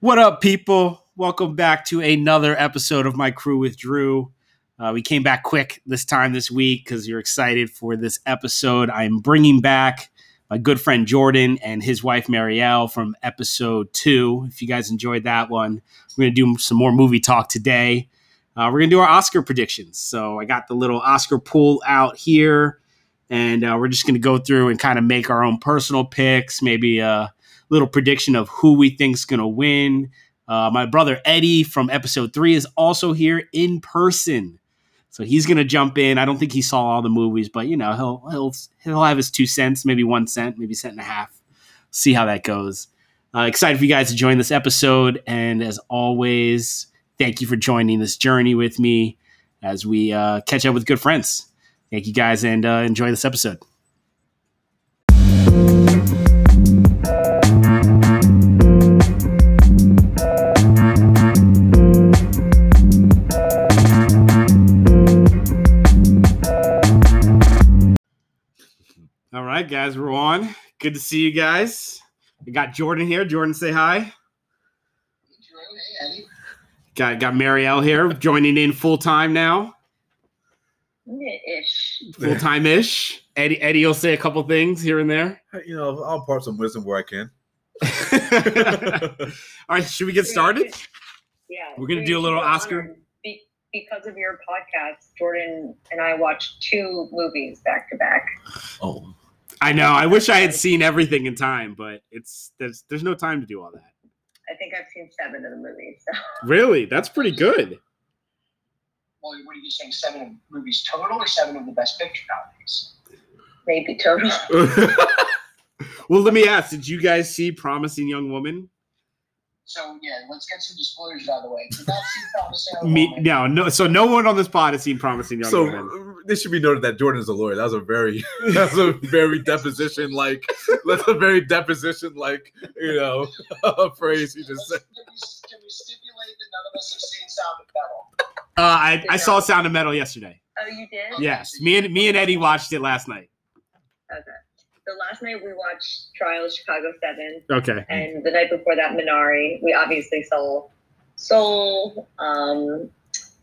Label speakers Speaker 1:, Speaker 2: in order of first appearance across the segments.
Speaker 1: What up, people? Welcome back to another episode of My Crew with Drew. Uh, we came back quick this time this week because you're excited for this episode. I'm bringing back my good friend Jordan and his wife Marielle from episode two. If you guys enjoyed that one, we're going to do some more movie talk today. Uh, we're going to do our Oscar predictions. So I got the little Oscar pool out here, and uh, we're just going to go through and kind of make our own personal picks, maybe uh, a little prediction of who we think's going to win. Uh, my brother Eddie from episode three is also here in person, so he's going to jump in. I don't think he saw all the movies, but you know he'll he'll he'll have his two cents, maybe one cent, maybe cent and a half. See how that goes. Uh, excited for you guys to join this episode, and as always, thank you for joining this journey with me as we uh, catch up with good friends. Thank you guys, and uh, enjoy this episode. All right, guys, we're on. Good to see you guys. We got Jordan here. Jordan, say hi.
Speaker 2: Drew, hey, Eddie.
Speaker 1: Got got Marielle here joining in full time now,
Speaker 2: Ish.
Speaker 1: full time ish. Eddie Eddie will say a couple things here and there.
Speaker 3: You know, I'll impart some wisdom where I can.
Speaker 1: All right, should we get started?
Speaker 2: Yeah.
Speaker 1: We're gonna
Speaker 2: we
Speaker 1: do a little
Speaker 2: were
Speaker 1: Oscar.
Speaker 2: honored be- Because of your podcast, Jordan and I watched two movies back to back.
Speaker 3: Oh,
Speaker 1: I know. I wish I had seen everything in time, but it's there's there's no time to do all that.
Speaker 2: I think I've seen seven of the movies. So.
Speaker 1: Really, that's pretty good.
Speaker 4: Well, what are you saying? Seven of movies total, or seven of the best picture nominees?
Speaker 2: Maybe total.
Speaker 1: well, let me ask: Did you guys see Promising Young Woman?
Speaker 4: So yeah, let's get some disclosures out of the way. Did not see Thomas Allen
Speaker 1: Me,
Speaker 4: Roman.
Speaker 1: no, no. So no one on this pod has seen Promising Young
Speaker 3: so
Speaker 1: Woman.
Speaker 3: uh, this should be noted that Jordan is a lawyer. That was a very, that's a very deposition like, that's a very deposition like, you know, phrase you just said.
Speaker 4: Let's- Can we, can we stipulate that none of us have seen Sound of Metal?
Speaker 1: Uh, I, I saw Sound of Metal yesterday.
Speaker 2: Oh, you did?
Speaker 1: Yes, me and me and Eddie watched it last night.
Speaker 2: Okay. So last night we watched Trial of Chicago 7,
Speaker 1: Okay.
Speaker 2: and the night before that, Minari. We obviously saw Soul. Um,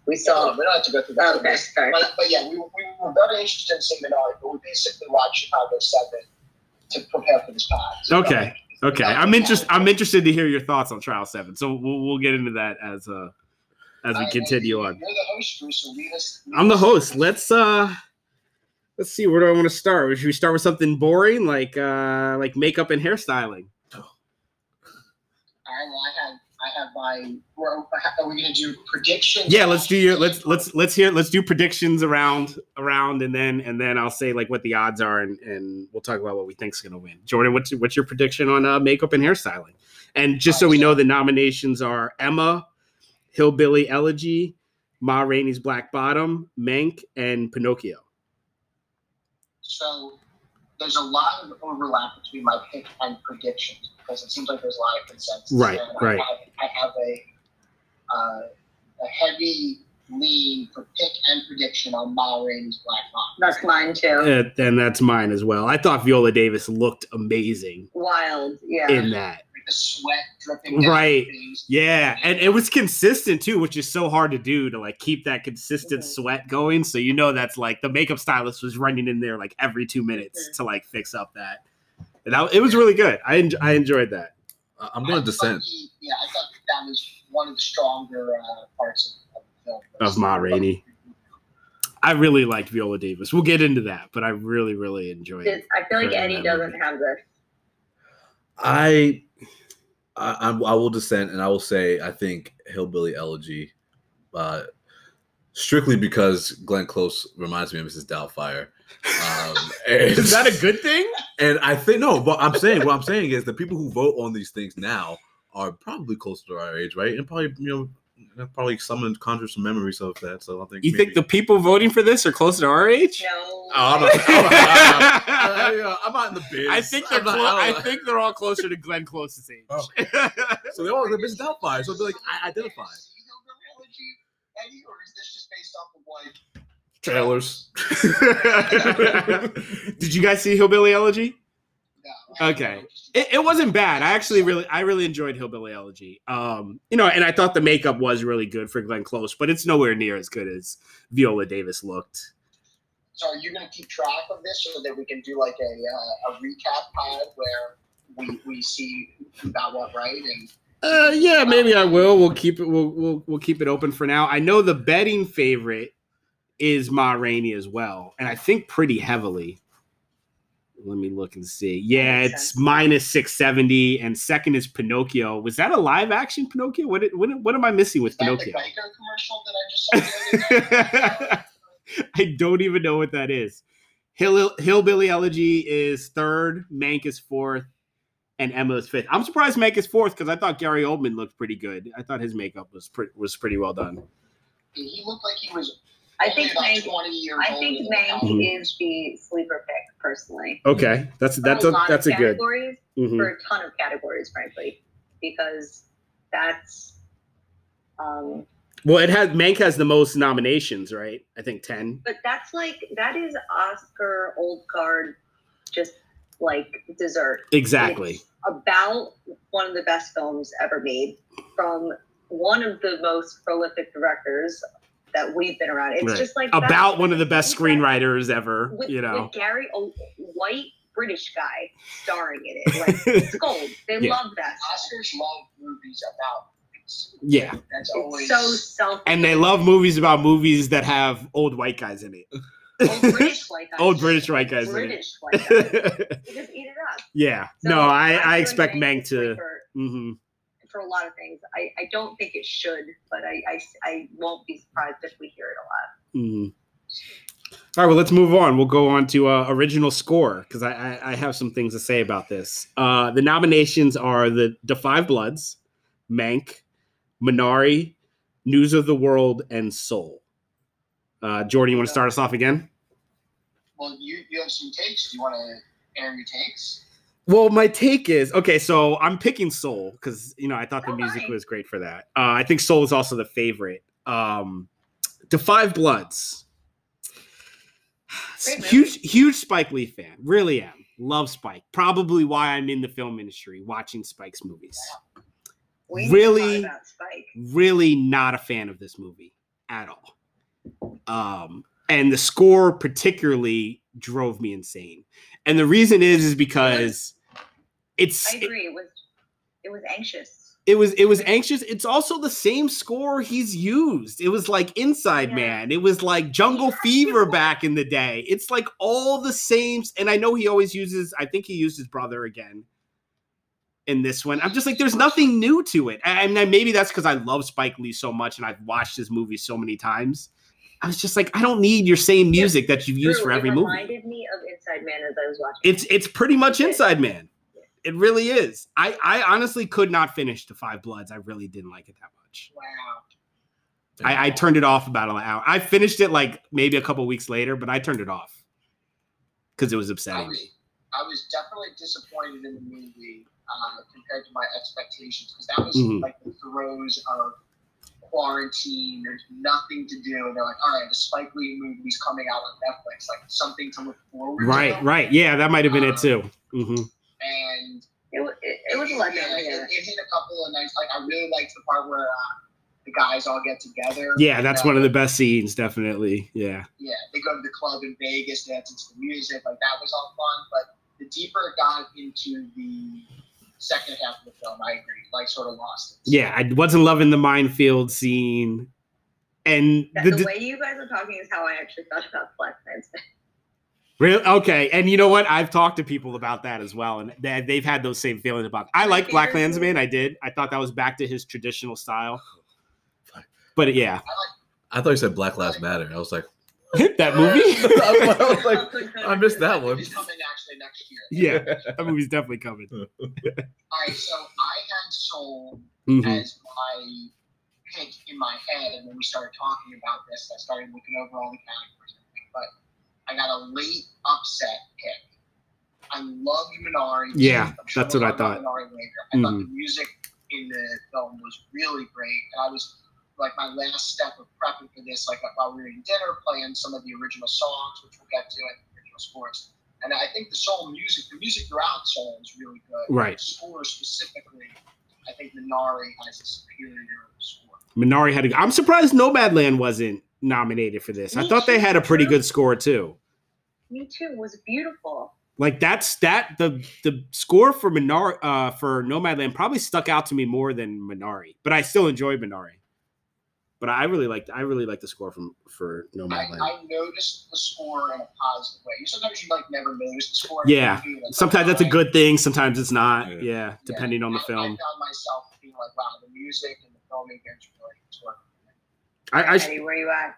Speaker 2: we
Speaker 4: No,
Speaker 2: saw.
Speaker 4: we don't have to go through that.
Speaker 2: Oh, okay, sorry.
Speaker 4: But, but yeah, we, were- we were very interested in seeing Minari, but we basically watched Chicago Seven to prepare for this pod. So,
Speaker 1: Okay. Okay. I'm interested. I'm interested to hear your thoughts on Trial Seven. So we'll we'll get into that as uh as we
Speaker 4: I-
Speaker 1: continue on.
Speaker 4: You're the host, Drew, so lead us. lead
Speaker 1: I'm the
Speaker 4: us-
Speaker 1: host. Let's uh let's see where do I want to start? Should we start with something boring like uh like makeup and hairstyling?
Speaker 4: I, well, I have I have my. Well, are we gonna do predictions?
Speaker 1: Yeah, let's do your let's let's let's hear let's do predictions around around and then and then I'll say like what the odds are and and we'll talk about what we think's gonna win. Jordan, what's what's your prediction on uh, makeup and hairstyling? And just so we know, the nominations are Emma, Hillbilly Elegy, Ma Rainey's Black Bottom, Mank, and Pinocchio.
Speaker 4: So there's a lot of overlap between my pick and predictions because it seems like there's a lot of consensus.
Speaker 1: Right,
Speaker 4: and
Speaker 1: right.
Speaker 4: I have, I have a uh, a heavy lean for pick and prediction on Ma Rainey's Black Mom.
Speaker 2: That's mine too.
Speaker 1: Uh, and that's mine as well. I thought Viola Davis looked amazing
Speaker 2: Wild. Yeah.
Speaker 1: in that.
Speaker 4: Like the sweat dripping down
Speaker 1: Right.
Speaker 4: her face.
Speaker 1: Yeah, and it was consistent too, which is so hard to do to like keep that consistent
Speaker 2: Mhm.
Speaker 1: sweat going. So you know that's like the makeup stylist was running in there like every two minutes to like fix up that. And that, it was really good. I en- I enjoyed that.
Speaker 3: I- I'm
Speaker 4: I
Speaker 3: going to
Speaker 4: thought
Speaker 3: dissent.
Speaker 4: he- yeah, I thought that was one of the stronger uh, parts of, of the film.
Speaker 1: Of Ma Rainey. I really liked Viola Davis. We'll get into that, but I really really enjoyed it.
Speaker 2: Did- I feel like
Speaker 1: Right,
Speaker 2: Eddie
Speaker 1: right,
Speaker 2: doesn't have this.
Speaker 3: I, I, I'm, I will dissent, and I will say I think hillbilly elegy, uh, strictly because Glenn Close reminds me of Mrs. Doubtfire. Um,
Speaker 1: Is that
Speaker 3: and-
Speaker 1: a good thing?
Speaker 3: And I think no, but I'm saying what I'm saying is the people who vote on these things now are probably closer to our age, right? And probably you know that probably summoned conjure some memories of that. So I think Oh,
Speaker 1: You think the people voting for this are closer to our age?
Speaker 2: No.
Speaker 3: I'm, not, I'm, not- I'm not- I'm not in the biz.
Speaker 1: Oh, I think they're
Speaker 3: I'm not-
Speaker 1: clo-
Speaker 3: I
Speaker 1: I
Speaker 3: don't-
Speaker 1: think they're all closer to Glenn Close's age.
Speaker 3: Oh. so they all they're missing out by. So they're like I identify
Speaker 4: You know the trilogy, Eddie, or is this just based off of like
Speaker 3: trailers.
Speaker 1: Did you guys see Hillbilly Elegy?
Speaker 4: no,
Speaker 1: Okay. It, it wasn't bad. I actually really, I really enjoyed Hillbilly Elegy. Um, you know, and I thought the makeup was really good for Glenn Close, but it's nowhere near as good as Viola Davis looked.
Speaker 4: So are you going to keep track of this so that we can do like a, uh, a recap pod where we, we see who got what right and
Speaker 1: Uh, yeah, maybe I will. We'll keep it. We'll, we'll we'll keep it open for now. I know the betting favorite is Ma Rainey as well, and I think pretty heavily. Let me look and see. Yeah,
Speaker 2: Makes
Speaker 1: it's
Speaker 2: sense.
Speaker 1: minus six seventy, and second is Pinocchio. Was that a live action Pinocchio? What did- what, what am I missing with
Speaker 4: is that the
Speaker 1: Pinocchio?
Speaker 4: Geico commercial that I just saw? the other day?
Speaker 1: I don't even know what that is. Hill, Hillbilly Elegy is third, Mank is fourth, and Emma is fifth. I'm surprised Mank is fourth because I thought Gary Oldman looked pretty good. I thought his makeup was pre- was pretty well done.
Speaker 4: he looked like he was.
Speaker 2: I
Speaker 4: only
Speaker 2: think
Speaker 4: about
Speaker 2: Mank-
Speaker 4: twenty years
Speaker 2: I
Speaker 4: older
Speaker 2: think
Speaker 4: than
Speaker 2: Mank
Speaker 4: Alan.
Speaker 1: Mhm.
Speaker 2: is the sleeper pick, personally.
Speaker 1: Okay, that's that's
Speaker 2: For
Speaker 1: a
Speaker 2: lot
Speaker 1: that's a
Speaker 2: of
Speaker 1: good.
Speaker 2: categories
Speaker 1: mhm.
Speaker 2: for a ton of categories, frankly, because that's um,
Speaker 1: Well, it has Mank has the most nominations, right? I think ten.
Speaker 2: but that's like that is Oscar old guard, just like dessert.
Speaker 1: Exactly.
Speaker 2: about one of the best films ever made from one of the most prolific directors that we've been around. It's
Speaker 1: Right.
Speaker 2: just like that-
Speaker 1: About one of the best
Speaker 2: with-
Speaker 1: screenwriters ever.
Speaker 2: With,
Speaker 1: You know.
Speaker 2: with Gary, a white British guy starring in it. Like it's gold. They
Speaker 1: Yeah.
Speaker 2: love that.
Speaker 4: Oscars love movies about. movies.
Speaker 1: Yeah,
Speaker 4: That's
Speaker 2: It's
Speaker 4: always
Speaker 2: so self.
Speaker 1: and they love movies about movies that have old white guys in
Speaker 2: old
Speaker 1: it.
Speaker 2: British white guys.
Speaker 1: old British white guys in it.
Speaker 2: British white guys. They just eat it up.
Speaker 1: yeah.
Speaker 2: So
Speaker 1: no, I,
Speaker 2: I'm
Speaker 1: I
Speaker 2: doing
Speaker 1: expect Mank
Speaker 2: Mank
Speaker 1: to.
Speaker 2: for-
Speaker 1: mhm.
Speaker 2: For a lot of things, I, I don't think it should, but I, I, I won't be surprised if we hear it a lot.
Speaker 1: Mhm. All right, well, let's move on. We'll go on to uh, original score because I, I, I have some things to say about this. Uh, the nominations are the Da Five Bloods, Mank, Minari, News of the World, and Soul. Uh, Jordan, you want to start us off again?
Speaker 4: Well, you you have some takes. Do you want to air your takes?
Speaker 1: Well, my take is okay. So I'm picking Soul because you know I thought the
Speaker 2: Oh,
Speaker 1: music
Speaker 2: nice.
Speaker 1: was great for that. Uh, I think Soul is also the favorite. Um, to Five Bloods,
Speaker 2: Great movie.
Speaker 1: huge huge Spike Lee fan. Really am. Love Spike. Probably why I'm in the film industry, watching Spike's movies.
Speaker 2: We
Speaker 1: Really?
Speaker 2: really about Spike.
Speaker 1: Really not a fan of this movie at all. Um, and the score particularly drove me insane. And the reason is is because it's
Speaker 2: I agree. It was it was anxious.
Speaker 1: it was it was anxious it's also the same score he's used it was like inside
Speaker 2: Yeah.
Speaker 1: man it was like jungle
Speaker 2: Yeah,
Speaker 1: fever
Speaker 2: it was.
Speaker 1: back in the day it's like all the same s- and i know he always uses i think he used his brother again in this one i'm just like there's nothing new to it and and then maybe that's because i love spike lee so much and i've watched his movies so many times i was just like i don't need your same music that you've used for
Speaker 2: True,
Speaker 1: every
Speaker 2: it
Speaker 1: movie
Speaker 2: reminded me of Inside Man as I was watching.
Speaker 1: it's it's pretty much Inside Man. It really is. I I honestly could not finish the Five Bloods. I really didn't like it that much.
Speaker 4: Wow.
Speaker 1: I, I turned it off about an hour. I finished it like maybe a couple weeks later, but I turned it off because it was
Speaker 4: I
Speaker 1: upsetting
Speaker 4: was
Speaker 1: me.
Speaker 4: I was definitely disappointed in the movie uh, compared to my expectations because that was
Speaker 1: Mhm.
Speaker 4: like the throes of quarantine. There's nothing to do. And they're like, all right, the Spike Lee movie's coming out on Netflix, like something to look forward to.
Speaker 1: Right, right. Yeah, that might have been it too. hmm
Speaker 4: And
Speaker 2: It, wa- it, it was a
Speaker 4: Yeah,
Speaker 2: legendary.
Speaker 4: it, it, it hit a couple of nights. Like I really liked the part where uh, the guys all get together.
Speaker 1: Yeah, that's
Speaker 4: Uh,
Speaker 1: one of the best scenes, definitely. Yeah.
Speaker 4: yeah, they go to the club in Vegas, dancing to the music, like that was all fun. But the deeper it got into the second half of the film, I agree, like sort of lost it.
Speaker 1: Yeah, I wasn't loving the minefield scene. And
Speaker 2: That-
Speaker 1: the,
Speaker 2: the way you guys are talking is how I actually thought about Black Knives.
Speaker 1: Really? Okay. And you know what? I've talked to people about that as well, and they, they've had those same feelings about. I like Black Landsman. I did. I thought that was back to his traditional style. But yeah,
Speaker 3: I thought you said Black Lives Matter. I was like,
Speaker 1: that movie.
Speaker 3: I was like, I missed that one.
Speaker 4: It's coming actually next year.
Speaker 1: yeah, that movie's definitely coming.
Speaker 4: All right, so I had Soul
Speaker 1: Mhm.
Speaker 4: as my pick in my head, and when we started talking about this, I started looking over all the categories. and everything, But I got a late upset pick. I loved Minari.
Speaker 1: Yeah,
Speaker 4: I'm sure
Speaker 1: that's what
Speaker 4: we'll
Speaker 1: I Mm-hmm.
Speaker 4: talk about Minari later. I thought the music in the film was really great, and I was like my last step of prepping for this, like while we were eating dinner, playing some of the original songs, which we'll get to and the original scores. And I think the soul music, the music throughout soul is really good.
Speaker 1: Right.
Speaker 4: The score specifically, I think Minari has a superior score.
Speaker 1: Minari had. A, I'm surprised Nomadland wasn't nominated for this. I thought they had a pretty good score too.
Speaker 2: Me too was beautiful.
Speaker 1: Like that's that the the score for Minari uh, for Nomadland probably stuck out to me more than Minari, but I still enjoyed Minari. But I really liked I really liked the score from for
Speaker 4: I,
Speaker 1: Nomadland.
Speaker 4: I noticed the score in a positive way. Sometimes you like never notice the score.
Speaker 1: Yeah.
Speaker 4: You do, like,
Speaker 1: Sometimes that's a
Speaker 4: I-
Speaker 1: good thing. Sometimes it's not.
Speaker 3: Yeah.
Speaker 1: Yeah, depending on the
Speaker 4: I-
Speaker 1: film.
Speaker 4: I found myself being like, wow, the music and the filmmaking is really working.
Speaker 1: I, I
Speaker 2: Eddie, where you at?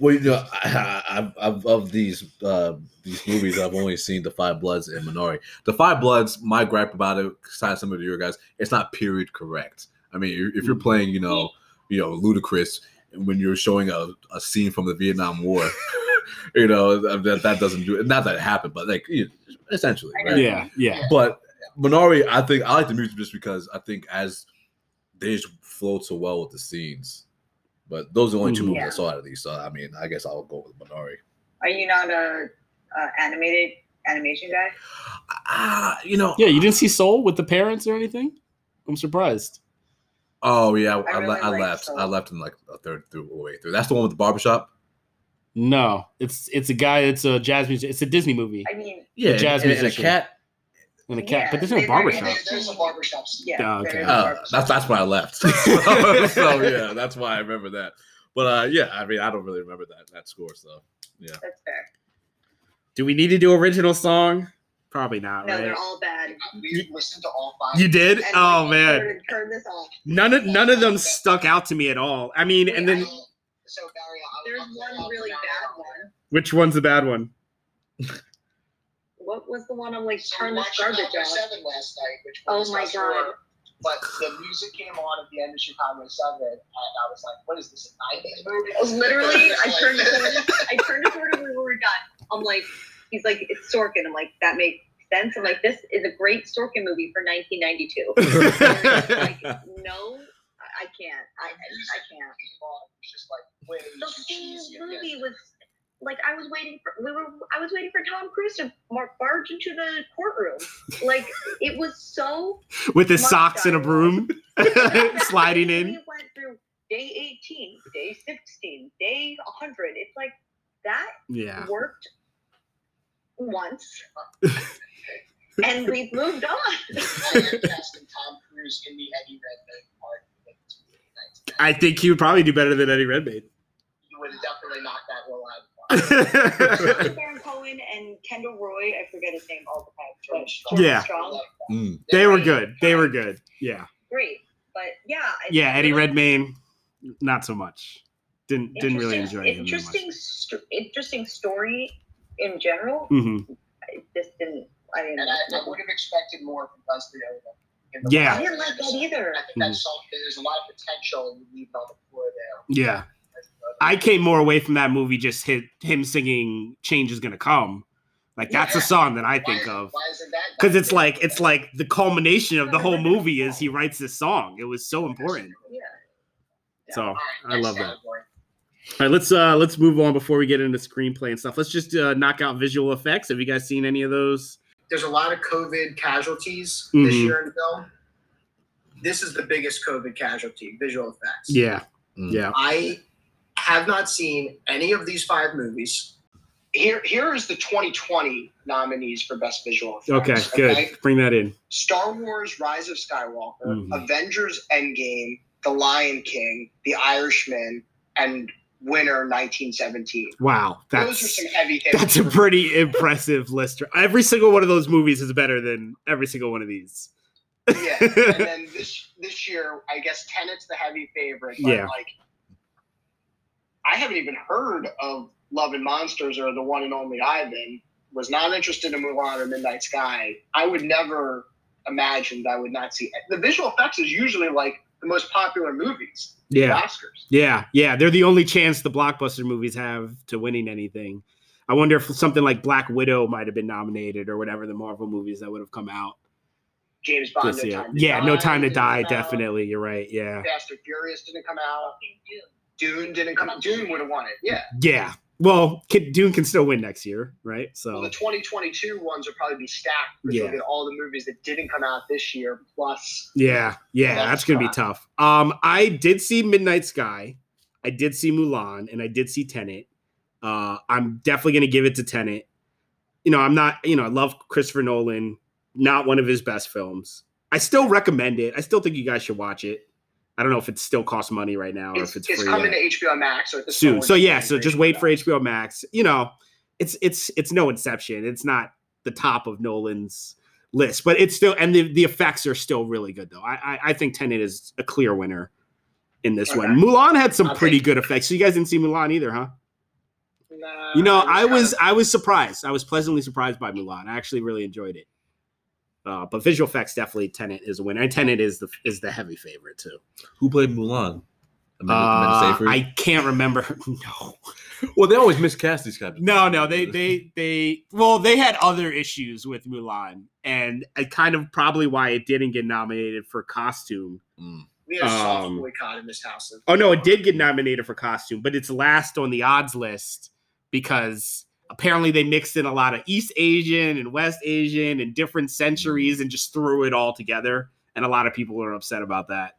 Speaker 3: Well, you know, I, I, I've, of these uh, these movies, I've only seen The Five Bloods and Minari. The Five Bloods, my gripe about it, aside some of your guys, it's not period correct. I mean, if- if you're playing, you know, you know, ludicrous when you're showing a, a scene from the Vietnam War, you know, that, that doesn't do it. Not that it happened, but like you- essentially,
Speaker 2: I know.
Speaker 3: right?
Speaker 1: yeah yeah
Speaker 3: But Minari, I think I like the music just because I think as they just flow so well with the scenes. But those are the only two
Speaker 1: Mhm.
Speaker 3: movies
Speaker 2: Yeah.
Speaker 3: I saw out of these. So I mean, I guess I'll go with Minari.
Speaker 2: Are you not a, a animated animation guy?
Speaker 3: Ah, you know.
Speaker 1: yeah. You didn't see Soul with the parents or anything. I'm surprised.
Speaker 3: Oh yeah, I,
Speaker 2: really
Speaker 3: le- I
Speaker 2: like
Speaker 3: left.
Speaker 2: Soul.
Speaker 3: I left in like a third through way through. That's the one with the barbershop.
Speaker 1: No, it's it's a guy. It's a jazz music. It's a Disney movie
Speaker 2: I mean,
Speaker 3: Yeah,
Speaker 1: jazz
Speaker 3: and, and a
Speaker 1: musician.
Speaker 3: cat.
Speaker 1: and a cat,
Speaker 2: Yeah,
Speaker 1: but there's no
Speaker 2: they-
Speaker 4: And
Speaker 1: barbershop.
Speaker 4: there- there's a barbershop scene.
Speaker 2: yeah.
Speaker 1: Oh, okay.
Speaker 2: there is a
Speaker 3: Uh,
Speaker 2: barbershop.
Speaker 3: that's that's why I left. so yeah, that's why I remember that. But uh, yeah, I mean, I don't really remember that that score. So
Speaker 2: That's fair.
Speaker 1: Do we need to do original song? Probably not,
Speaker 2: No,
Speaker 1: right?
Speaker 2: they're all bad.
Speaker 4: We listened to all five.
Speaker 1: You did?
Speaker 2: And,
Speaker 1: Oh
Speaker 2: like,
Speaker 1: man,
Speaker 2: Turn, turn this off.
Speaker 1: none of none of them stuck out to me at all. I mean, and then
Speaker 4: So Barry, I
Speaker 2: There's one really bad one.
Speaker 1: which one's the bad one?
Speaker 2: What was the one I'm like,
Speaker 4: So
Speaker 2: turn
Speaker 4: we
Speaker 2: this
Speaker 4: watched
Speaker 2: garbage
Speaker 4: Chicago
Speaker 2: off?
Speaker 4: Seven last night, which
Speaker 2: Oh
Speaker 4: was
Speaker 2: my
Speaker 4: us
Speaker 2: God.
Speaker 4: were- But the music came on at the end of Chicago Seven, and I was like, "What is this? A nineties movie?"
Speaker 2: Literally, I
Speaker 4: It's
Speaker 2: turned
Speaker 4: like-
Speaker 2: to him. I turned to Jordan when we were done. I'm like, he's like, it's Sorkin. I'm like, that makes sense. I'm like, this is a great Sorkin movie for 1992. like,
Speaker 3: yeah.
Speaker 2: no, I I can't. I, I can't.
Speaker 4: came on, it was just like way
Speaker 2: The
Speaker 4: too cheesy
Speaker 2: whole
Speaker 4: at the end.
Speaker 2: movie was like, I was waiting for we were. I was waiting for Tom Cruise to mar- barge into the courtroom. Like, it was so
Speaker 1: With his
Speaker 2: Mud
Speaker 1: socks and a
Speaker 2: dialogue.
Speaker 1: broom sliding in.
Speaker 2: We went through day 18, day 16, day 100. It's like that
Speaker 1: Yeah.
Speaker 2: worked once. and we've moved on.
Speaker 4: I am casting Tom Cruise in the Eddie Redmayne part. It's really nice.
Speaker 1: I think he would probably do better than Eddie Redmayne.
Speaker 4: You would definitely knock that role out. of the park.
Speaker 1: yeah,
Speaker 2: Baron Cohen and Kendall Roy, I forget his name all the time. but
Speaker 4: George
Speaker 1: Yeah.
Speaker 2: Strong.
Speaker 3: Mm.
Speaker 1: they were good. They were good. Yeah.
Speaker 2: Great. But yeah. I-
Speaker 1: Yeah, Eddie Redmayne, not so much. Didn't didn't really
Speaker 2: Interesting-
Speaker 1: enjoy him that much.
Speaker 2: Interesting, st- interesting story in general.
Speaker 1: hmm
Speaker 2: I just didn't, I didn't,
Speaker 4: And I, I would have expected more from Leslie Odom. in the
Speaker 1: Yeah.
Speaker 2: I didn't like that either.
Speaker 4: I think that's something. There's a lot of potential and you leave it on the floor there.
Speaker 1: Yeah. I came more away from that movie just hit him singing "Change is Gonna Come," like that's a
Speaker 4: Yeah.
Speaker 1: song that I think
Speaker 4: why,
Speaker 1: of
Speaker 4: Why isn't that?
Speaker 1: because it's like it's like the culmination of the whole movie is he writes this song. It was so important.
Speaker 2: Yeah.
Speaker 1: So
Speaker 4: All
Speaker 1: all
Speaker 4: right,
Speaker 1: Oh, I
Speaker 4: next
Speaker 1: love that.
Speaker 4: category.
Speaker 1: right, let's uh let's move on before we get into screenplay and stuff. Let's just uh, knock out visual effects. Have you guys seen any of those?
Speaker 4: There's a lot of COVID casualties this
Speaker 1: Mhm.
Speaker 4: year in film. This is the biggest COVID casualty: visual effects.
Speaker 1: Yeah,
Speaker 3: Mm.
Speaker 1: yeah.
Speaker 4: I have not seen any of these five movies. Here, here is the 2020 nominees for Best Visual
Speaker 1: Okay,
Speaker 4: Effects.
Speaker 1: good. Bring that in.
Speaker 4: Star Wars: Rise of Skywalker,
Speaker 1: Mhm.
Speaker 4: Avengers: Endgame, The Lion King, The Irishman, and winner 1917.
Speaker 1: Wow,
Speaker 4: Those are
Speaker 1: that's
Speaker 4: some heavy hitters.
Speaker 1: that's a pretty impressive list. Every single one of those movies is better than every single one of these.
Speaker 4: yeah. And then this this year, I guess Tenet's the heavy favorite. But
Speaker 1: Yeah.
Speaker 4: Like, I haven't even heard of Love and Monsters or the one and only Ivan. Was not interested in Mulan or Midnight Sky. I would never imagined I would not see the visual effects is usually like the most popular movies.
Speaker 1: Yeah.
Speaker 4: Oscars.
Speaker 1: Yeah, yeah, they're the only chance the blockbuster movies have to winning anything. I wonder if something like Black Widow might have been nominated or whatever the Marvel movies that would have come out
Speaker 4: James Bond.
Speaker 1: this
Speaker 4: No
Speaker 1: year.
Speaker 4: Time to
Speaker 1: Yeah, No Time to
Speaker 4: didn't come
Speaker 1: Die,
Speaker 4: out.
Speaker 1: definitely. You're right. Yeah,
Speaker 4: Fast and Furious didn't come out.
Speaker 2: Fucking do.
Speaker 4: Dune didn't come out. Dune would have won it. Yeah.
Speaker 1: yeah, Well, can, Dune can still win next year, right? So
Speaker 4: Well, the 2022 ones will probably be stacked because
Speaker 1: Yeah.
Speaker 4: you'll get all the movies that didn't come out this year. Plus,
Speaker 1: yeah, yeah,
Speaker 4: That's
Speaker 1: that's gonna be
Speaker 4: tough.
Speaker 1: tough. Um, I did see Midnight Sky, I did see Mulan, and I did see Tenet. Uh, I'm definitely gonna give it to Tenet. You know, I'm not. You know, I love Christopher Nolan. Not one of his best films. I still recommend it. I still think you guys should watch it. I don't know if it still costs money right now or
Speaker 4: it's,
Speaker 1: if it's,
Speaker 4: it's,
Speaker 1: free.
Speaker 4: coming
Speaker 1: yet.
Speaker 4: to HBO Max. So at this
Speaker 1: soon.
Speaker 4: point,
Speaker 1: So
Speaker 4: we're
Speaker 1: yeah,
Speaker 4: getting
Speaker 1: so
Speaker 4: to
Speaker 1: just wait for HBO Max. You know, it's it's it's no Inception. It's not the top of Nolan's list, but it's still and the, the effects are still really good though. I I, I think Tenet is a clear winner in this one.
Speaker 4: Okay.
Speaker 1: Mulan had some
Speaker 4: I'll
Speaker 1: pretty
Speaker 4: take
Speaker 1: good effects. So you guys didn't see Mulan either, huh?
Speaker 4: Nah,
Speaker 1: You know, Uh, I
Speaker 4: kinda-
Speaker 1: was I was surprised. I was pleasantly surprised by Mulan. I actually really enjoyed it. Uh, but visual effects definitely Tenet is a winner. And Tenet is the is the heavy favorite too.
Speaker 3: Who played Mulan? Amanda,
Speaker 1: Uh,
Speaker 3: Amanda Seyfried?
Speaker 1: I can't remember. no.
Speaker 3: well, they always miscast these kind of.
Speaker 1: No, no, they they they well, they had other issues with Mulan, and I kind of probably why it didn't get nominated for costume.
Speaker 3: Mm.
Speaker 4: We had a soft
Speaker 1: um,
Speaker 4: boycott in this house.
Speaker 1: Oh no, it did get nominated for costume, but it's last on the odds list because apparently they mixed in a lot of East Asian and West Asian and different centuries and just threw it all together, and a lot of people were upset about that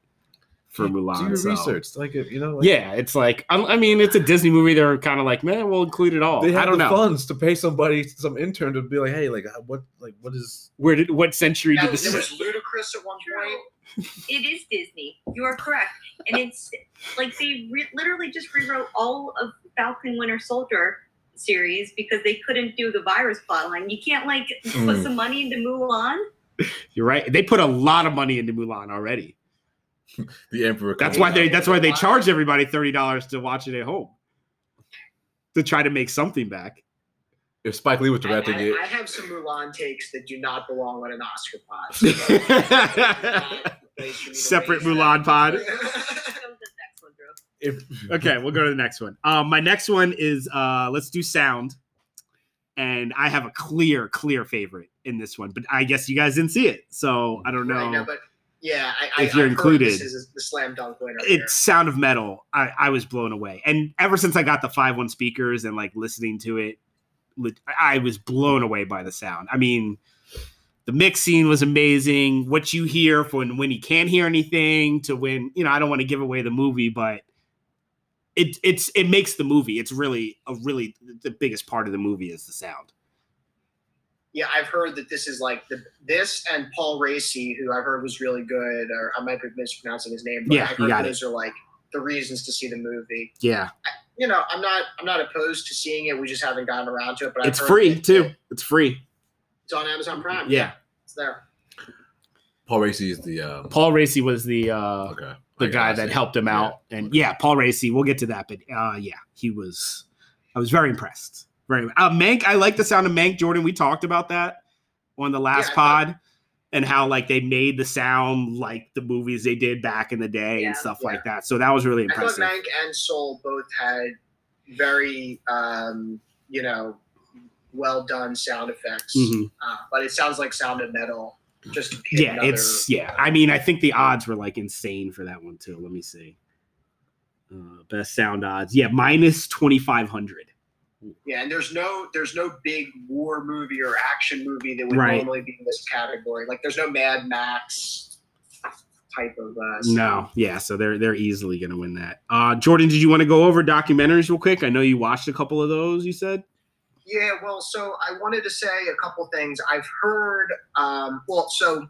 Speaker 1: for Mulan.
Speaker 3: Do your
Speaker 1: so-
Speaker 3: research, like you know. Like,
Speaker 1: Yeah, it's like I, I mean, it's a Disney movie. They're kind of like, man, we'll include it all.
Speaker 3: They have
Speaker 1: I don't know.
Speaker 3: the funds to pay somebody, some intern, to be like, "Hey, like, uh, what, like, what is?"
Speaker 1: Where did what century
Speaker 4: Now,
Speaker 1: did
Speaker 4: there
Speaker 1: this?
Speaker 4: was ludicrous at one point.
Speaker 2: It is Disney. You are correct. And it's like they re- literally just rewrote all of Falcon Winter Soldier series because they couldn't do the virus plotline. You can't like put
Speaker 1: Hmm.
Speaker 3: Mm.
Speaker 2: some money into Mulan.
Speaker 1: You're right. They put a lot of money into Mulan already.
Speaker 3: The emperor.
Speaker 1: That's
Speaker 3: comes
Speaker 1: why
Speaker 3: out.
Speaker 1: they that's why they charge everybody thirty dollars to watch it at home to try to make something back.
Speaker 3: If Spike Lee was
Speaker 4: I,
Speaker 3: directing
Speaker 4: I-
Speaker 3: it,
Speaker 4: I have some Mulan takes that do not belong on an Oscar pod. so it's not
Speaker 1: okay,
Speaker 4: a place for me to
Speaker 1: Separate
Speaker 4: raise
Speaker 1: Mulan
Speaker 4: that.
Speaker 1: pod.
Speaker 3: if
Speaker 1: we'll go to the next one. Um, my next one is uh, let's do sound, and I have a clear, clear favorite in this one. But I guess you guys didn't see it, so I don't know.
Speaker 4: Right, no, but yeah, I,
Speaker 1: If
Speaker 4: I,
Speaker 1: you're
Speaker 4: I've heard This
Speaker 1: included.
Speaker 4: is the slam dunk winner. here.
Speaker 1: it's sound of metal I, I was blown away and ever since i got the 5-1 speakers and like listening to it lit- i was blown away by the sound i mean the mixing was amazing what you hear from when you can't hear anything to when you know i don't want to give away the movie but it it's it makes the movie it's really a really the biggest part of the movie is the sound
Speaker 4: yeah, I've heard that this is like the this and Paul Racy, who I heard was really good, or I might be mispronouncing his name, but
Speaker 1: Yeah,
Speaker 4: I've
Speaker 1: you
Speaker 4: heard
Speaker 1: got it.
Speaker 4: those are like the reasons to see the movie.
Speaker 1: yeah
Speaker 4: You know, I'm not I'm not opposed to seeing it. We just haven't gotten around to it. But I've
Speaker 1: it's
Speaker 4: heard
Speaker 1: free
Speaker 4: that
Speaker 1: too it's free
Speaker 4: It's on Amazon Prime.
Speaker 1: yeah
Speaker 4: it's there.
Speaker 3: Paul Racy is the um,
Speaker 1: paul racy was the uh
Speaker 3: okay,
Speaker 1: the
Speaker 3: I
Speaker 1: guy
Speaker 3: got
Speaker 1: that
Speaker 3: it.
Speaker 1: helped him
Speaker 3: Yeah.
Speaker 1: out. And yeah, Paul Racy. We'll get to that, but uh, yeah, he was. I was very impressed. Very uh, Mank. I like the sound of Mank. Jordan, we talked about that on the last
Speaker 4: Yeah, I
Speaker 1: pod, and how like they made the sound like the movies they did back in the day and
Speaker 2: Yeah.
Speaker 1: stuff like that. So that was really
Speaker 4: I thought
Speaker 1: impressive.
Speaker 4: Mank and Soul both had very um, you know well done sound effects,
Speaker 1: Mhm.
Speaker 4: uh, but it sounds like Sound of Metal. Just hit
Speaker 1: Yeah,
Speaker 4: another-
Speaker 1: it's yeah. I mean, I think the odds were like insane for that one too. Let me see. Uh, best sound odds. Yeah, minus twenty five hundred.
Speaker 4: Yeah, and there's no there's no big war movie or action movie that would
Speaker 1: Right.
Speaker 4: normally be in this category. Like there's no Mad Max type of uh
Speaker 1: No, yeah, so they're they're easily going to win that. Uh, Jordan, did you want to go over documentaries real quick? I know you watched a couple of those. You said
Speaker 4: Yeah, well, so I wanted to say a couple things. I've heard um well, so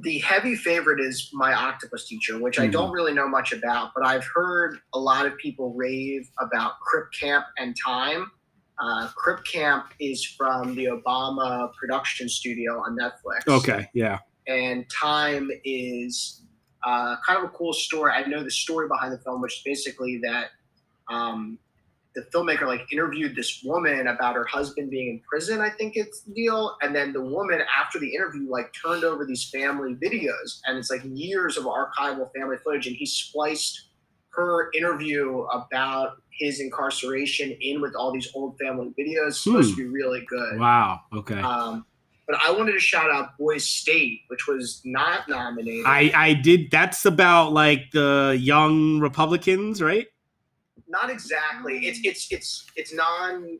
Speaker 4: the heavy favorite is my octopus teacher, which I
Speaker 1: Mm-hmm.
Speaker 4: don't really know much about, but I've heard a lot of people rave about Crip Camp and Time. Uh, Crip Camp is from the Obama production studio on Netflix.
Speaker 1: okay, yeah,
Speaker 4: and time is uh, kind of a cool story. I know the story behind the film, which is basically that um, the filmmaker like interviewed this woman about her husband being in prison. I think it's the deal, and then the woman after the interview like turned over these family videos, and it's like years of archival family footage, and he spliced her interview about his incarceration in with all these old family videos. It's supposed to be really good.
Speaker 1: wow, okay.
Speaker 2: Uh,
Speaker 4: Um, but I wanted to shout out Boys State, which was not nominated.
Speaker 1: I I did. That's about like the young Republicans, right?
Speaker 4: not exactly. It's it's it's it's non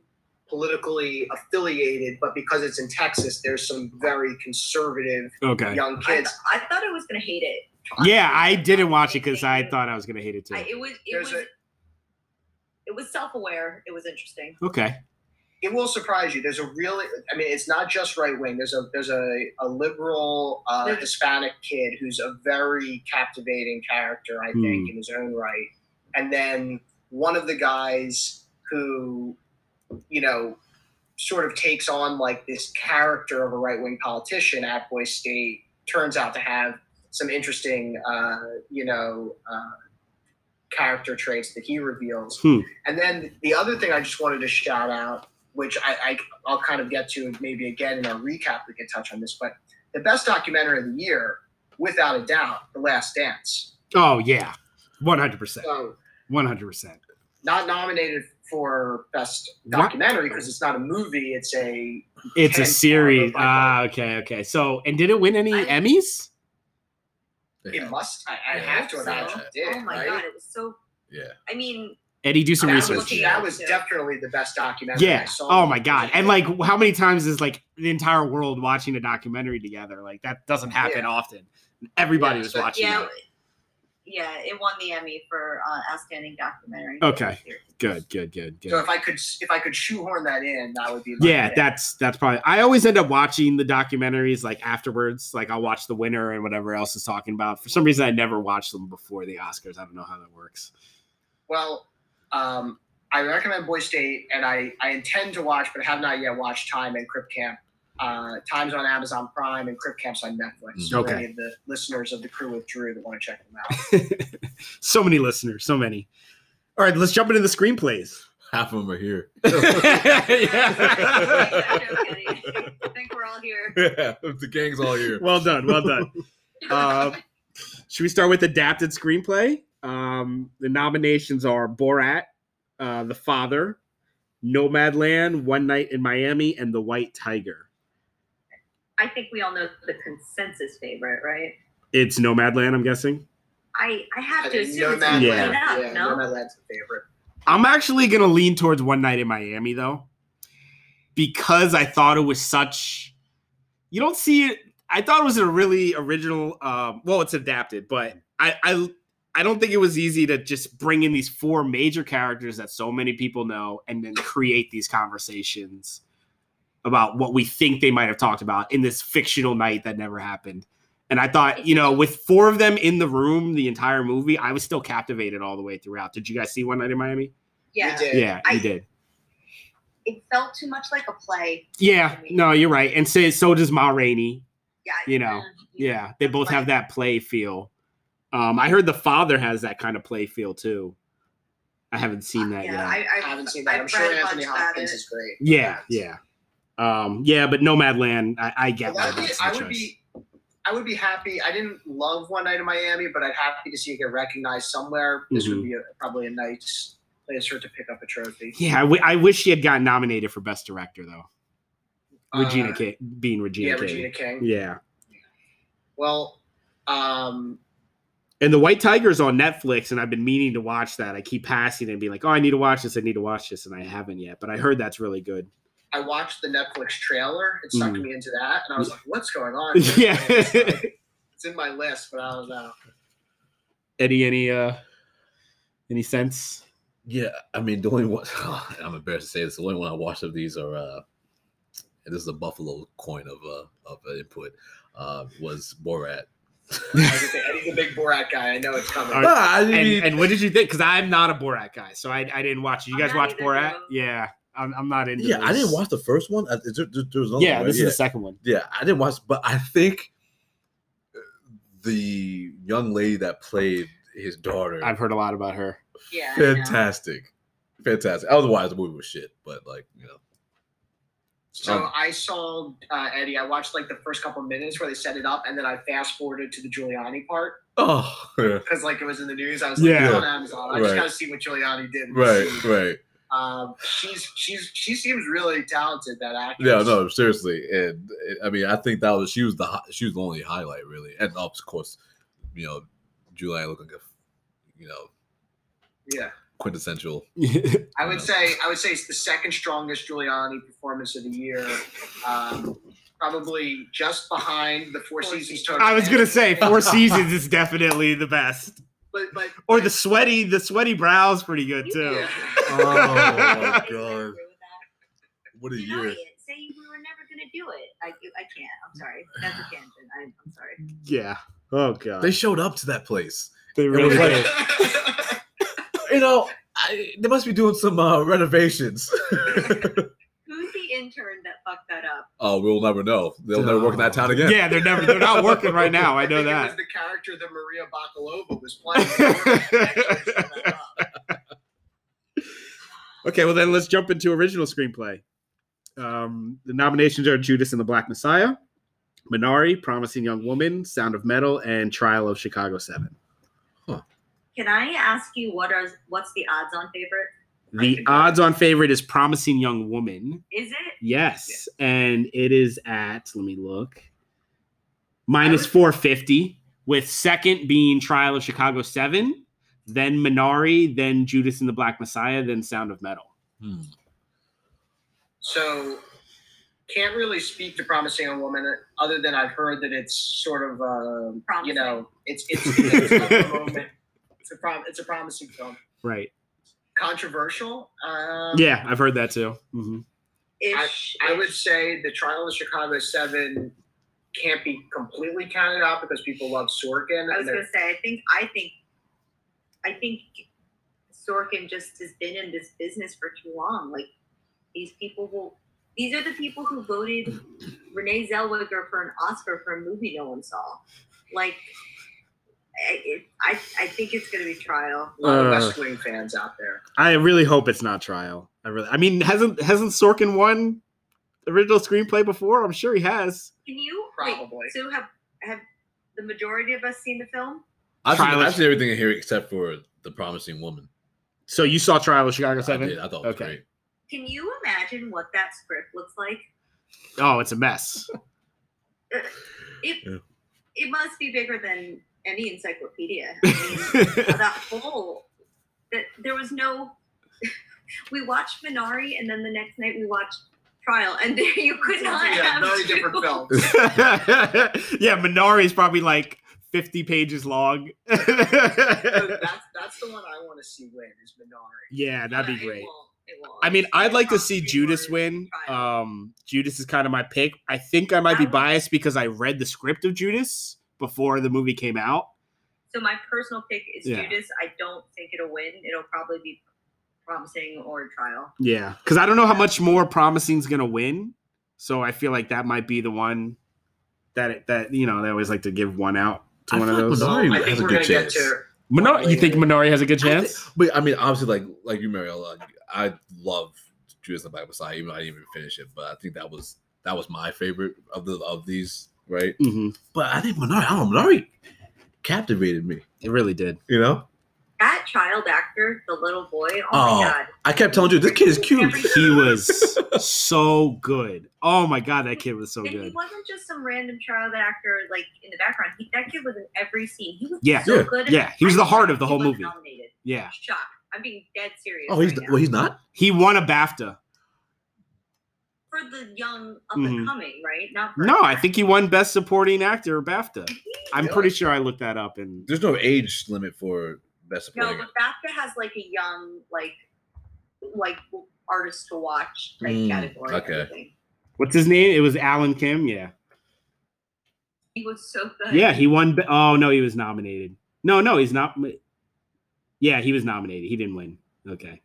Speaker 4: politically affiliated, but because it's in Texas, there's some very conservative
Speaker 1: Okay.
Speaker 4: young
Speaker 2: I,
Speaker 4: kids.
Speaker 2: I thought I was gonna hate it.
Speaker 1: Yeah, I didn't watch it because I thought I was gonna hate it
Speaker 2: I,
Speaker 1: too.
Speaker 2: it was it
Speaker 4: There's
Speaker 2: was
Speaker 4: a-
Speaker 2: it was self aware. It was interesting.
Speaker 1: Okay.
Speaker 4: It will surprise you. There's a really, I mean, it's not just right wing. There's a there's a, a liberal uh,
Speaker 2: There's-
Speaker 4: Hispanic kid who's a very captivating character, I think, in his own right. And then one of the guys who, you know, sort of takes on like this character of a right wing politician at Boise State turns out to have some interesting, uh, you know, uh, character traits that he reveals.
Speaker 1: Hmm.
Speaker 4: And then the other thing I just wanted to shout out, which I, I I'll kind of get to maybe again in our recap, we can touch on this, but the best documentary of the year, without a doubt, The Last Dance.
Speaker 1: Oh yeah, one hundred percent,
Speaker 4: So
Speaker 1: one hundred percent.
Speaker 4: not nominated for best
Speaker 1: What?
Speaker 4: documentary because it's not a movie; it's a
Speaker 1: It's a
Speaker 4: Ten
Speaker 1: series.
Speaker 4: Corner by
Speaker 1: Ah, okay, okay. So, and did it win any
Speaker 2: I-
Speaker 1: Emmys?
Speaker 4: it must. I, I
Speaker 3: Yeah,
Speaker 4: have to
Speaker 3: so-
Speaker 4: imagine. it did,
Speaker 2: Oh my
Speaker 4: right?
Speaker 2: god, it was so.
Speaker 3: Yeah.
Speaker 2: I mean,
Speaker 1: Eddie, do some
Speaker 4: that
Speaker 2: Research.
Speaker 4: Was,
Speaker 1: research.
Speaker 4: that was definitely the best documentary. I
Speaker 1: Yeah.
Speaker 4: saw.
Speaker 1: Oh my god. And like, how many times is like the entire world watching a documentary together? Like that doesn't happen often. Everybody
Speaker 4: Yeah,
Speaker 1: was
Speaker 4: so-
Speaker 1: watching.
Speaker 2: yeah,
Speaker 1: it.
Speaker 2: yeah, it won the Emmy for uh, outstanding documentary.
Speaker 1: Okay. Good. Good. Good. Good.
Speaker 4: So if I could, if I could shoehorn that in, that would be. my
Speaker 1: yeah,
Speaker 4: pick.
Speaker 1: that's that's probably. I always end up watching the documentaries like afterwards. Like I'll watch the winner and whatever else is talking about. For some reason, I never watch them before the Oscars. I don't know how that works.
Speaker 4: Well, um, I recommend Boy State, and I, I intend to watch, but have not yet watched Time and Crip Camp. Uh, Time's on Amazon Prime, and Crip Camp's on Netflix. So
Speaker 1: Mm. Okay.
Speaker 4: Any of the listeners of the crew with Drew that want to check them out.
Speaker 1: so many listeners. So many. All right, let's jump into the screenplays.
Speaker 3: Half of them are here.
Speaker 2: Yeah, no kidding. I think we're all here.
Speaker 3: yeah, the gang's all here.
Speaker 1: Well done. Well done. Uh, should we start with adapted screenplay? Um, the nominations are Borat, uh, The Father, Nomadland, One Night in Miami, and The White Tiger.
Speaker 2: I think we all know the consensus favorite, right?
Speaker 1: It's Nomadland, I'm guessing.
Speaker 2: I I have to assume it's
Speaker 4: Nomadland-
Speaker 2: clean
Speaker 1: Yeah.
Speaker 2: up,
Speaker 4: yeah,
Speaker 2: no?
Speaker 4: Nomadland's a favorite.
Speaker 1: I'm actually gonna lean towards One Night in Miami though, because I thought it was such. You don't see it. I thought it was a really original. Um, well, it's adapted, but I, I I don't think it was easy to just bring in these four major characters that so many people know, and then create these conversations about what we think they might have talked about in this fictional night that never happened. And I thought, you know, with four of them in the room the entire movie, I was still captivated all the way throughout. Did you guys see One Night in Miami?
Speaker 2: Yeah.
Speaker 4: We did.
Speaker 1: Yeah,
Speaker 2: I-
Speaker 1: you did.
Speaker 2: It felt too much like a play.
Speaker 1: Yeah, no, you're right. And so, so does Ma Rainey.
Speaker 2: Yeah.
Speaker 1: You know,
Speaker 2: um,
Speaker 1: Yeah, they both have that play feel. Um, I heard the father has that kind of play feel too. I haven't seen that
Speaker 2: Yeah,
Speaker 1: yet.
Speaker 2: I,
Speaker 4: I
Speaker 2: I
Speaker 4: haven't seen that. I'm
Speaker 2: I've
Speaker 4: sure
Speaker 2: read a
Speaker 4: Anthony
Speaker 2: bunch about
Speaker 4: Hopkins
Speaker 2: it.
Speaker 4: is great.
Speaker 1: yeah, yeah, um, yeah. But Nomadland, I, I get
Speaker 4: Well,
Speaker 1: why
Speaker 4: that'd be-
Speaker 1: that's the
Speaker 4: I would
Speaker 1: choice.
Speaker 4: be, I would be happy. I didn't love One Night in Miami, but I'd happy to see it get recognized somewhere. This
Speaker 1: Mhm.
Speaker 4: would be a, probably a nice place for it to pick up a trophy.
Speaker 1: Yeah, I, w- I wish she had gotten nominated for best director though. Regina
Speaker 4: Uh,
Speaker 1: King, being Regina
Speaker 4: yeah,
Speaker 1: King.
Speaker 4: Regina King.
Speaker 1: Yeah,
Speaker 4: Well, um,
Speaker 1: and the White Tiger's on Netflix, and I've been meaning to watch that. I keep passing it and being like, "Oh, I need to watch this. I need to watch this," and I haven't yet. But I heard that's really good.
Speaker 4: I watched the Netflix trailer. It sucked
Speaker 1: Mhm.
Speaker 4: me into that, and I was like, "What's going on?" here?"
Speaker 1: yeah.
Speaker 4: it's in my list, but I don't know.
Speaker 1: Eddie, any uh, any sense?
Speaker 3: Yeah, I mean, the only one I'm embarrassed to say this. The only one I watched of these are, uh, and this is a Buffalo coin of uh, of an input, uh, was Borat.
Speaker 4: I was gonna say, Eddie's a big Borat guy. I know it's coming.
Speaker 1: All right.
Speaker 3: Ah, I
Speaker 1: And,
Speaker 3: mean,
Speaker 1: and what did you think? Because I'm not a Borat guy, so I, I didn't watch it. You
Speaker 2: I'm
Speaker 1: guys
Speaker 2: not
Speaker 1: watch
Speaker 2: either,
Speaker 1: Borat?
Speaker 2: though.
Speaker 1: Yeah, I'm, I'm not into.
Speaker 3: yeah, I
Speaker 1: those.
Speaker 3: didn't watch the first one. I, is there, there, there was another
Speaker 1: Yeah,
Speaker 3: one,
Speaker 1: this
Speaker 3: right?
Speaker 1: is the second one.
Speaker 3: yeah, I didn't watch, but I think uh, the young lady that played his daughter,
Speaker 1: I've heard a lot about her.
Speaker 2: Yeah. I know.
Speaker 3: fantastic, fantastic. Otherwise, the movie was shit. But like, you know,
Speaker 4: So
Speaker 3: Um,
Speaker 4: I saw uh, Eddie. I watched like the first couple minutes where they set it up, and then I fast forwarded to the Giuliani part.
Speaker 3: oh, yeah.
Speaker 4: because like it was in the news. I was
Speaker 1: Yeah.
Speaker 4: like, it's on Amazon. I just
Speaker 3: Right.
Speaker 4: gotta see what Giuliani did.
Speaker 3: right, right.
Speaker 4: Um, she's she's she seems really talented. That actress.
Speaker 3: Yeah, no, seriously, and uh, I mean, I think that was she was the hi- she was the only highlight really, and of course, you know, Julian looking, good, you know,
Speaker 4: Yeah.
Speaker 3: quintessential.
Speaker 4: I would say I would say it's the second strongest Giuliani performance of the year, um, probably just behind the Four Seasons. Tony
Speaker 1: I was gonna say Four Seasons is definitely the best,
Speaker 4: but, but
Speaker 1: or the sweaty the sweaty brow's pretty good too.
Speaker 4: yeah.
Speaker 3: Oh my
Speaker 2: I agree
Speaker 3: god,
Speaker 2: with that.
Speaker 3: what a
Speaker 2: Deny
Speaker 3: year!
Speaker 2: it. Say we were never gonna do it. I, I can't. I'm sorry. That's a tangent. I, I'm sorry.
Speaker 1: Yeah. Oh god.
Speaker 3: They showed up to that place.
Speaker 1: They
Speaker 3: really
Speaker 1: did.
Speaker 3: You know, I, they must be doing some uh, renovations.
Speaker 2: Who's the intern that fucked that up?
Speaker 3: oh, we'll never know. They'll never work in that town again.
Speaker 1: Yeah, they're never they're not working right now. I know
Speaker 4: think It was
Speaker 1: that.
Speaker 4: the character that Maria Bakalova was playing. Actually, shut up.
Speaker 1: Okay, well then let's jump into original screenplay. Um, the nominations are Judas and the Black Messiah, Minari, Promising Young Woman, Sound of Metal, and Trial of Chicago Seven.
Speaker 2: Can I ask you what are what's the odds on favorite?
Speaker 1: The odds-on favorite is Promising Young Woman.
Speaker 2: Is it?
Speaker 1: Yes, and it is at let me look minus
Speaker 2: would-
Speaker 1: 450 with second being Trial of Chicago 7, then Minari, then Judas and the Black Messiah, then Sound of Metal.
Speaker 3: Hmm.
Speaker 4: So can't really speak to promising a woman uh, other than I've heard that it's sort of um, you
Speaker 2: Promising.
Speaker 4: know it's it's, it's a moment. It's a prom- it's a promising film.
Speaker 1: Right.
Speaker 4: Controversial. Um,
Speaker 1: Yeah, I've heard that too. Mhm.
Speaker 2: Ish.
Speaker 4: I would say the trial of Chicago Seven can't be completely counted out because people love Sorkin.
Speaker 2: I
Speaker 4: and
Speaker 2: was gonna
Speaker 4: they're-
Speaker 2: say. I think. I think. I think Sorkin just has been in this business for too long. Like these people will. These are the people who voted Renee Zellweger for an Oscar for a movie no one saw. Like, I it, I, I think it's gonna be trial.
Speaker 4: a lot of
Speaker 1: Uh.
Speaker 4: West Wing fans out there.
Speaker 1: I really hope it's not Trial. I really I mean hasn't hasn't Sorkin won original screenplay before? I'm sure he has.
Speaker 2: Can you wait,
Speaker 4: Probably.
Speaker 2: so have have the majority of us seen the film?
Speaker 3: I've, seen,
Speaker 1: Trial of-
Speaker 3: I've seen everything in here except for the promising woman.
Speaker 1: So you saw Trial of Chicago
Speaker 3: I
Speaker 1: 7?
Speaker 3: did. I thought it was
Speaker 1: Okay.
Speaker 3: great.
Speaker 2: Can you imagine what that script looks like?
Speaker 1: Oh, it's a mess.
Speaker 2: It
Speaker 3: Yeah.
Speaker 2: it must be bigger than any encyclopedia. I mean, that whole that there was no. We watched Minari, and then the next night we watched Trial, and there you could not
Speaker 4: yeah,
Speaker 2: have
Speaker 4: very
Speaker 2: two.
Speaker 4: different films.
Speaker 1: yeah, Minari is probably like 50 pages long.
Speaker 4: that's that's the one I want to see win is Minari.
Speaker 1: yeah, that'd be
Speaker 2: Yeah, it
Speaker 1: great.
Speaker 2: won't- it won't.
Speaker 1: I mean, I'd like to see
Speaker 2: Probably
Speaker 1: Judas
Speaker 2: won't.
Speaker 1: win.
Speaker 2: Trial.
Speaker 1: Um, Judas is kind of my pick. I think I might be biased because I read the script of Judas before the movie came out.
Speaker 2: so my personal pick is
Speaker 1: Yeah.
Speaker 2: Judas. I don't think it'll win. It'll probably be promising or Trial.
Speaker 1: Yeah, because I don't know how much more promising's gonna win. So I feel like that might be the one that it, that you know they always like to give one out to
Speaker 3: I
Speaker 1: one of
Speaker 3: thought
Speaker 1: those.
Speaker 3: Minari-
Speaker 1: Minari,
Speaker 3: Oh,
Speaker 4: I
Speaker 3: Minari has
Speaker 4: think
Speaker 3: a
Speaker 4: we're
Speaker 3: good
Speaker 4: gonna get
Speaker 3: chance.
Speaker 4: to
Speaker 1: you think Minari has a good
Speaker 3: I thi-
Speaker 1: chance?
Speaker 3: But I mean, obviously, like like you, Mariel, like, I love Judas and the Black Messiah. Even though I didn't even finish it, but I think that was that was my favorite of the of these, right?
Speaker 1: hmm
Speaker 3: But I think Minari, I don't know, Minari captivated me.
Speaker 1: It really did.
Speaker 3: You know,
Speaker 2: That child actor, the little boy. Oh,
Speaker 3: Oh.
Speaker 2: my god.
Speaker 3: I kept telling you this kid is cute.
Speaker 1: He was so good. Oh my god, that kid was so
Speaker 2: and he
Speaker 1: good.
Speaker 2: wasn't just some random child actor like in the background. He, that kid was in every scene. He was
Speaker 1: Yeah.
Speaker 2: so
Speaker 3: Yeah.
Speaker 2: good.
Speaker 1: Yeah, he was the heart of the
Speaker 2: He
Speaker 1: whole
Speaker 2: wasn't
Speaker 1: movie.
Speaker 2: Nominated.
Speaker 1: Yeah,
Speaker 2: Shocked. I'm being dead serious.
Speaker 3: Oh, he's
Speaker 2: right now.
Speaker 3: well, he's not.
Speaker 1: he won a BAFTA.
Speaker 2: for the young up
Speaker 1: Mhm.
Speaker 2: and coming, right? Not for
Speaker 1: No, I think he won Best Supporting Actor or BAFTA. I'm
Speaker 3: Really?
Speaker 1: pretty sure I looked that up. And
Speaker 3: There's no age limit for best
Speaker 2: no,
Speaker 3: supporting.
Speaker 2: but BAFTA has like a young like like artist to watch like
Speaker 3: Mm,
Speaker 2: category. and
Speaker 3: okay.
Speaker 2: everything.
Speaker 1: what's his name? It was Alan Kim. Yeah,
Speaker 2: He was so good.
Speaker 1: yeah, he won. Be- Oh no, he was nominated. No, no, he's not. Yeah, he was nominated. He didn't win. Okay,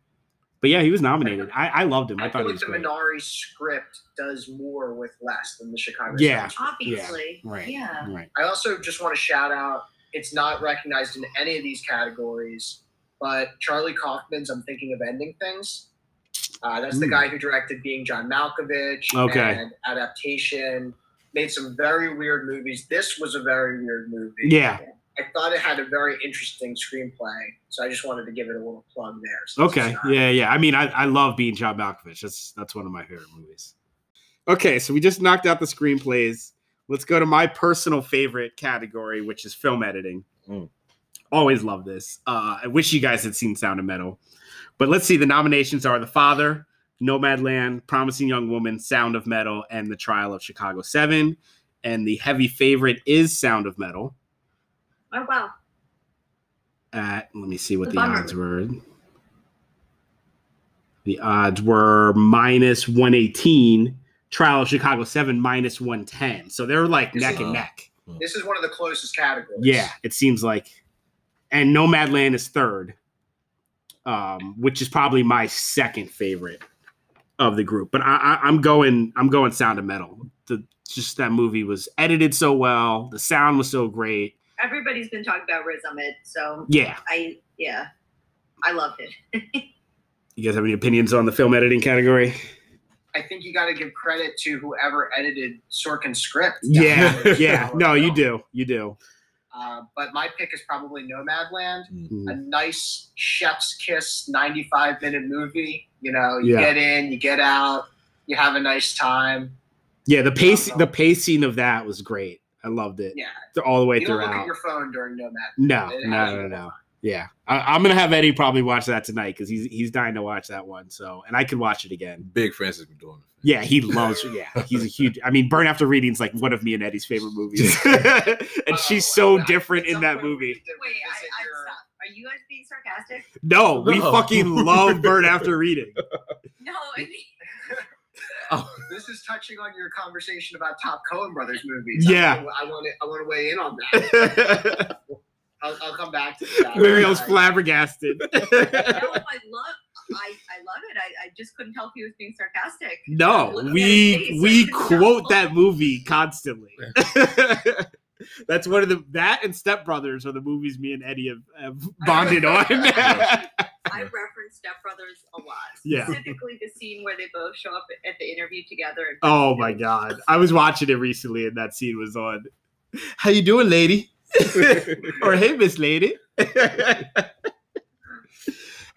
Speaker 1: but yeah, he was nominated. I, I loved him. I,
Speaker 4: I
Speaker 1: thought he
Speaker 4: feel like
Speaker 1: was
Speaker 4: the
Speaker 1: great.
Speaker 4: Minari script does more with less than the Chicago.
Speaker 1: Yeah.
Speaker 4: Sun.
Speaker 2: Obviously.
Speaker 1: Yeah, right.
Speaker 2: Yeah.
Speaker 1: Right.
Speaker 4: I also just want to shout out. It's not recognized in any of these categories, but Charlie Kaufman's "I'm Thinking of Ending Things." Uh, that's the
Speaker 1: Mm.
Speaker 4: guy who directed Being John Malkovich
Speaker 1: Okay.
Speaker 4: and Adaptation. Made some very weird movies. This was a very weird movie.
Speaker 1: Yeah.
Speaker 4: I thought it had a very interesting screenplay, so I just wanted to give it a little plug there. since
Speaker 1: Okay.
Speaker 4: it's not-
Speaker 1: Yeah. Yeah. I mean, I, I love being John Malkovich. That's that's one of my favorite movies. Okay, so we just knocked out the screenplays. Let's go to my personal favorite category, which is film editing.
Speaker 3: Mm.
Speaker 1: Always love this. Uh, I wish you guys had seen Sound of Metal. But let's see. The nominations are The Father, Nomadland, Promising Young Woman, Sound of Metal, and The Trial of Chicago Seven. And the heavy favorite is Sound of Metal.
Speaker 2: Oh wow.
Speaker 1: At let me see what the
Speaker 2: Bummer.
Speaker 1: odds were. The odds were minus one eighteen. Trial of Chicago Seven minus one ten. So they're like neck and
Speaker 3: Wow.
Speaker 1: neck.
Speaker 4: This is one of the closest categories.
Speaker 1: Yeah, it seems like. And Nomadland is third, um, which is probably my second favorite of the group. But I, I, I'm going. I'm going Sound of Metal. The just that movie was edited so well. The sound was so great.
Speaker 2: Everybody's been talking about Riz Ahmed, so
Speaker 1: Yeah.
Speaker 2: I yeah, I loved it.
Speaker 1: You guys have any opinions on the film editing category?
Speaker 4: I think you got to give credit to whoever edited Sorkin's script.
Speaker 1: Yeah.
Speaker 3: Yeah.
Speaker 1: Yeah. No, you do. You do.
Speaker 4: Uh, but my pick is probably Nomadland.
Speaker 1: Mm.
Speaker 4: A nice chef's kiss, ninety-five minute movie. You know, you
Speaker 1: Yeah.
Speaker 4: get in, you get out, you have a nice time.
Speaker 1: Yeah. The pace. The pacing of that was great. I loved it.
Speaker 4: Yeah.
Speaker 1: All the way
Speaker 4: you don't look at
Speaker 1: throughout.
Speaker 4: your phone during Nomad.
Speaker 1: No,
Speaker 4: It
Speaker 1: no,
Speaker 4: has-
Speaker 1: no, no. Yeah, I, I'm gonna have Eddie probably watch that tonight because he's he's dying to watch that one. So, and I could watch it again.
Speaker 3: Big Francis McDormand.
Speaker 1: Yeah, he loves. Yeah, he's a huge. I mean, Burn After Reading's like one of me and Eddie's favorite movies,
Speaker 4: Oh,
Speaker 1: and she's so different in that movie.
Speaker 2: Wait, I, I stop. Are you guys being sarcastic?
Speaker 1: No, we
Speaker 3: No.
Speaker 1: fucking love Burn After Reading.
Speaker 2: No, I mean,
Speaker 4: This is touching on your conversation about top Cohen brothers movies.
Speaker 1: Yeah.
Speaker 4: I want to. I want to weigh in on that.
Speaker 1: Mariel's
Speaker 4: I'll, I'll come back to that. Uh,
Speaker 1: flabbergasted.
Speaker 2: no, I love, I, I love it. I, I just couldn't help he was being sarcastic.
Speaker 1: No,
Speaker 2: Look at his
Speaker 1: we
Speaker 2: face.
Speaker 1: we
Speaker 2: It's
Speaker 1: quote
Speaker 2: awful.
Speaker 1: that movie constantly. That's one of the that and Step Brothers are the movies me and Eddie have, have bonded on.
Speaker 2: I reference Step Brothers a lot.
Speaker 1: Yeah.
Speaker 2: Specifically the scene where they both show up at the interview together. And
Speaker 1: oh my god, I was watching it recently and that scene was on. How you doing, lady? or hey, Miss Lady. All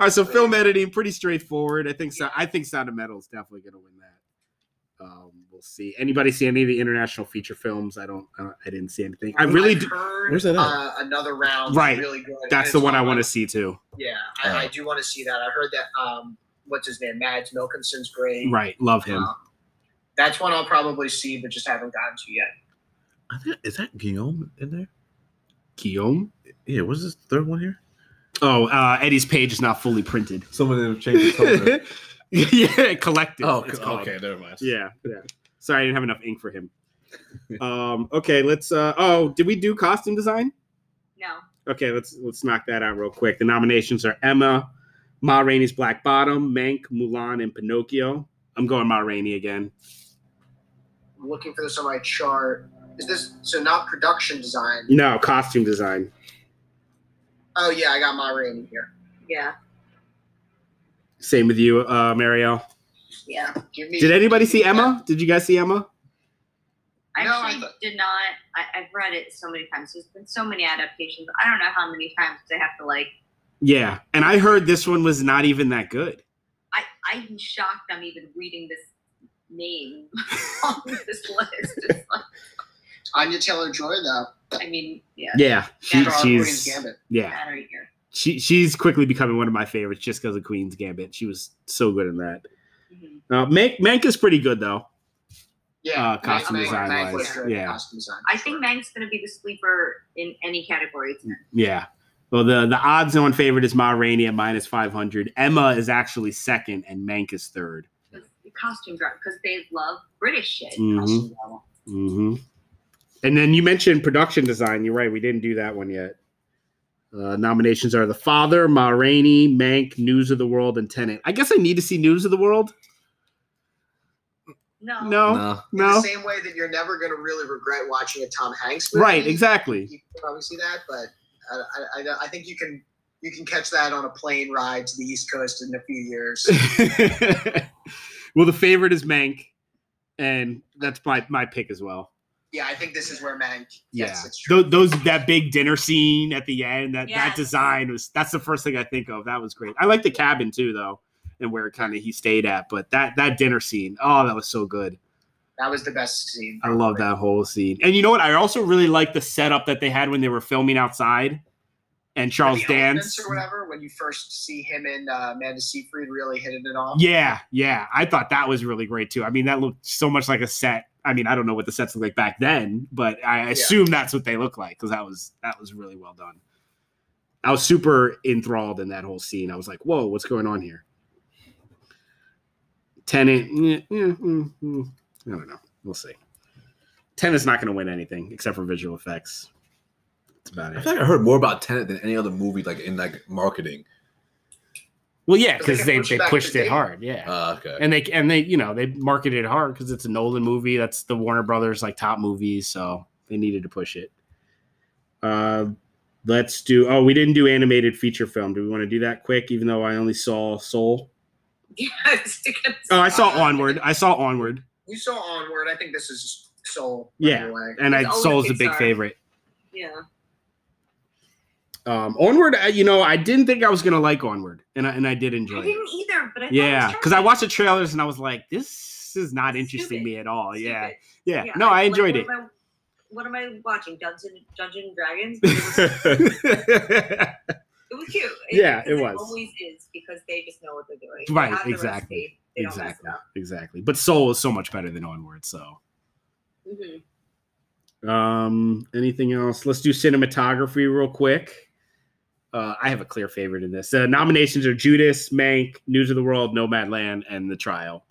Speaker 1: right, so film editing pretty straightforward. I think so. I think Sound of Metal is definitely going to win that. Um, we'll see. Anybody see any of the international feature films? I don't. I, don't- I didn't see anything. I really.
Speaker 4: I've
Speaker 1: do-
Speaker 4: heard,
Speaker 3: Where's that at?
Speaker 4: Uh, another round. is
Speaker 1: Right.
Speaker 4: Really good.
Speaker 1: That's
Speaker 4: It's
Speaker 1: the one I
Speaker 4: on
Speaker 1: want
Speaker 4: my-
Speaker 1: to see too.
Speaker 4: Yeah, I, I
Speaker 1: Uh,
Speaker 3: Oh.
Speaker 4: do want to see that. I heard that. Um, what's his name? Mads Milkinson's great.
Speaker 1: Right, love him.
Speaker 4: Um, that's one I'll probably see, but just haven't gotten to yet.
Speaker 3: I think- Is that Guillaume in there?
Speaker 1: Guillaume.
Speaker 3: Yeah, what's this third one here?
Speaker 1: Oh, uh, Eddie's page is not fully printed.
Speaker 3: Someone that changed the
Speaker 1: yeah, collected.
Speaker 3: Oh,
Speaker 1: it's called.
Speaker 3: okay, never mind.
Speaker 1: Yeah, yeah. Sorry, I didn't have enough ink for him. Um, okay, let's. Uh, oh, did we do costume design?
Speaker 2: no.
Speaker 1: Okay, let's let's knock that out real quick. The nominations are Emma, Ma Rainey's Black Bottom, Mank, Mulan, and Pinocchio. I'm going Ma Rainey again.
Speaker 4: I'm looking for this on my chart. Is this so? Not production design.
Speaker 1: No, costume design.
Speaker 4: Oh yeah, I got my rating here.
Speaker 2: Yeah.
Speaker 1: Same with you, uh, Mario.
Speaker 2: Yeah.
Speaker 4: Give me.
Speaker 1: Did anybody see Emma? Did you guys see Emma?
Speaker 2: I
Speaker 4: No, I
Speaker 2: actually
Speaker 4: thought-
Speaker 2: did not. I, I've read it so many times. There's been so many adaptations. I don't know how many times they have to like.
Speaker 1: Yeah, and I heard this one was not even that good.
Speaker 2: I I'm shocked. I'm even reading this name on this list. It's like-
Speaker 4: Anya Taylor Joy though?
Speaker 2: I mean, yeah.
Speaker 1: Yeah, she,
Speaker 4: Star of Queen's
Speaker 1: she's
Speaker 4: Gambit.
Speaker 1: yeah.
Speaker 2: I don't care.
Speaker 1: she she's quickly becoming one of my favorites just because of Queen's Gambit. She was so good in that.
Speaker 2: Mhm.
Speaker 1: Uh, Mank, Mank is pretty good though.
Speaker 4: Yeah,
Speaker 1: uh, costume
Speaker 4: Meg-
Speaker 1: design
Speaker 4: Meg was
Speaker 2: wise,
Speaker 4: good
Speaker 1: yeah.
Speaker 4: costume design,
Speaker 2: I
Speaker 4: for
Speaker 2: think
Speaker 4: sure.
Speaker 2: Mang's gonna be the sleeper in any category.
Speaker 1: Mm.
Speaker 2: tonight.
Speaker 1: Yeah. Well, the the odds on favorite is Ma Rainey at minus five hundred. Emma is actually second, and Mank is third.
Speaker 2: 'Cause The costume drama because they love British shit.
Speaker 1: Mhm.
Speaker 2: Costume drama.
Speaker 1: hmm And then you mentioned production design. You're right. We didn't do that one yet. Uh, nominations are The Father, Ma Rainey, Mank, News of the World, and Tenant. I guess I need to see News of the World.
Speaker 2: No.
Speaker 1: No,
Speaker 3: Nah.
Speaker 4: In
Speaker 1: no.
Speaker 4: the same way that you're never going to really regret watching a Tom Hanks movie.
Speaker 1: Right, exactly.
Speaker 4: You can probably see that, but I, I, I, I think you can you can catch that on a plane ride to the East Coast in a few years.
Speaker 1: well, the favorite is Mank, and that's my my pick as well.
Speaker 4: yeah, I think this is where Mank. Yes, it's true.
Speaker 1: Tho- those, that big dinner scene at the end, that
Speaker 2: Yeah.
Speaker 1: that design was that's the first thing I think of. That was great. I like the cabin too, though, and where kind of he stayed at. But that that dinner scene, oh, that was so good.
Speaker 4: That was the best scene.
Speaker 1: I love that whole scene. And you know what? I also really like the setup that they had when they were filming outside and Charles
Speaker 4: the Elements
Speaker 1: Dance.
Speaker 4: or whatever when you first see him and uh, Amanda Seyfried really hitting it off.
Speaker 1: Yeah, yeah. I thought that was really great too. I mean, that looked so much like a set. I mean, I don't know what the sets look like back then, but I assume that's what they look like because that was that was really well done. I was super enthralled in that whole scene. I was like, "Whoa, what's going on here?" Tenant, mm, I don't know. We'll see. Tenant's not going to win anything except for visual effects. That's about
Speaker 3: I
Speaker 1: it.
Speaker 3: feel like I heard more about Tenet than any other movie, like in like marketing.
Speaker 1: Well, yeah,
Speaker 4: Because they
Speaker 1: because they, they
Speaker 4: can push it back to
Speaker 1: pushed it
Speaker 4: date.
Speaker 1: hard. Yeah.
Speaker 3: Uh, okay.
Speaker 1: and they and they you know they marketed it hard because it's a Nolan movie. That's the Warner Brothers like top movie, so they needed to push it. Uh, let's do. Oh, we didn't do animated feature film. Do we want to do that quick? Even though I only saw Soul.
Speaker 2: Yeah, I was thinking-
Speaker 1: Oh, I
Speaker 2: Uh,
Speaker 1: saw Onward. I saw Onward,
Speaker 4: You saw Onward. I think this is Soul.
Speaker 1: Yeah. and I
Speaker 2: It's
Speaker 1: Soul's a
Speaker 2: always
Speaker 1: big
Speaker 2: Pixar.
Speaker 1: favorite.
Speaker 2: yeah.
Speaker 1: Um, Onward, I, you know, I didn't think I was gonna like Onward, and I, and I did enjoy
Speaker 2: I
Speaker 1: it.
Speaker 2: didn't either, but I thought
Speaker 1: Yeah,
Speaker 2: it was
Speaker 1: because I
Speaker 2: charming.
Speaker 1: watched the trailers and I was like, this is not
Speaker 2: Stupid.
Speaker 1: interesting me at all. Yeah,
Speaker 2: Stupid.
Speaker 1: yeah. No, I
Speaker 2: like,
Speaker 1: enjoyed
Speaker 2: what
Speaker 1: it.
Speaker 2: am I- what am I watching? Dungeon Dungeon and Dragons. But It was, it was cute.
Speaker 1: Yeah, it
Speaker 2: because
Speaker 1: was.
Speaker 2: Always is because they just know what they're doing. They
Speaker 1: Right,
Speaker 2: have the
Speaker 1: exactly,
Speaker 2: recipe. They don't mess it
Speaker 1: exactly, exactly. But Soul is so much better than Onward. So,
Speaker 2: up. Mhm.
Speaker 1: um, anything else? Let's do cinematography real quick. Uh, I have a clear favorite in this. The nominations are Judas, Mank, News of the World, Nomadland, and The Trial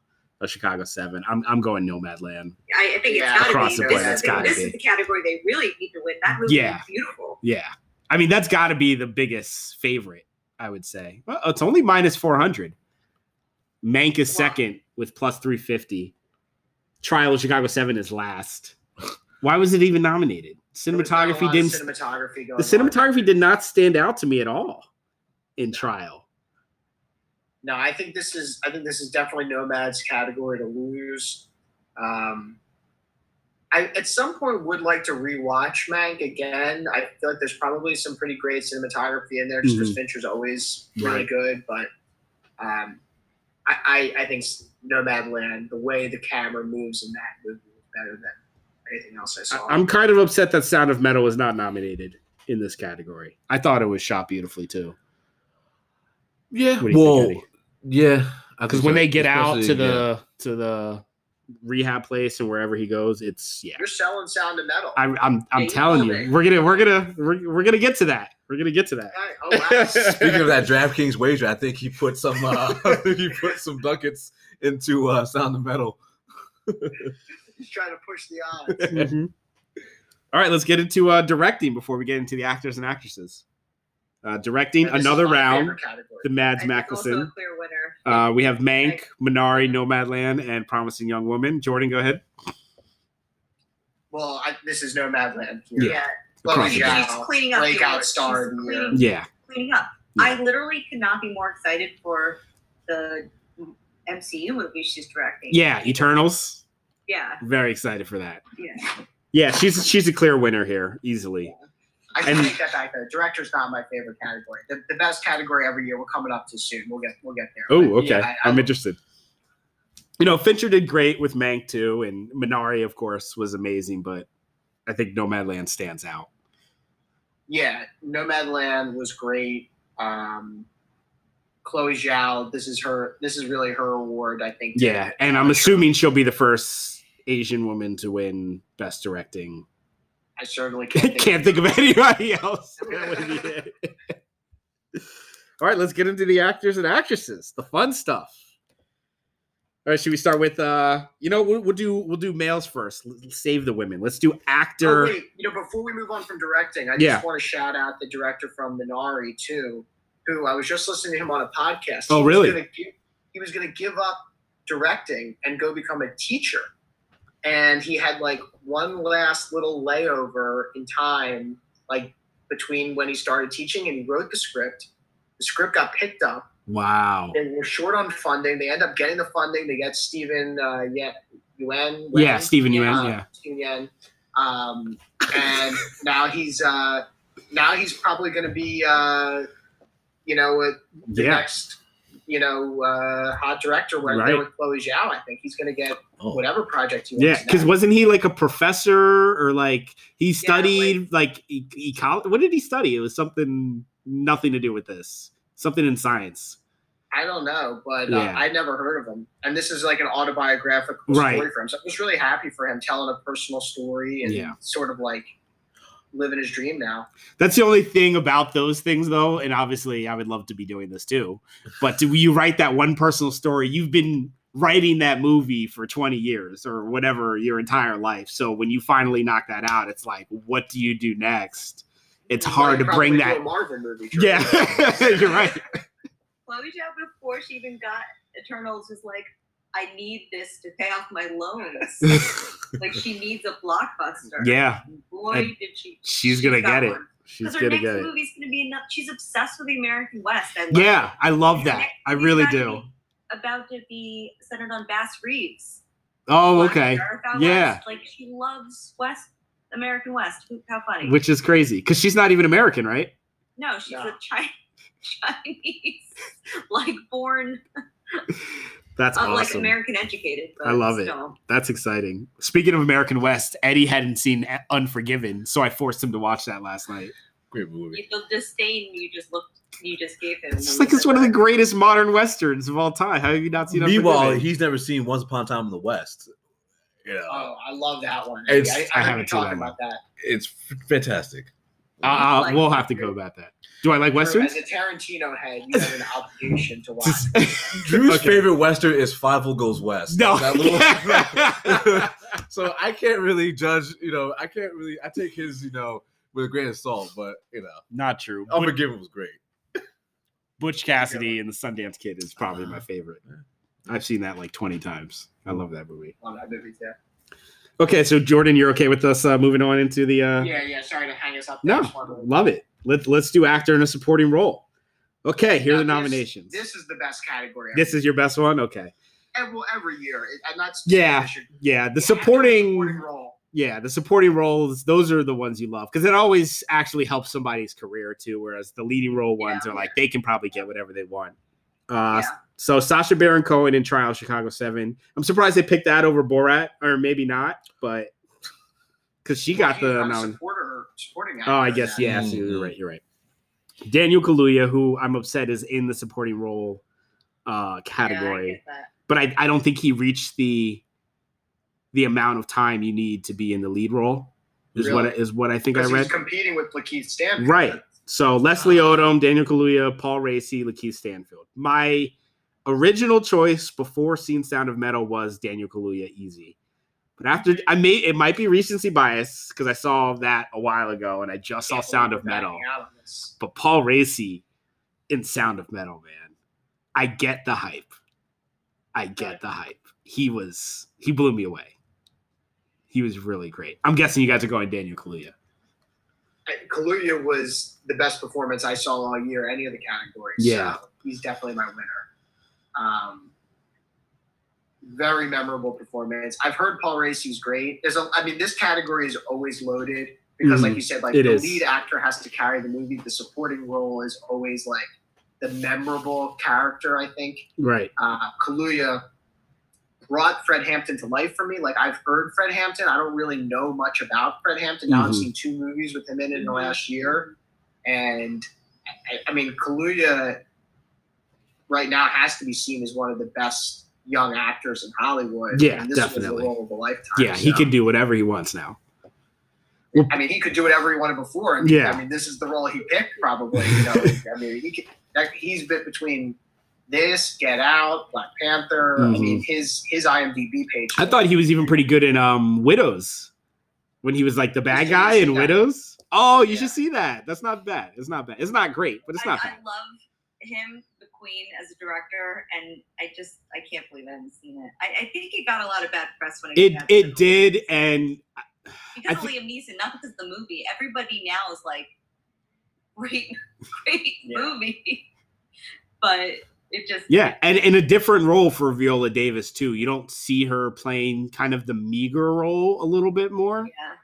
Speaker 1: of Chicago Seven. I'm I'm going Nomadland.
Speaker 2: I, I think
Speaker 4: Yeah,
Speaker 2: it's gotta
Speaker 1: across
Speaker 2: be.
Speaker 1: the
Speaker 2: this
Speaker 1: board,
Speaker 2: is
Speaker 1: it's
Speaker 2: the-
Speaker 1: gotta
Speaker 2: this
Speaker 1: be.
Speaker 2: is the category they really need to win. That movie
Speaker 1: Yeah.
Speaker 2: is beautiful.
Speaker 1: Yeah, I mean that's got to be the biggest favorite. I would say. Well, it's only minus four hundred. Mank is
Speaker 4: Wow.
Speaker 1: second with plus three fifty. Trial of Chicago Seven is last. Why was it even nominated? Cinematography didn't.
Speaker 4: Cinematography. Going
Speaker 1: the cinematography did not stand out to me at all in Trial.
Speaker 4: No, I think this is. I think this is definitely Nomad's category to lose. Um, I at some point would like to rewatch Mank again. I feel like there's probably some pretty great cinematography in there, just because Fincher's always really
Speaker 1: Mm-hmm. Right.
Speaker 4: good. But um, I, I, I think Nomadland, the way the camera moves in that movie, is better than anything else I saw.
Speaker 1: I, am kind of upset that Sound of Metal was not nominated in this category. I thought it was shot beautifully too.
Speaker 3: yeah.
Speaker 1: What do you think,
Speaker 3: Well,
Speaker 1: Eddie?
Speaker 3: yeah. I
Speaker 1: Because
Speaker 3: think
Speaker 1: when
Speaker 3: so.
Speaker 1: they get out to
Speaker 3: Especially- yeah.
Speaker 1: the to the rehab place and wherever he goes, it's yeah.
Speaker 4: You're selling Sound of Metal.
Speaker 1: I, I'm I'm
Speaker 2: Yeah, you
Speaker 1: telling
Speaker 2: love
Speaker 1: you,
Speaker 2: it.
Speaker 1: we're gonna we're gonna we're, we're gonna get to that. We're gonna get to that.
Speaker 4: Alright, oh, wow.
Speaker 3: Speaking of that DraftKings wager, I think he put some. Uh, I think he put some ducats into uh, Sound of Metal.
Speaker 4: He's trying to push the odds.
Speaker 1: All right, let's get into uh, directing before we get into the actors and actresses. Uh, directing
Speaker 4: And this is
Speaker 1: another
Speaker 4: my
Speaker 1: round.
Speaker 4: favorite category.
Speaker 1: The Mads
Speaker 2: I think also a
Speaker 1: Mickelson.
Speaker 2: clear winner.
Speaker 1: Uh, we have Mank,
Speaker 2: Right.
Speaker 1: Minari, Nomadland, and Promising Young Woman. Jordan, go ahead.
Speaker 4: Well, I, this is Nomadland. Here.
Speaker 1: Yeah.
Speaker 2: Yeah,
Speaker 1: Across
Speaker 4: Chloe
Speaker 1: the
Speaker 2: she's
Speaker 1: board.
Speaker 4: Zhao,
Speaker 2: cleaning up.
Speaker 4: Blake
Speaker 2: the
Speaker 4: out
Speaker 2: awards.
Speaker 4: starred
Speaker 2: She's
Speaker 4: in
Speaker 2: cleaning-
Speaker 4: the-
Speaker 1: Yeah,
Speaker 2: cleaning up.
Speaker 1: Yeah.
Speaker 2: I literally could not be more excited for the MCU movie she's directing.
Speaker 1: yeah. Eternals.
Speaker 2: Yeah.
Speaker 1: Very excited for that.
Speaker 2: Yeah.
Speaker 1: Yeah, she's she's a clear winner here easily.
Speaker 4: I should
Speaker 1: And-
Speaker 4: take that back. Though director's not my favorite category. The, the best category every year. We're coming up to soon. We'll get we'll get there.
Speaker 1: Oh,
Speaker 4: But,
Speaker 1: okay.
Speaker 4: yeah, I,
Speaker 1: I'm
Speaker 4: I,
Speaker 1: interested. You know, Fincher did great with Mank too, and Minari, of course, was amazing. But I think Nomadland stands out.
Speaker 4: yeah. Nomadland was great. Um, Chloe Zhao. This is her. This is really her award. I think.
Speaker 1: Yeah, and I'm assuming she'll be the first Asian woman to win Best Directing.
Speaker 4: I certainly can't. Think
Speaker 1: Can't think of anybody else. That would be it. All right, let's get into the actors and actresses, the fun stuff. All right, should we start with uh, you know, we'll, we'll do we'll do males first. L- Save the women. Let's do
Speaker 4: Oh,
Speaker 1: actor.
Speaker 4: wait, you know, before we move on from directing, I
Speaker 1: Yeah.
Speaker 4: just want to shout out the director from Minari too, who I was just listening to him on a podcast.
Speaker 1: Oh,
Speaker 4: He was
Speaker 1: really?
Speaker 4: gonna gi- he was going to give up directing and go become a teacher, and he had like one last little layover in time, like between when he started teaching and he wrote the script. The script got picked up.
Speaker 1: Wow.
Speaker 4: They were short on funding. They end up getting the funding. They get Stephen uh, Ye- Yuen.
Speaker 1: Yeah,
Speaker 4: Wen?
Speaker 1: Stephen Yuen.
Speaker 4: Uh,
Speaker 1: Yeah.
Speaker 4: Stephen Yuen. Um, and now he's uh, now he's probably going to be uh, you know uh, the
Speaker 1: Yeah.
Speaker 4: next you know, uh, hot director right
Speaker 1: Right.
Speaker 4: there with Chloe Zhao. I think he's going to get
Speaker 3: Oh,
Speaker 4: whatever project he
Speaker 1: Yeah,
Speaker 4: wants.
Speaker 1: because
Speaker 4: next.
Speaker 1: wasn't he like a professor or like he studied
Speaker 4: like-
Speaker 1: like, e- ecology? What did he study? It was something nothing to do with this. Something in science.
Speaker 4: I don't know, but uh,
Speaker 1: Yeah.
Speaker 4: I never heard of him. And this is like an autobiographical
Speaker 1: Right.
Speaker 4: story for him. So I'm just really happy for him telling a personal story and
Speaker 1: Yeah.
Speaker 4: sort of like living his dream now.
Speaker 1: That's the only thing about those things, though. And obviously, I would love to be doing this too. But do you write that one personal story? You've been writing that movie for 20 years or whatever your entire life. So when you finally knock that out, it's like, what do you do next? It's
Speaker 4: He'd
Speaker 1: hard to
Speaker 4: probably
Speaker 1: bring
Speaker 4: do a
Speaker 1: that.
Speaker 4: Marvel movie. Drew.
Speaker 1: Yeah, you're right.
Speaker 2: Chloe Zhao, before she even got Eternals, was like, I need this to pay off my loans. like, she needs a blockbuster.
Speaker 1: Yeah,
Speaker 2: Boy,
Speaker 1: And
Speaker 2: did she.
Speaker 1: she's gonna
Speaker 2: got
Speaker 1: get it.
Speaker 2: one.
Speaker 1: She's
Speaker 2: 'Cause her
Speaker 1: gonna
Speaker 2: next
Speaker 1: get it.
Speaker 2: movie's gonna be enough. She's obsessed with the American West. I love
Speaker 1: Yeah, I love that.
Speaker 2: Next
Speaker 1: I really
Speaker 2: movie's
Speaker 1: do.
Speaker 2: gotta be About to be centered on Bass Reeves.
Speaker 1: Oh,
Speaker 2: Black
Speaker 1: okay.
Speaker 2: Sheriff out
Speaker 1: Yeah.
Speaker 2: West. Like she loves West American West. Who- How funny.
Speaker 1: Which is crazy because she's not even American, right?
Speaker 2: no, she's
Speaker 4: No.
Speaker 2: a Chi- Chinese, like born,
Speaker 1: That's
Speaker 2: uh, like
Speaker 1: awesome.
Speaker 2: American educated. But
Speaker 1: I love it.
Speaker 2: still.
Speaker 1: That's exciting. Speaking of American West, Eddie hadn't seen E- Unforgiven, so I forced him to watch that last night.
Speaker 3: great movie.
Speaker 2: You- The disdain you just looked, you just gave him.
Speaker 1: It's like it's one of the greatest modern westerns of all time. How have you not seen Unforgiven?
Speaker 3: Meanwhile, he's never seen Once Upon a Time in the West. You know,
Speaker 4: Oh, I love that one.
Speaker 3: It's-
Speaker 1: I
Speaker 4: I, I,
Speaker 1: haven't
Speaker 4: haven't
Speaker 1: seen
Speaker 4: talked
Speaker 1: that one.
Speaker 4: about that.
Speaker 3: it's f- fantastic.
Speaker 1: Uh, uh,
Speaker 2: Like-
Speaker 1: we'll have to go about that. Do I like westerns?
Speaker 4: As a Tarantino head, you have an obligation to watch.
Speaker 1: Just-
Speaker 3: Drew's
Speaker 1: Okay.
Speaker 3: favorite western is Five Will Goes West.
Speaker 1: No.
Speaker 3: That little- so I can't really judge. You know, I can't really. I take his, you know, with a grain of salt. But you know,
Speaker 1: not true. But-
Speaker 3: Unforgiven was great.
Speaker 1: Butch Cassidy and the Sundance Kid is probably my favorite. I've seen that like 20 times. I love that movie.
Speaker 4: on that movie too.
Speaker 1: Okay, so Jordan, you're okay with us uh, moving on into the uh,
Speaker 4: Yeah, yeah. Sorry to hang us up.
Speaker 1: No,
Speaker 4: there. Just wanted to-
Speaker 1: Love it. Let, let's do actor in a supporting role. Okay, here are the
Speaker 4: Now, this-
Speaker 1: nominations. This,
Speaker 4: This is the best category.
Speaker 1: is your best one? Okay.
Speaker 4: every, well, every year. It- I'm not.
Speaker 1: Yeah,
Speaker 4: I should-
Speaker 1: Yeah, the
Speaker 4: Yeah, supporting
Speaker 1: supporting
Speaker 4: role.
Speaker 1: yeah, the supporting roles, those are the ones you love cuz it always actually helps somebody's career too whereas the leading role ones are like they can probably get whatever they want. Uh
Speaker 2: Yeah.
Speaker 1: so Sasha Baron Cohen in Trial Chicago 7. I'm surprised they picked that over Borat or maybe not, but cuz she got
Speaker 4: Well,
Speaker 1: the
Speaker 4: I'm a
Speaker 1: nomination.
Speaker 4: supporter, supporting.
Speaker 1: Oh, I
Speaker 4: actor
Speaker 1: guess
Speaker 4: in that.
Speaker 1: yeah. so You're
Speaker 3: Mhm.
Speaker 1: right. You're right. Daniel Kaluuya, who I'm upset is in the supporting role uh, category, but I, I don't think he reached the the amount of time you need to be in the lead role. Is what
Speaker 4: Really?
Speaker 1: is what I think I
Speaker 4: Because
Speaker 1: read.
Speaker 4: he's competing with Lakeith Stanfield.
Speaker 1: Right. So Leslie
Speaker 4: Uh-huh.
Speaker 1: Odom, Daniel Kaluuya, Paul Racy, Lakeith Stanfield. My original choice before seeing Sound of Metal was Daniel Kaluuya, easy. But after I may it might be recency bias because I saw that a while ago and I just saw
Speaker 4: Can't
Speaker 1: Sound
Speaker 4: believe
Speaker 1: of
Speaker 4: we're backing
Speaker 1: Metal.
Speaker 4: out of this.
Speaker 1: But Paul Racy in Sound of Metal, man, I get the hype. I get the hype. He was he blew me away. He was really great. I'm guessing you guys are going Daniel Kaluuya.
Speaker 4: I- Kaluuya was the best performance I saw all year, any of the categories.
Speaker 1: Yeah.
Speaker 4: so he's definitely my winner. Um, very memorable performance. I've heard Paul Racy's great. There's a, I mean, this category is always loaded because, like
Speaker 1: Mhm.
Speaker 4: you said, like
Speaker 1: It
Speaker 4: the
Speaker 1: is.
Speaker 4: lead actor has to carry the movie. The supporting role is always like the memorable character. I think
Speaker 1: Right.
Speaker 4: uh, Kaluuya brought Fred Hampton to life for me. Like I've heard Fred Hampton, I don't really know much about Fred Hampton. Now I've
Speaker 1: Mhm.
Speaker 4: seen two movies with him in it in the last year, and I, I mean Kaluuya right now has to be seen as one of the best young actors in Hollywood.
Speaker 1: Yeah,
Speaker 4: and this Was
Speaker 1: definitely.
Speaker 4: the role of a lifetime.
Speaker 1: Yeah, he
Speaker 4: so.
Speaker 1: can do whatever he wants now.
Speaker 4: I mean, he could do whatever he wanted before. I mean,
Speaker 1: Yeah.
Speaker 4: I mean, this is the role he picked, probably. You know, I mean, he could, that, he's been between this, Get Out, Black Panther. I mean, his his IMDb page.
Speaker 1: Mm-hmm. I thought he was even pretty good in um Widows when he was like the bad
Speaker 4: should
Speaker 1: guy
Speaker 4: see
Speaker 1: in
Speaker 4: that.
Speaker 1: Widows. Oh, you
Speaker 4: Yeah.
Speaker 1: should see that. That's not bad. It's not bad. It's not great, but it's
Speaker 2: I,
Speaker 1: not
Speaker 2: I
Speaker 1: bad.
Speaker 2: love him, the Queen, as a director, and I just I can't believe I haven't seen it. I, I think it got a lot of bad press when it
Speaker 1: It
Speaker 2: came out.
Speaker 1: it did and
Speaker 2: because
Speaker 1: I
Speaker 2: of Liam Neeson, not because of the movie. Everybody now is like, great, great
Speaker 4: Yeah.
Speaker 2: movie, but it just
Speaker 1: yeah, and in a different role for Viola Davis too. You don't see her playing kind of the meager role a little bit more.
Speaker 2: yeah.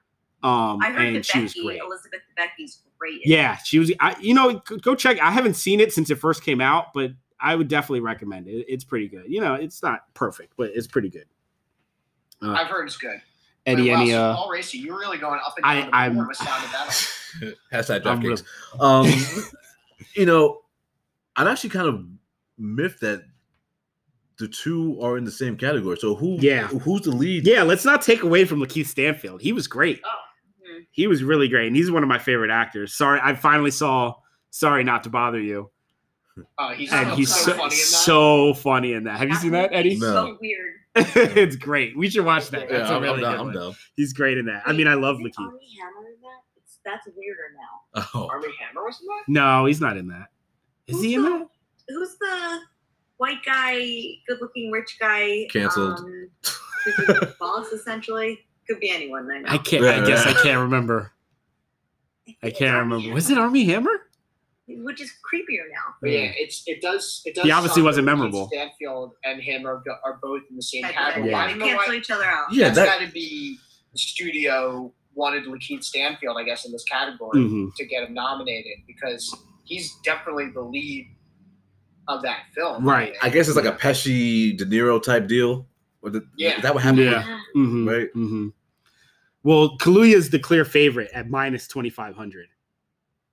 Speaker 1: Um
Speaker 2: I heard
Speaker 1: and
Speaker 2: that
Speaker 1: she was
Speaker 2: Becky,
Speaker 1: great.
Speaker 2: Elizabeth Becky's great.
Speaker 1: Yeah, she was I, you know, go- go check. I haven't seen it since it first came out, but I would definitely recommend it. It's pretty good. You know, it's not perfect, but it's pretty good. Uh,
Speaker 4: I've heard it's good.
Speaker 1: Eddie,
Speaker 4: Wait, wow,
Speaker 1: any
Speaker 4: so
Speaker 1: uh,
Speaker 4: Paul Racy, you're really going up and down
Speaker 1: I-
Speaker 4: the
Speaker 1: I'm-
Speaker 4: board with Sound of Metal.
Speaker 3: Hashtag
Speaker 1: I'm
Speaker 3: DraftKings. Um, you know, I'm actually kind of miffed that the two are in the same category. So who?
Speaker 1: Yeah.
Speaker 3: Who's the lead?
Speaker 1: yeah, let's not take away from Lakeith Stanfield. He was great.
Speaker 2: Mhm.
Speaker 1: He was really great, and he's one of my favorite actors. Sorry, I finally saw. Sorry, not to bother you.
Speaker 4: Oh, he's
Speaker 1: And
Speaker 4: so,
Speaker 1: he's
Speaker 4: so
Speaker 1: so,
Speaker 4: funny in that.
Speaker 1: so funny in that. Have you seen that, Eddie?
Speaker 3: No.
Speaker 2: So weird.
Speaker 1: it's great. We should watch that.
Speaker 3: Yeah,
Speaker 1: That's
Speaker 3: I'm,
Speaker 1: a
Speaker 3: I'm
Speaker 1: really
Speaker 3: down.
Speaker 1: good
Speaker 3: I'm
Speaker 1: one.
Speaker 3: down.
Speaker 1: He's great in that. I mean, I love
Speaker 2: Is
Speaker 1: Lakeith.
Speaker 2: Armie Hammer in that? It's, that's weirder now.
Speaker 3: Oh,
Speaker 4: Army Hammer was in that?
Speaker 1: No, he's not in that. Is he in
Speaker 2: Who's
Speaker 1: that?
Speaker 2: Who's the white guy, good-looking rich guy?
Speaker 3: Canceled.
Speaker 2: Um, who's with boss essentially could be anyone. I know.
Speaker 1: I can't. I
Speaker 3: Yeah,
Speaker 1: guess I
Speaker 3: yeah.
Speaker 1: can't remember.
Speaker 2: think
Speaker 1: I
Speaker 2: it's
Speaker 1: can't
Speaker 2: Armie
Speaker 1: remember.
Speaker 2: Hammer,
Speaker 1: Was it Army Hammer?
Speaker 2: Which is creepier now.
Speaker 4: But yeah, it's it does it does.
Speaker 1: Mm. He obviously
Speaker 4: suck
Speaker 1: wasn't
Speaker 4: that
Speaker 1: memorable.
Speaker 4: Stanfield and him are, go- are both in the same
Speaker 2: But
Speaker 4: category.
Speaker 1: Yeah.
Speaker 4: I
Speaker 2: They
Speaker 4: don't know why-
Speaker 2: cancel each other out.
Speaker 3: yeah.
Speaker 4: That's
Speaker 3: That.
Speaker 4: got to be the studio wanted Lakeith Stanfield, I guess, in this category
Speaker 1: Mhm.
Speaker 4: to get him nominated because he's definitely the lead of that film.
Speaker 1: Right.
Speaker 3: I guess it's like a Pesci De Niro type deal. Or the,
Speaker 4: Yeah.
Speaker 3: That would happen.
Speaker 1: Yeah. Mm-hmm.
Speaker 3: Right.
Speaker 1: Mm-hmm. Well, Kaluuya is the clear favorite at minus twenty five hundred.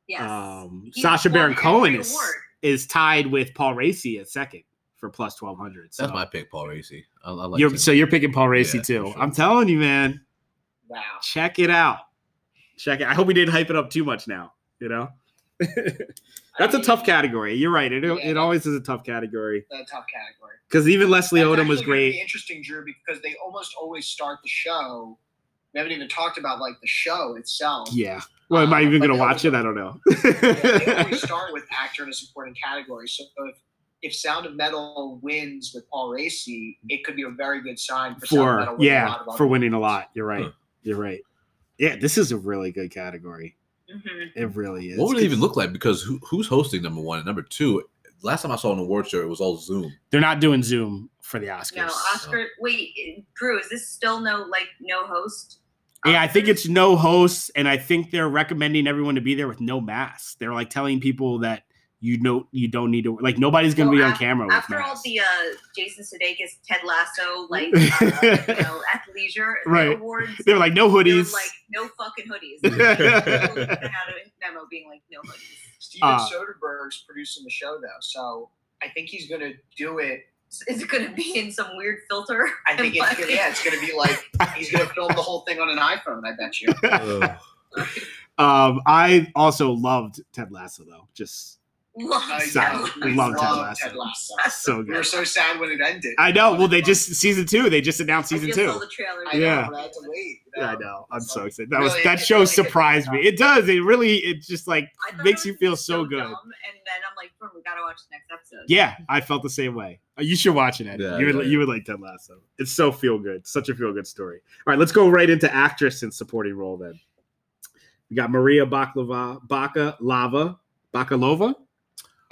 Speaker 2: Yes.
Speaker 1: Um,
Speaker 2: He's
Speaker 1: Sasha
Speaker 2: won
Speaker 1: Baron
Speaker 2: every
Speaker 1: Cohen is
Speaker 2: award.
Speaker 1: is tied with Paul Racy at second for plus twelve hundred. So
Speaker 3: That's my pick, Paul Racy. I, I like
Speaker 1: you're
Speaker 3: him.
Speaker 1: so you're picking Paul Racy
Speaker 3: Yeah,
Speaker 1: too.
Speaker 3: for sure.
Speaker 1: I'm telling you, man.
Speaker 4: Wow.
Speaker 1: Check it out. Check it. I hope we didn't hype it up too much now. You know, that's a
Speaker 4: mean,
Speaker 1: tough category. You're right. It,
Speaker 4: Yeah.
Speaker 1: it always is a tough category
Speaker 4: A tough category.
Speaker 1: because even Leslie
Speaker 4: That's
Speaker 1: Odom was
Speaker 4: actually gonna be
Speaker 1: great.
Speaker 4: interesting, Drew, because they almost always start the show. We haven't even talked about like the show itself.
Speaker 1: Yeah. Well, am I
Speaker 4: Uh,
Speaker 1: even
Speaker 4: but
Speaker 1: gonna
Speaker 4: they
Speaker 1: watch
Speaker 4: always-
Speaker 1: it? I don't know.
Speaker 4: Yeah, they always start with actor in a supporting category. So if, if Sound of Metal wins with Paul Racy, it could be a very good sign for, Sound
Speaker 1: for
Speaker 4: of Metal winning a
Speaker 1: yeah
Speaker 4: lot of
Speaker 1: for
Speaker 4: other-
Speaker 1: winning a lot. You're right.
Speaker 3: Huh.
Speaker 1: You're right. Yeah, this is a really good category.
Speaker 2: Mhm.
Speaker 1: It really is.
Speaker 3: What would it even look like? Because who, who's hosting number one and number two? Last time I saw an award show, it was all Zoom.
Speaker 1: They're not doing Zoom for the Oscars.
Speaker 2: No, Oscar. Wait, Drew, is this still no like no host?
Speaker 1: yeah, I think
Speaker 2: Oscars?
Speaker 1: it's no hosts, and I think they're recommending everyone to be there with no masks. They're like telling people that you know you don't need to like nobody's gonna
Speaker 2: Well,
Speaker 1: be on
Speaker 2: af-
Speaker 1: camera with
Speaker 2: after all
Speaker 1: masks.
Speaker 2: the uh, Jason Sudeikis, Ted Lasso, like uh, you know, at leisure
Speaker 1: Right.
Speaker 2: awards.
Speaker 1: they're like no
Speaker 2: they were
Speaker 1: hoodies.
Speaker 2: like no fucking hoodies. They had a memo being like no hoodies.
Speaker 4: Steven
Speaker 1: uh,
Speaker 4: Soderbergh's producing the show though, so I think he's gonna do it.
Speaker 2: So Is it going to be in some weird filter?
Speaker 4: I think it's gonna, yeah, it's gonna be like he's gonna film the whole thing on an iPhone. I bet you.
Speaker 3: Ugh.
Speaker 1: um, I also loved Ted Lasso though. Just
Speaker 4: Uh,
Speaker 2: Lost.
Speaker 1: Sorry.
Speaker 4: yeah,
Speaker 1: We love Ted Lasso. so
Speaker 4: We were
Speaker 1: good.
Speaker 4: so sad when it ended.
Speaker 1: I know. Well, they just season two. They just announced
Speaker 2: I
Speaker 1: season
Speaker 2: just
Speaker 1: two.
Speaker 2: saw the trailer.
Speaker 4: I
Speaker 1: yeah.
Speaker 4: know, but I had to wait. you
Speaker 1: Yeah, I
Speaker 4: know?
Speaker 1: know. I'm so excited. That
Speaker 4: Really,
Speaker 1: was
Speaker 4: it-
Speaker 1: that
Speaker 4: it
Speaker 1: show
Speaker 4: really gets
Speaker 1: surprised me.
Speaker 4: me.
Speaker 1: It does. It really. It just like
Speaker 2: I thought
Speaker 1: makes
Speaker 2: it
Speaker 1: you
Speaker 2: was
Speaker 1: feel so good.
Speaker 2: dumb, and then I'm like, "Oh, we gotta watch the next episode.
Speaker 1: Yeah, I felt the same way. Uh, You should watch it. Eddie.
Speaker 3: Yeah,
Speaker 1: you would
Speaker 3: yeah,
Speaker 1: you would like Ted Lasso. It's so feel good. Such a feel good story. All right, let's go right into actress and supporting role then. We got Maria Baklava Baka Lava Bakalova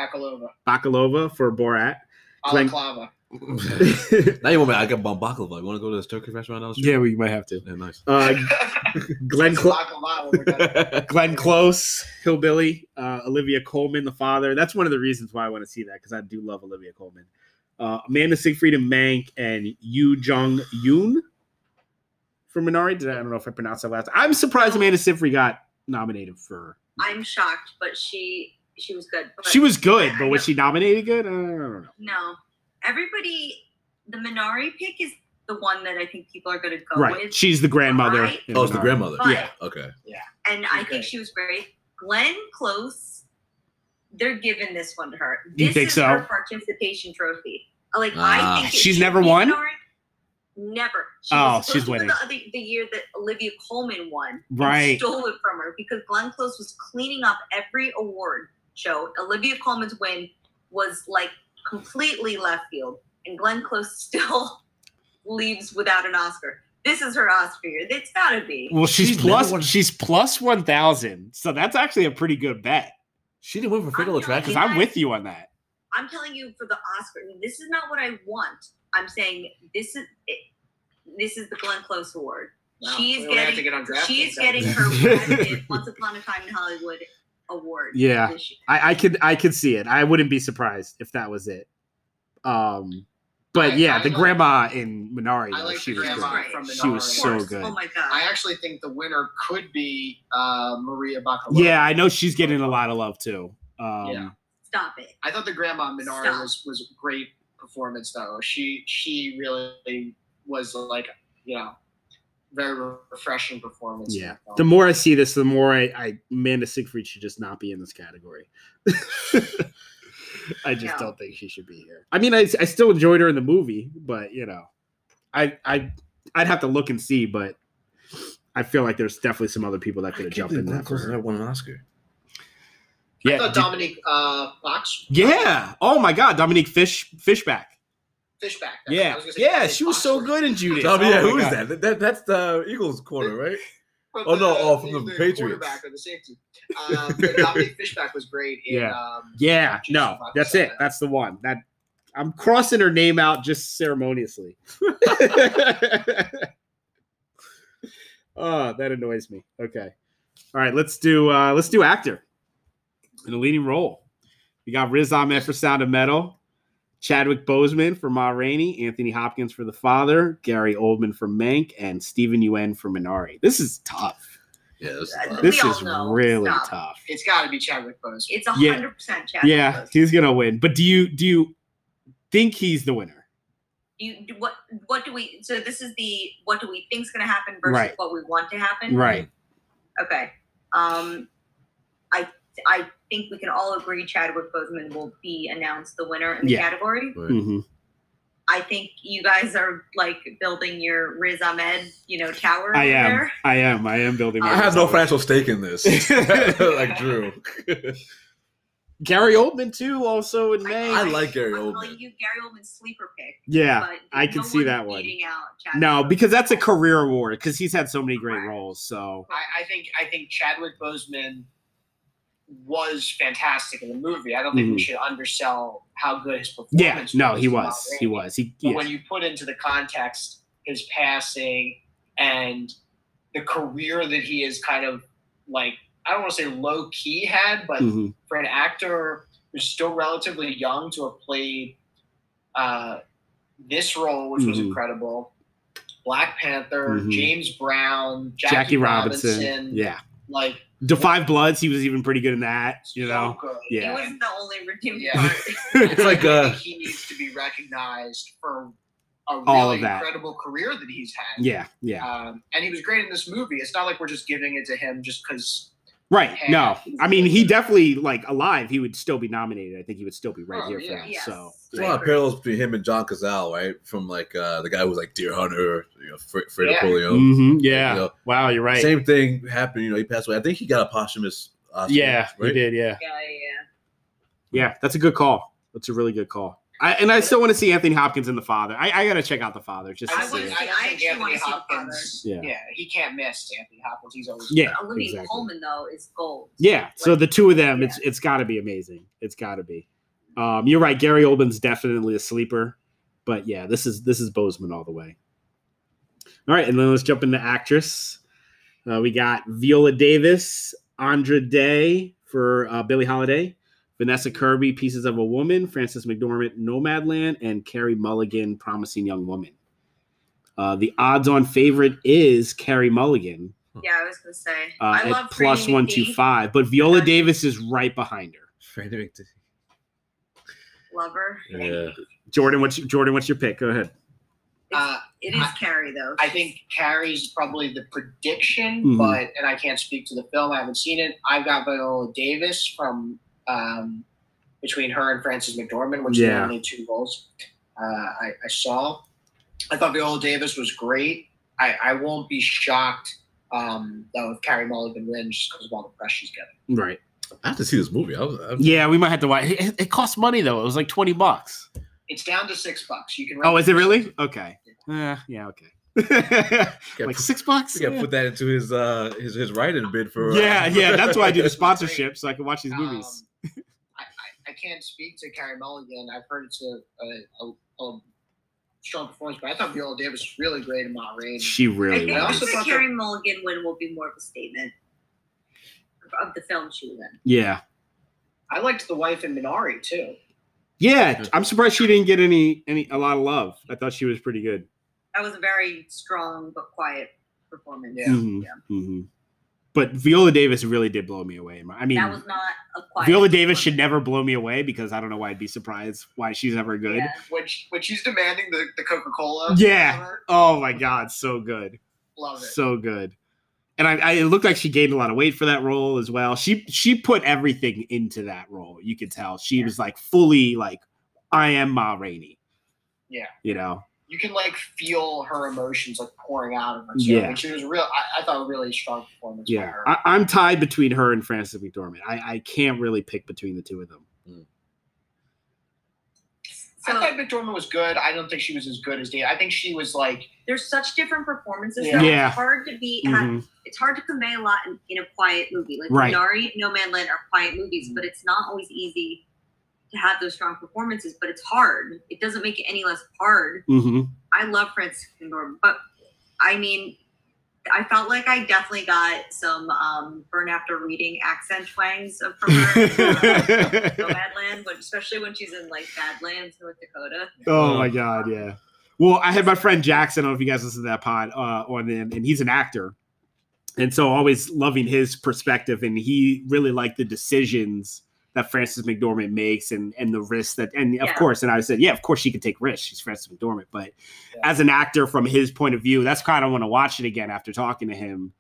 Speaker 4: Bakalova,
Speaker 1: Bakalova for Borat. Glenn-
Speaker 4: Balaclava.
Speaker 3: now you want me? I got bomb baklava. You want to go to this Turkish restaurant down the street?
Speaker 1: yeah, we might have to.
Speaker 3: Yeah, nice.
Speaker 1: Uh, Glenn
Speaker 4: It's
Speaker 1: Cl-
Speaker 4: Baklava when we're done.
Speaker 1: Glenn Close, Hillbilly, uh, Olivia Coleman, the father. That's one of the reasons why I want to see that because I do love Olivia Coleman. Uh, Amanda Siegfried and Mank and Yoo Jong Yoon for Minari. Did I, I don't know if I pronounced that last. I'm surprised Amanda Siegfried got nominated for.
Speaker 2: I'm shocked, but she she was good. But
Speaker 1: She was good, but was she nominated good? Uh, I don't know.
Speaker 2: no. Everybody, the Minari pick is the one that I think people are gonna go
Speaker 1: Right,
Speaker 2: with,
Speaker 1: she's the grandmother.
Speaker 2: I-
Speaker 1: in
Speaker 3: Oh, it's the
Speaker 1: Minari.
Speaker 3: grandmother.
Speaker 2: But-
Speaker 3: yeah. Okay.
Speaker 2: and I
Speaker 4: Okay.
Speaker 2: think she was great. Glenn Close, they're giving this one to her.
Speaker 1: You
Speaker 2: This
Speaker 1: think
Speaker 2: is
Speaker 1: so?
Speaker 2: her participation trophy. Like
Speaker 3: Ah.
Speaker 2: I think it
Speaker 1: She's
Speaker 2: should
Speaker 1: never
Speaker 2: be
Speaker 1: won?
Speaker 2: Minari. Never. She
Speaker 1: Oh,
Speaker 2: was supposed
Speaker 1: she's
Speaker 2: to win
Speaker 1: winning.
Speaker 2: The, the, the year that Olivia Coleman won. and
Speaker 1: Right.
Speaker 2: Stole it from her because Glenn Close was cleaning up every award show. Olivia Coleman's win was like completely left field, and Glenn Close still leaves without an Oscar. This is her Oscar year. It's gotta be.
Speaker 1: Well, she's,
Speaker 3: She's
Speaker 1: plus.
Speaker 3: never won-
Speaker 1: She's plus one thousand. So that's actually a pretty good bet
Speaker 3: She didn't win for Fatal
Speaker 2: I'm not-
Speaker 3: Attraction.
Speaker 1: because I'm with you on that.
Speaker 2: I'm telling you for the Oscar, this is not what I want. I'm saying this is it, this is the Glenn Close Award.
Speaker 4: Wow,
Speaker 2: She's
Speaker 4: we only have
Speaker 2: getting-
Speaker 4: to get on DraftKings
Speaker 2: She's
Speaker 4: after
Speaker 2: getting
Speaker 4: this.
Speaker 2: her recommended Once Upon a Time in Hollywood award.
Speaker 1: Yeah.
Speaker 2: this year.
Speaker 1: I, I could I could see it. I wouldn't be surprised if that was it. Um, but
Speaker 4: I-
Speaker 1: yeah,
Speaker 4: I
Speaker 1: the
Speaker 4: like-
Speaker 1: grandma in Minari,
Speaker 4: I
Speaker 1: though,
Speaker 4: like
Speaker 1: she
Speaker 4: the
Speaker 1: was
Speaker 4: grandma
Speaker 1: great.
Speaker 2: great.
Speaker 4: from the
Speaker 1: She was
Speaker 2: Of
Speaker 1: so
Speaker 2: course.
Speaker 1: good.
Speaker 2: Oh my god!
Speaker 4: I actually think the winner could be uh, Maria Bakalova.
Speaker 1: Yeah, I know she's getting a lot of love too. Um,
Speaker 4: Yeah.
Speaker 2: Stop it.
Speaker 4: I thought the grandma Minari
Speaker 2: Stop.
Speaker 4: was was a great performance though. She she really was like you know very refreshing performance. in
Speaker 1: Yeah.
Speaker 4: that film.
Speaker 1: The more I see this, the more I, I Amanda Siegfried should just not be in this category. I just
Speaker 2: Yeah.
Speaker 1: don't think she should be here. I mean, I, I still enjoyed her in the movie, but you know, I I I'd have to look and see, but I feel like there's definitely some other people that could have jumped in that. For her.
Speaker 3: won an Oscar.
Speaker 4: I
Speaker 1: Yeah,
Speaker 4: thought Dominique uh, Fox
Speaker 1: yeah. Oh my God, Dominique Fish Fishback.
Speaker 4: Fishback. that's- I
Speaker 1: Yeah,
Speaker 4: was gonna say
Speaker 1: yeah,
Speaker 4: Dominique
Speaker 1: she was
Speaker 4: Fox
Speaker 1: so
Speaker 4: for-
Speaker 1: good in Judy.
Speaker 3: Oh, yeah,
Speaker 1: my
Speaker 3: who is
Speaker 1: God.
Speaker 3: that? that? That's the Eagles corner, right?
Speaker 4: from
Speaker 3: Oh, no, oh, from the Patriots.
Speaker 4: quarterback or the safety. Um, but Dominique Fishback was great. In,
Speaker 1: Yeah.
Speaker 4: Um,
Speaker 1: Yeah,
Speaker 4: Jason
Speaker 1: no,
Speaker 4: Fox
Speaker 1: that's
Speaker 4: said
Speaker 1: it.
Speaker 4: that.
Speaker 1: That's the one. That I'm crossing her name out just ceremoniously. oh, that annoys me. Okay. All right, let's do uh let's do actor in a leading role. We got Riz Ahmed for Sound of Metal, Chadwick Boseman for Ma Rainey, Anthony Hopkins for The Father, Gary Oldman for Mank, and Stephen Yuen for Minari. This is tough.
Speaker 3: Yeah, this is
Speaker 2: We
Speaker 1: This
Speaker 2: all
Speaker 1: is
Speaker 2: know.
Speaker 1: really
Speaker 2: Stop.
Speaker 1: tough.
Speaker 4: it's got to be Chadwick Boseman.
Speaker 2: It's a
Speaker 1: Yeah.
Speaker 2: hundred percent Chad.
Speaker 1: yeah, he's gonna win. But do you do you think he's the winner?
Speaker 2: You what? What do we? So this is the what do we think's going to happen versus
Speaker 1: Right.
Speaker 2: what we want to happen.
Speaker 1: Right.
Speaker 2: Okay. Um, I I think we can all agree Chadwick Boseman will be announced the winner in the
Speaker 1: Yeah.
Speaker 2: category.
Speaker 1: hmm
Speaker 2: I think you guys are like building your Riz Ahmed, you know, tower.
Speaker 1: I
Speaker 2: over
Speaker 1: am.
Speaker 2: There.
Speaker 1: I am. I am building. my
Speaker 3: I have no
Speaker 1: resume.
Speaker 3: financial stake in this, like Drew.
Speaker 1: Gary Oldman too. Also in May.
Speaker 3: I like Gary
Speaker 2: I'm telling
Speaker 3: Oldman.
Speaker 2: You Gary Oldman's sleeper pick.
Speaker 1: yeah,
Speaker 2: but
Speaker 1: I can
Speaker 2: no
Speaker 1: see
Speaker 2: one's
Speaker 1: that one.
Speaker 2: beating out Chadwick
Speaker 1: No,
Speaker 2: Boseman.
Speaker 1: because that's a career award because he's had so many great
Speaker 2: Right.
Speaker 1: roles. So
Speaker 4: I, I think I think Chadwick Boseman was fantastic in the movie. I don't think
Speaker 1: Mhm.
Speaker 4: we should undersell how good his performance.
Speaker 1: yeah, no, he
Speaker 4: in Ma
Speaker 1: was. He
Speaker 4: Rainey.
Speaker 1: was. He.
Speaker 4: But
Speaker 1: Yeah.
Speaker 4: when you put into the context his passing and the career that he is kind of like I don't want to say low key had, but
Speaker 1: Mhm.
Speaker 4: for an actor who's still relatively young to have played uh, this role, which was
Speaker 3: Mm-hmm.
Speaker 1: Mhm.
Speaker 4: incredible. Black Panther,
Speaker 1: Mhm.
Speaker 4: James Brown, Jackie,
Speaker 1: Jackie
Speaker 4: Robinson,
Speaker 1: Robinson. Yeah.
Speaker 4: like
Speaker 1: The Five Bloods. He was even pretty good in that. You know.
Speaker 4: so good.
Speaker 2: He
Speaker 1: Yeah.
Speaker 2: wasn't the only redeeming
Speaker 4: Yeah.
Speaker 2: part.
Speaker 1: It's
Speaker 3: It's like
Speaker 4: I think
Speaker 3: uh,
Speaker 4: he needs to be recognized for a really
Speaker 1: All of that.
Speaker 4: incredible career that he's had.
Speaker 1: Yeah. Yeah.
Speaker 4: Um, and he was great in this movie. It's not like we're just giving it to him just because.
Speaker 1: Right. No.
Speaker 4: Yeah.
Speaker 1: I mean, he definitely like alive. He would still be nominated. I think he would still be right
Speaker 4: Oh,
Speaker 1: here
Speaker 4: yeah.
Speaker 1: for that.
Speaker 2: Yes.
Speaker 1: So.
Speaker 3: there's a lot of parallels between him and John Cazale, right? From like uh, the guy who was like Deer Hunter, you know, Fre- Fredo
Speaker 4: Yeah.
Speaker 3: Polio.
Speaker 1: Mhm, Yeah.
Speaker 3: You know,
Speaker 1: wow. You're right.
Speaker 3: Same thing happened. You know, he passed away. I think he got a posthumous. Oscar,
Speaker 1: Yeah,
Speaker 3: right?
Speaker 1: we did. Yeah,
Speaker 2: yeah, yeah.
Speaker 1: yeah, that's a good call. That's a really good call. I, and I still want to see Anthony Hopkins in the father. I, I gotta check out the father just to
Speaker 2: I
Speaker 1: see.
Speaker 2: wanna
Speaker 1: It.
Speaker 2: see- I actually wanna see the
Speaker 1: Yeah.
Speaker 4: Yeah. he can't miss Anthony Hopkins. He's always
Speaker 1: Yeah,
Speaker 2: Olivia
Speaker 1: exactly.
Speaker 2: Colman though is gold.
Speaker 1: Yeah, so
Speaker 2: Like,
Speaker 1: the two of them, it's it's got to be amazing. It's got to be. Um, you're right. Gary Oldman's definitely a sleeper, but yeah, this is this is Bozeman all the way. All right, and then let's jump into actress. Uh, we got Viola Davis, Andra Day for uh, Billie Holiday, Vanessa Kirby, Pieces of a Woman, Frances McDormand, Nomadland, and Carrie Mulligan, Promising Young Woman. Uh, the odds-on favorite is Carrie Mulligan,
Speaker 2: Yeah, I was gonna say.
Speaker 1: uh,
Speaker 2: I love
Speaker 1: at plus
Speaker 2: Freddie
Speaker 1: one
Speaker 2: McGee.
Speaker 1: two five. But Viola
Speaker 2: Yeah.
Speaker 1: Davis is right behind her.
Speaker 3: Fredo McD-
Speaker 2: Love her.
Speaker 3: Yeah.
Speaker 1: Jordan, what's Jordan? What's your pick? Go ahead.
Speaker 4: Uh,
Speaker 2: It is
Speaker 4: I-
Speaker 2: Carrie though.
Speaker 4: I think Carrie's probably the prediction,
Speaker 1: Mhm.
Speaker 4: but and I can't speak to the film. I haven't seen it. I've got Viola Davis from um, between her and Frances McDormand, which
Speaker 1: Yeah.
Speaker 4: are the only two roles uh, I, I saw. I thought Viola Davis was great. I, I won't be shocked um, though if Carrie Mulligan wins just because of all the press she's getting.
Speaker 1: Right.
Speaker 3: I have to see this movie. I was, I was-
Speaker 1: Yeah, we might have to watch. It, it costs money though. It was like twenty bucks.
Speaker 4: It's down to six bucks. You can.
Speaker 1: Oh, is it really? Okay. Uh, yeah. Okay.
Speaker 3: gotta
Speaker 1: like
Speaker 3: put-
Speaker 1: six bucks.
Speaker 3: we gotta
Speaker 1: Yeah.
Speaker 3: put that into his uh his his write-in bid for. uh,
Speaker 1: yeah, yeah. That's why I do the sponsorship so I can watch these movies.
Speaker 4: Um, I, I, I can't speak to Carrie Mulligan. I've heard it's a, a, a, a strong performance, but I thought Viola Davis was really great in Mount Rain.
Speaker 1: She
Speaker 2: I
Speaker 1: really
Speaker 2: think
Speaker 4: I
Speaker 1: was.
Speaker 4: also
Speaker 2: the
Speaker 4: thought that-
Speaker 2: Carrie Mulligan win will be more of a statement. of the film she was in.
Speaker 1: Yeah.
Speaker 4: I liked the wife in Minari too.
Speaker 1: Yeah, I'm surprised she didn't get any any a lot of love. I thought she was pretty good.
Speaker 2: That was a very strong but quiet performance.
Speaker 4: Yeah.
Speaker 1: Mhm, mhm. But Viola Davis really did blow me away. I mean,
Speaker 2: That was not a quiet.
Speaker 1: Viola Davis should
Speaker 2: performance.
Speaker 1: never blow me away because I don't know why I'd be surprised why she's ever good.
Speaker 2: Yeah.
Speaker 4: Which when she's demanding the, the Coca Cola.
Speaker 1: Yeah. Oh my god, so good,
Speaker 4: Love it.
Speaker 1: so good. And I, I, it looked like she gained a lot of weight for that role as well. She she put everything into that role. You could tell she was like fully like I am Ma Rainey.
Speaker 4: Yeah.
Speaker 1: you know.
Speaker 4: You can like feel her emotions like pouring out of her. too.
Speaker 1: Yeah.
Speaker 4: Which was real I, I thought a really strong performance by
Speaker 1: Yeah,
Speaker 4: her.
Speaker 1: I, I'm tied between her and Frances McDormand. I, I can't really pick between the two of them.
Speaker 4: I
Speaker 2: So
Speaker 4: thought McDormand was good. I don't think she was as good as Dana. I think she was like
Speaker 2: there's such different performances.
Speaker 4: Yeah.
Speaker 2: now,
Speaker 1: Yeah.
Speaker 2: It's hard to be.
Speaker 1: Mhm.
Speaker 2: It's hard to convey a lot in, in a quiet movie. Like
Speaker 1: Right.
Speaker 2: Minari, No Man Land are quiet movies, but it's not always easy to have those strong performances. But it's hard. It doesn't make it any less hard.
Speaker 1: Mhm.
Speaker 2: I love Frances Norman, but I mean, I felt like I definitely got some um, burn after reading accent twangs of- from her. uh, Nomadland, but especially when she's in like Badlands, North Dakota.
Speaker 1: oh my god, yeah. Well, I had my friend Jackson. I don't know if you guys listen to that pod uh, on them, and he's an actor, and so always loving his perspective. And he really liked the decisions that Frances McDormand makes, and and the risks that, and of
Speaker 2: Yeah.
Speaker 1: course, and I said, yeah, of course she could take risks. She's Frances McDormand, but
Speaker 4: Yeah.
Speaker 1: as an actor, from his point of view, that's kind of want to watch it again after talking to him.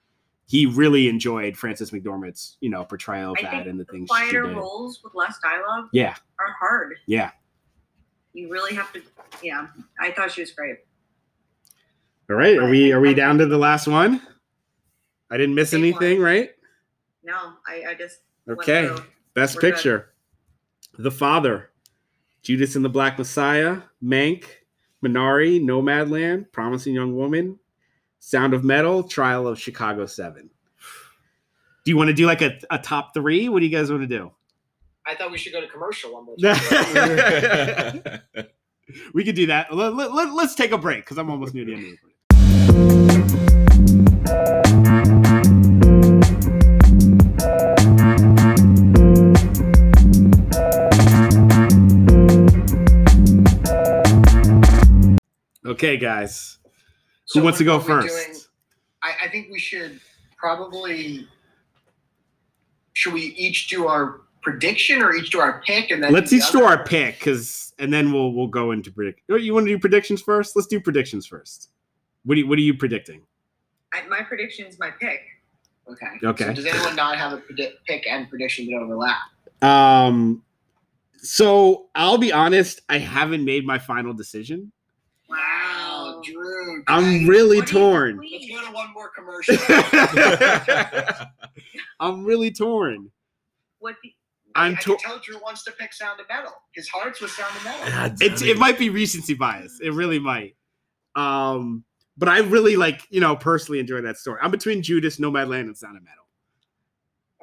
Speaker 1: He really enjoyed Frances McDormand's, you know, portrayal of
Speaker 2: I
Speaker 1: that
Speaker 2: think
Speaker 1: and the
Speaker 2: the
Speaker 1: things she
Speaker 2: quieter
Speaker 1: did.
Speaker 2: roles with less dialogue
Speaker 1: Yeah,
Speaker 2: are hard.
Speaker 1: yeah.
Speaker 2: You really have to. Yeah, I thought she was great.
Speaker 1: All right, are we are we down to the last one? I didn't miss
Speaker 2: Big one.
Speaker 1: anything, right?
Speaker 2: No, I, I just went
Speaker 1: Okay.
Speaker 2: through.
Speaker 1: Best
Speaker 2: We're good.
Speaker 1: picture. The Father. Judas and the Black Messiah. Mank. Minari. Nomadland. Promising Young Woman. Sound of Metal. Trial of Chicago 7. Do you want to do like a, a top three? What do you guys want to do?
Speaker 4: I thought we should go to commercial one more time.
Speaker 1: we could do that. Let, let, let, us take a break because I'm almost near the end of the recording. Okay, guys. Who
Speaker 4: So
Speaker 1: wants to
Speaker 4: what
Speaker 1: go
Speaker 4: are we doing?
Speaker 1: first?
Speaker 4: I, I think we should probably should we each do our prediction or each do our pick and then
Speaker 1: Let's
Speaker 4: the
Speaker 1: each do
Speaker 4: other?
Speaker 1: our pick, cause, and then we'll we'll go into predict. Oh, You want to do predictions first? Let's do predictions first. What do you, what are you predicting?
Speaker 2: I, my prediction is my pick.
Speaker 4: Okay.
Speaker 1: Okay.
Speaker 4: So does anyone not have a predi- pick and prediction that overlap?
Speaker 1: Um, so I'll be honest, I haven't made my final decision.
Speaker 4: Wow, Oh, Drew.
Speaker 1: I'm
Speaker 4: guys,
Speaker 1: really
Speaker 2: What do you think,
Speaker 1: torn.
Speaker 4: Let's
Speaker 2: Queen?
Speaker 4: go to one more commercial.
Speaker 1: I'm really torn.
Speaker 2: What do-
Speaker 1: I'm
Speaker 4: I
Speaker 1: torn.
Speaker 4: can tell Drew wants to pick Sound of Metal. His heart's with Sound of Metal.
Speaker 3: God damn
Speaker 1: It's, it might be recency bias. It really might. Um, but I really like, you know, personally enjoy that story. I'm between Judas, Nomadland, and Sound of Metal.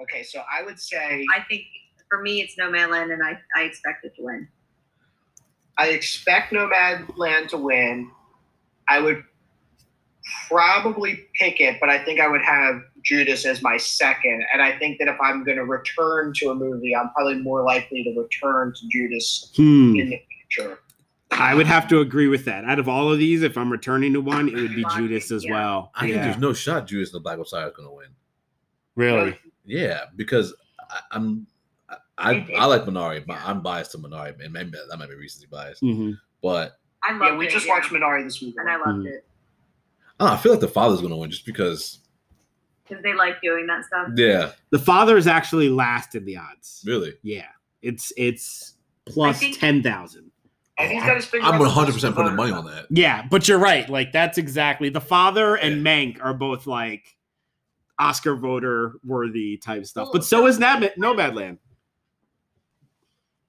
Speaker 4: Okay, so I would say
Speaker 2: I think for me, it's No Man Land, and I, I expect it to win.
Speaker 4: I expect Nomad Land to win. I would probably pick it, but I think I would have Judas as my second. And I think that if I'm going to return to a movie, I'm probably more likely to return to Judas
Speaker 1: Hmm.
Speaker 4: in the future.
Speaker 1: I would have to agree with that. Out of all of these, if I'm returning to one, it would be Judas as
Speaker 2: Yeah.
Speaker 1: well.
Speaker 3: I think
Speaker 1: yeah.
Speaker 3: there's no shot Judas and the Black Messiah is going to win.
Speaker 1: Really?
Speaker 3: Yeah, because I, I'm I, I, I like Minari, but I'm biased to Minari, and maybe that might be recency bias.
Speaker 1: hmm
Speaker 3: But
Speaker 2: I love
Speaker 4: Yeah, we
Speaker 2: it,
Speaker 4: just
Speaker 2: yeah.
Speaker 4: watched Minari this weekend.
Speaker 2: and I loved
Speaker 1: Mhm.
Speaker 2: it
Speaker 3: I, don't know, I feel like the father's going to win just because.
Speaker 2: because they like doing that stuff.
Speaker 3: Yeah,
Speaker 1: The father is actually last in the odds.
Speaker 3: really.
Speaker 1: Yeah, it's it's plus
Speaker 2: think-
Speaker 1: ten thousand.
Speaker 4: and he's got his finger
Speaker 3: I'm
Speaker 4: on the
Speaker 3: 100
Speaker 4: pulse of
Speaker 3: percent putting
Speaker 4: the
Speaker 3: money
Speaker 4: voter.
Speaker 3: on that.
Speaker 1: Yeah, but you're right. Like that's exactly the father and Mank are both like Oscar voter worthy type stuff. But so is Nab- Nomadland.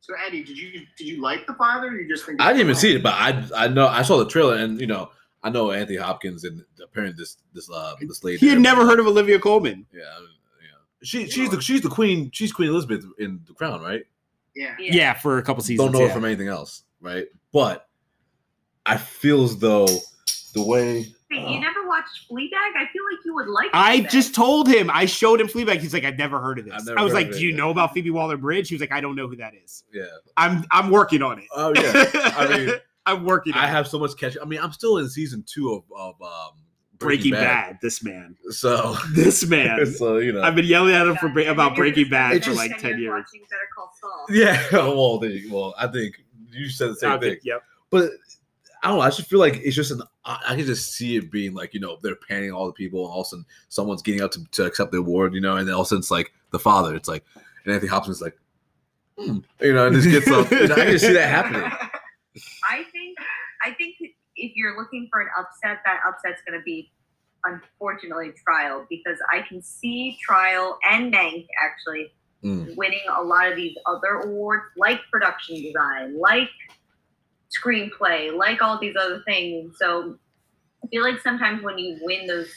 Speaker 4: So Eddie, did you did you like the father? Or you just think
Speaker 3: I didn't even see it, but I I know I saw the trailer, and you know I know Anthony Hopkins and apparently this this uh this lady.
Speaker 1: He had never heard of Olivia Coleman.
Speaker 3: Yeah, I mean, yeah. She she's the she's the queen. She's Queen Elizabeth in The Crown, right?
Speaker 4: Yeah.
Speaker 1: Yeah, for a couple seasons.
Speaker 3: Don't know
Speaker 1: yeah.
Speaker 3: her from anything else, right? But I feel as though the uh, way
Speaker 2: Wait, you never watch watched Fleabag? I feel like you would like.
Speaker 1: I
Speaker 2: Fleabag.
Speaker 1: just told him. I showed him Fleabag. He's like, I've never heard of
Speaker 3: I've
Speaker 1: this.
Speaker 3: never
Speaker 1: I was
Speaker 3: heard
Speaker 1: like,
Speaker 3: of it,
Speaker 1: Do you
Speaker 3: yeah.
Speaker 1: know about Phoebe Waller Bridge? He was like, I don't know who that is.
Speaker 3: Yeah.
Speaker 1: I'm I'm working on it.
Speaker 3: Oh yeah. I mean,
Speaker 1: I'm working. On
Speaker 3: I
Speaker 1: it.
Speaker 3: have so much catch. I mean, I'm still in season two of, of um,
Speaker 1: Breaking Bad. This man.
Speaker 3: So,
Speaker 1: This man.
Speaker 3: so you know.
Speaker 1: I've been yelling at him for bre-
Speaker 2: Yeah,
Speaker 1: about
Speaker 2: I
Speaker 1: Breaking
Speaker 2: noticed
Speaker 1: Bad
Speaker 2: that
Speaker 1: for
Speaker 3: just-
Speaker 1: like
Speaker 2: and
Speaker 1: ten
Speaker 2: you're
Speaker 1: years.
Speaker 2: watching that are called Saul.
Speaker 3: yeah. Well, there you- well, I think you said the same
Speaker 1: I've been-
Speaker 3: thing.
Speaker 1: Yep.
Speaker 3: but I don't know. I just feel like it's just an. I I can just see it being like you know they're panning all the people, and all of a sudden someone's getting up to, to accept the award, you know, and then all of a sudden it's like the father. It's like and Anthony Hopkins is like, hmm, you know, and just gets up. And I can just see that happening.
Speaker 2: I think I think if you're looking for an upset, that upset's going to be unfortunately trial because I can see trial and Mank actually
Speaker 3: Mm.
Speaker 2: winning a lot of these other awards like production design, like screenplay, like all these other things. So I feel like sometimes when you win those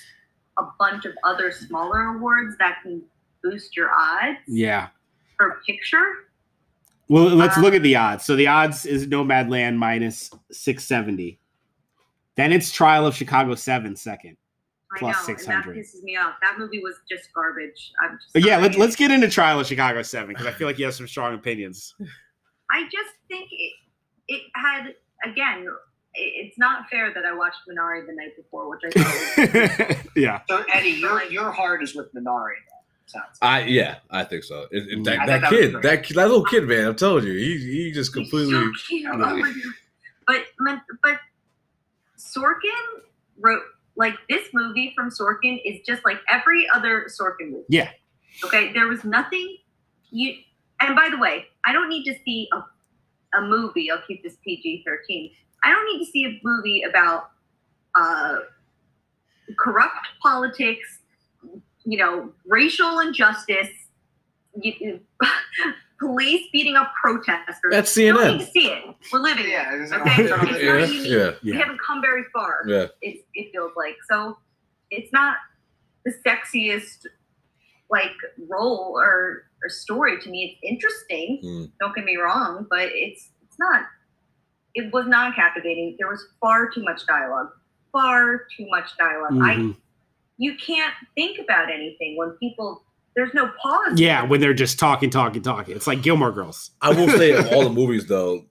Speaker 2: a bunch of other smaller awards that can boost your odds
Speaker 1: Yeah.
Speaker 2: for picture.
Speaker 1: Well, let's
Speaker 2: Uh,
Speaker 1: look at the odds. So the odds is Nomadland minus six seventy. Then it's Trial of Chicago seven second.
Speaker 2: I
Speaker 1: Plus
Speaker 2: know, and
Speaker 1: 600.
Speaker 2: That pisses me off. That movie was just garbage. I'm just
Speaker 1: But yeah,
Speaker 2: sorry.
Speaker 1: let, let's get into Trial of Chicago seven because I feel like you have some strong opinions.
Speaker 2: I just think it it had again. it- It's not fair that I watched Minari the night before, which I thought was
Speaker 1: yeah.
Speaker 4: So Eddie, your your heart is with Minari. Though, it sounds.
Speaker 3: I yeah, I think so. It- it- that,
Speaker 4: I
Speaker 3: that
Speaker 4: thought that was
Speaker 3: kid,
Speaker 4: great.
Speaker 3: that kid, that little kid, man, I'm telling you, he he just
Speaker 2: he's
Speaker 3: completely.
Speaker 2: so cute. Oh my God. But but- but Sorkin wrote like this movie from Sorkin is just like every other Sorkin movie.
Speaker 1: Yeah.
Speaker 2: Okay, there was nothing you. And by the way, I don't need to see a, a movie. I'll keep this PG thirteen. I don't need to see a movie about uh, corrupt politics, you know, racial injustice, you, you- police beating up protesters.
Speaker 3: That's
Speaker 2: You don't need
Speaker 3: CNN.
Speaker 2: to see it. We're living it.
Speaker 4: Yeah, it's-
Speaker 2: Okay,
Speaker 4: it's
Speaker 2: it's
Speaker 3: Yeah,
Speaker 2: not unique.
Speaker 3: yeah,
Speaker 2: We
Speaker 1: Yeah.
Speaker 2: haven't come very far.
Speaker 3: yeah.
Speaker 2: It, it feels like so. It's not the sexiest like role or, or story to me. It's interesting.
Speaker 3: Mm.
Speaker 2: Don't get me wrong, but it's it's not. It was not captivating. There was far too much dialogue. Far too much dialog
Speaker 3: Mm-hmm.
Speaker 1: Mm-hmm.
Speaker 2: I you can't think about anything when people there's no pause.
Speaker 1: Yeah, when they're just talking, talking, talking. It's like Gilmore Girls.
Speaker 3: I will say, of all the movies though,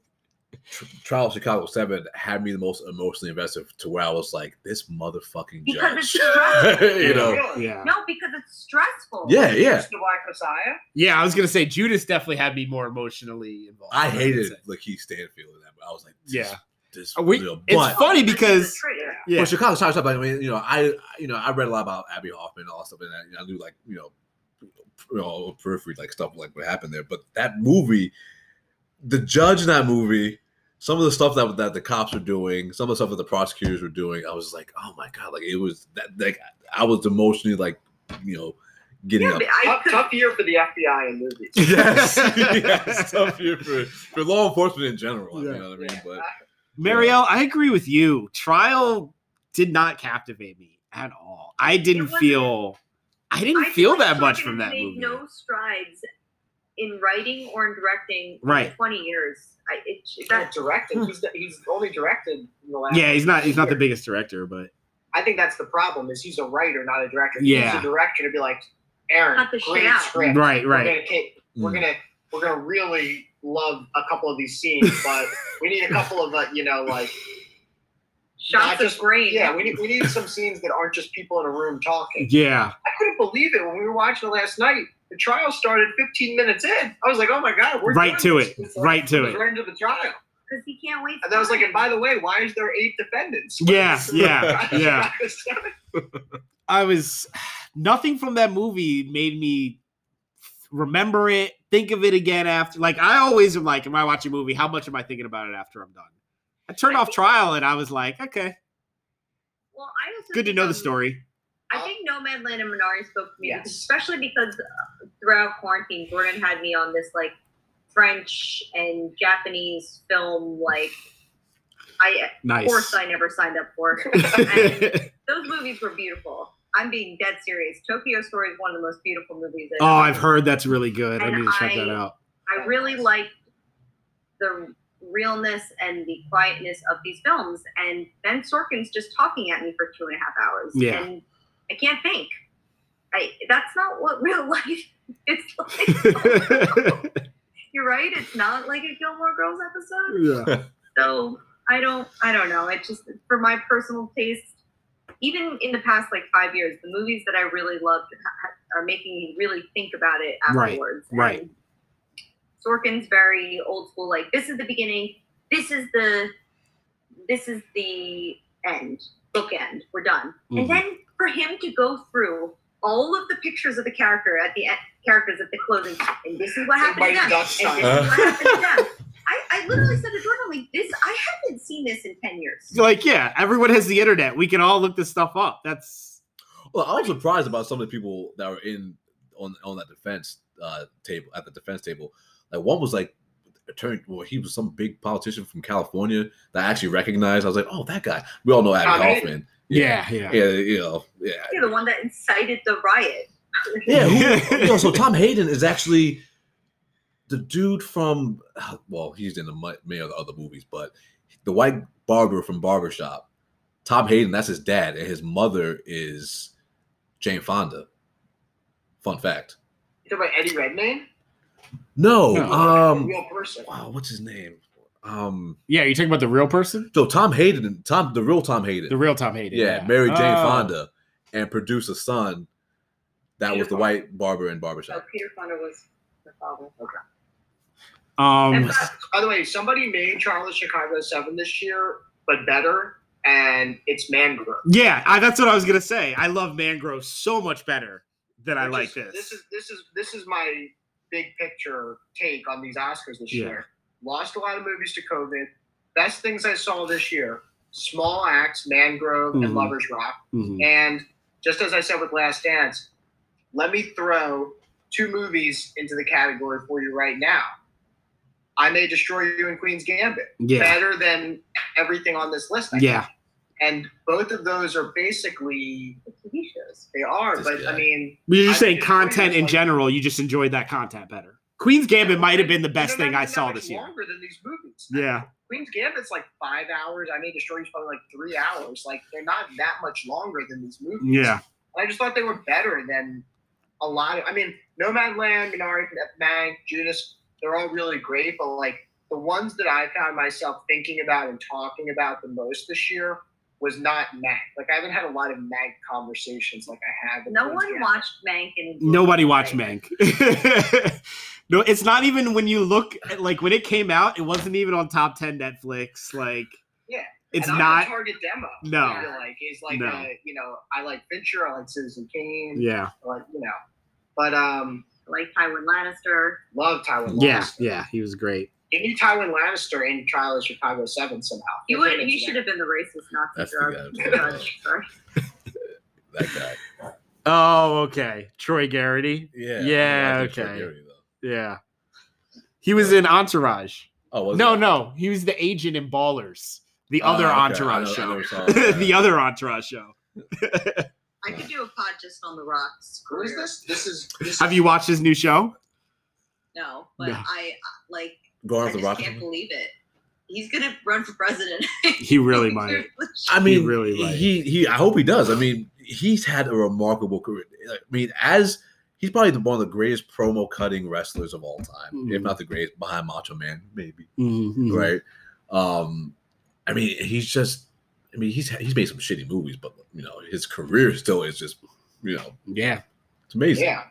Speaker 3: Tr- Trial of Chicago Seven had me the most emotionally invested to where I was like, this motherfucking
Speaker 2: Because it's
Speaker 3: judge.
Speaker 2: stressful.
Speaker 3: you know,
Speaker 4: Really?
Speaker 1: Yeah.
Speaker 2: No, because it's stressful.
Speaker 3: yeah, yeah.
Speaker 4: Just the Black Messiah.
Speaker 1: Yeah, I was gonna say Judas definitely had me more emotionally involved.
Speaker 3: I
Speaker 1: would
Speaker 3: hated
Speaker 1: say.
Speaker 3: Lakeith Stanfield in that, but I was like, this,
Speaker 1: Yeah.
Speaker 3: this
Speaker 1: Are we-
Speaker 3: you know,
Speaker 1: it's
Speaker 3: but
Speaker 1: fu- Funny
Speaker 2: Oh, This is
Speaker 1: because-
Speaker 2: a trigger.
Speaker 1: Yeah.
Speaker 3: Well, Chicago Child Stuff. I mean, you know, I, I- you know, I read a lot about Abby Hoffman and all that stuff, and I, you know, I knew like, you know, you know, periphery like stuff like what happened there. But that movie, the judge in that movie, some of the stuff that that the cops were doing, some of the stuff that the prosecutors were doing, I was like, oh my god, like it was that like I was emotionally like, you know, getting
Speaker 2: Yeah,
Speaker 3: up.
Speaker 2: but I
Speaker 4: Tough,
Speaker 2: could
Speaker 4: tough year for the FBI in movies.
Speaker 3: yes, yes, tough year for for law enforcement in general.
Speaker 1: Yeah.
Speaker 3: You know what I mean? But
Speaker 1: Marielle, I agree with you. Trial did not captivate me at all. I didn't
Speaker 2: wasn't-
Speaker 1: feel I
Speaker 2: I
Speaker 1: didn't
Speaker 2: feel
Speaker 1: feel
Speaker 2: like
Speaker 1: that much
Speaker 2: Sorkin
Speaker 1: from that
Speaker 2: made
Speaker 1: movie.
Speaker 2: No strides in writing or in directing
Speaker 1: Right.
Speaker 2: in twenty years. I, it,
Speaker 4: Well,
Speaker 2: that,
Speaker 4: directed. He's, he's only directed in the last.
Speaker 1: Yeah, he's not he's not the
Speaker 4: year.
Speaker 1: biggest director, but
Speaker 4: I think that's the problem. Is he's a writer, not a director.
Speaker 1: Yeah.
Speaker 4: He's a director to be like, Aaron,
Speaker 2: Cut the shit
Speaker 4: great
Speaker 2: out."
Speaker 4: script.
Speaker 1: right,
Speaker 4: We're
Speaker 1: right.
Speaker 4: gonna take- We're
Speaker 3: Mm.
Speaker 4: gonna we're gonna really love a couple of these scenes, but we need a couple of uh, you know like
Speaker 2: shots
Speaker 4: Not just-
Speaker 2: of grain.
Speaker 4: yeah we need we need some scenes that aren't just people in a room talking.
Speaker 1: Yeah.
Speaker 4: I couldn't believe it when we were watching it last night. The trial started 15 minutes in. I was like, oh my god, we're
Speaker 1: Right
Speaker 4: done.
Speaker 1: to it.
Speaker 4: It's
Speaker 1: Right to
Speaker 4: it's
Speaker 1: it.
Speaker 4: Right into the trial.
Speaker 2: because he can't wait.
Speaker 4: And I was like, and by the way, why is there eight defendants?
Speaker 1: Yeah, yeah, yeah.
Speaker 4: yeah.
Speaker 1: I was nothing from that movie made me remember it, think of it again after. Like I always am like, am I watching a movie? How much am I thinking about it after I'm done? I turned off trial and I was like, okay,
Speaker 2: well, I also
Speaker 1: good to
Speaker 2: think,
Speaker 1: know
Speaker 2: um,
Speaker 1: the story.
Speaker 2: I think Nomadland and Minari spoke to me,
Speaker 4: Yes.
Speaker 2: especially because uh, throughout quarantine, Gordon had me on this like French and Japanese film. Like, I of
Speaker 1: Nice.
Speaker 2: course I never signed up for. And those movies were beautiful. I'm being dead serious. Tokyo Story is one of the most beautiful movies.
Speaker 1: oh,
Speaker 2: ever
Speaker 1: I've heard that's really good. I
Speaker 2: And
Speaker 1: need to check that
Speaker 2: I-
Speaker 1: out.
Speaker 2: I really liked the realness and the quietness of these films. And Ben Sorkin's just talking at me for two and a half hours.
Speaker 1: Yeah.
Speaker 2: And I can't think. I, that's not what real life is like. You're right. It's not like a Gilmore Girls episode.
Speaker 1: yeah.
Speaker 2: So I don't, I don't know. It just, for my personal taste, even in the past like five years, the movies that I really loved ha- ha- are making me really think about it
Speaker 1: Right,
Speaker 2: afterwards. And
Speaker 1: right.
Speaker 2: Sorkin's very old school. Like this is the beginning. This is the, this is the end. Bookend. We're done.
Speaker 1: Mhm.
Speaker 2: And then for him to go through all of the pictures of the character at the end, characters at the closing, and this is what happened to
Speaker 4: Everybody
Speaker 2: them.
Speaker 4: got
Speaker 2: And this is what
Speaker 4: shot.
Speaker 2: happened to them. I, I literally said to Jordan, like, this, I haven't seen this in 10 years.
Speaker 1: Like, yeah, everyone has the internet. We can all look this stuff up. That's
Speaker 3: Well, I was surprised about some of the people that were in on on that defense uh, table at the defense table. Like one was like attorney, well, he was some big politician from California that I actually recognized. I was like, oh, that guy. We all know Abby
Speaker 4: Abby.
Speaker 3: Hoffman.
Speaker 1: yeah.
Speaker 3: yeah, you know, yeah.
Speaker 2: You're the one that incited the riot.
Speaker 3: Yeah. Who, yo, so Tom Hayden is actually the dude from. Well, he's in the mu- many of the other movies, but the white barber from Barbershop. Tom Hayden, that's his dad, and his mother is Jane Fonda. Fun fact.
Speaker 4: You talking about Eddie Redmayne?
Speaker 3: No,
Speaker 1: No.
Speaker 3: um,
Speaker 4: Real person.
Speaker 3: wow, what's his name? Um,
Speaker 1: Yeah, you're talking about the real person?
Speaker 3: so Tom Hayden, Tom, the real Tom Hayden,
Speaker 1: The real Tom Hayden.
Speaker 3: yeah, married Jane
Speaker 1: Oh.
Speaker 3: Fonda, and produced a son that was the
Speaker 4: Beautiful.
Speaker 3: white barber in
Speaker 2: So
Speaker 3: Barbershop.
Speaker 2: Peter Fonda was the father.
Speaker 1: Um,
Speaker 4: By the way, somebody made Charles Chicago 7 this year, but better, and it's Mangrove.
Speaker 1: yeah, I, that's what I was going to say. I love Mangrove so much better than I
Speaker 4: Which
Speaker 1: like this.
Speaker 4: is- This is this is this is my big picture take on these Oscars this
Speaker 1: Yeah.
Speaker 4: year. Lost a lot of movies to COVID. Best things I saw this year: Small Acts, Mangrove,
Speaker 1: Mhm.
Speaker 4: and
Speaker 3: Mm-hmm.
Speaker 4: Lovers Rock.
Speaker 1: Mhm.
Speaker 4: And just as I said with Last Dance, let me throw two movies into the category for you right now. I may destroy you in Queen's Gambit.
Speaker 1: Yeah.
Speaker 4: Better than everything on this list. I
Speaker 1: Yeah.
Speaker 4: think. And both of those are basically
Speaker 2: The TV shows.
Speaker 4: they are,
Speaker 3: This
Speaker 4: but
Speaker 3: guy.
Speaker 4: I mean.
Speaker 1: But You're just
Speaker 4: I
Speaker 1: saying
Speaker 4: think it's pretty
Speaker 1: content
Speaker 4: much
Speaker 1: in
Speaker 4: like-
Speaker 1: general, you just enjoyed that content better. Queen's Gambit might have been the best
Speaker 4: And they're
Speaker 1: thing
Speaker 4: not
Speaker 1: I
Speaker 4: even that
Speaker 1: saw
Speaker 4: much
Speaker 1: this year.
Speaker 4: Longer than these movies.
Speaker 1: Yeah.
Speaker 4: Queen's Gambit's like five hours. I May Destroy You's probably like three hours. Like they're not that much longer than these movies.
Speaker 1: Yeah.
Speaker 4: And I just thought they were better than a lot of. I mean, Nomadland, Minari, Mank, Judas. They're all really great, but like the ones that I found myself thinking about and talking about the most this year was not Mank. Like I haven't had a lot of Mank conversations like I have. with
Speaker 2: No
Speaker 4: Queen's
Speaker 2: one
Speaker 4: Gambit.
Speaker 2: watched Mank and
Speaker 1: Nobody watched Mank. no, it's not even when you look at like when it came out, it wasn't even on top 10 Netflix. Like,
Speaker 4: Yeah.
Speaker 1: it's
Speaker 4: And I'm
Speaker 1: not.
Speaker 4: the target demo.
Speaker 1: No.
Speaker 4: I feel like it's like
Speaker 1: No.
Speaker 4: uh you know I like Fincher, I like Citizen Kane,
Speaker 1: Yeah.
Speaker 4: I like you know, but um,
Speaker 2: like Tywin Lannister.
Speaker 4: love Tywin.
Speaker 1: Yeah.
Speaker 4: Lannister.
Speaker 1: Yeah. He was great.
Speaker 4: They need Tywin Lannister in Trial of Chicago Seven somehow.
Speaker 2: He
Speaker 4: They
Speaker 2: would.
Speaker 4: did it
Speaker 2: He
Speaker 4: today.
Speaker 2: should have been the racist Nazi
Speaker 3: That's the
Speaker 2: drug
Speaker 3: guy.
Speaker 2: judge. Sorry.
Speaker 3: That guy.
Speaker 1: Oh, okay. Troy Garrity.
Speaker 3: Yeah.
Speaker 1: Yeah,
Speaker 3: I was gonna say
Speaker 1: okay.
Speaker 3: Gary, though.
Speaker 1: Yeah. He was in Entourage.
Speaker 3: Oh, was
Speaker 1: No,
Speaker 3: it?
Speaker 1: no. He was the agent in Ballers, the
Speaker 3: Oh,
Speaker 1: other
Speaker 3: okay. I
Speaker 1: Entourage
Speaker 3: know- I know
Speaker 1: show.
Speaker 3: what you're talking about.
Speaker 1: the other Entourage show.
Speaker 2: I could do a pod just on the rocks.
Speaker 4: Who is
Speaker 2: career.
Speaker 4: this? This is. This
Speaker 1: Have you watched his new show?
Speaker 2: No, but
Speaker 1: No.
Speaker 2: I like.
Speaker 3: Going
Speaker 2: I
Speaker 3: off Oh, the
Speaker 2: just
Speaker 3: rock.
Speaker 2: can't believe it. He's gonna run for president.
Speaker 1: He really might.
Speaker 3: I mean,
Speaker 1: He really might.
Speaker 3: he he. I hope he does. I mean, he's had a remarkable career. I mean, as he's probably the- one of the greatest promo cutting wrestlers of all time, if
Speaker 1: Mhm.
Speaker 3: not the greatest, behind Macho Man, maybe
Speaker 1: Mhm.
Speaker 3: right. Um, I mean, he's just. I mean, he's he's made some shitty movies, but you know, his career still is just you know,
Speaker 1: Yeah.
Speaker 3: it's amazing.
Speaker 4: yeah.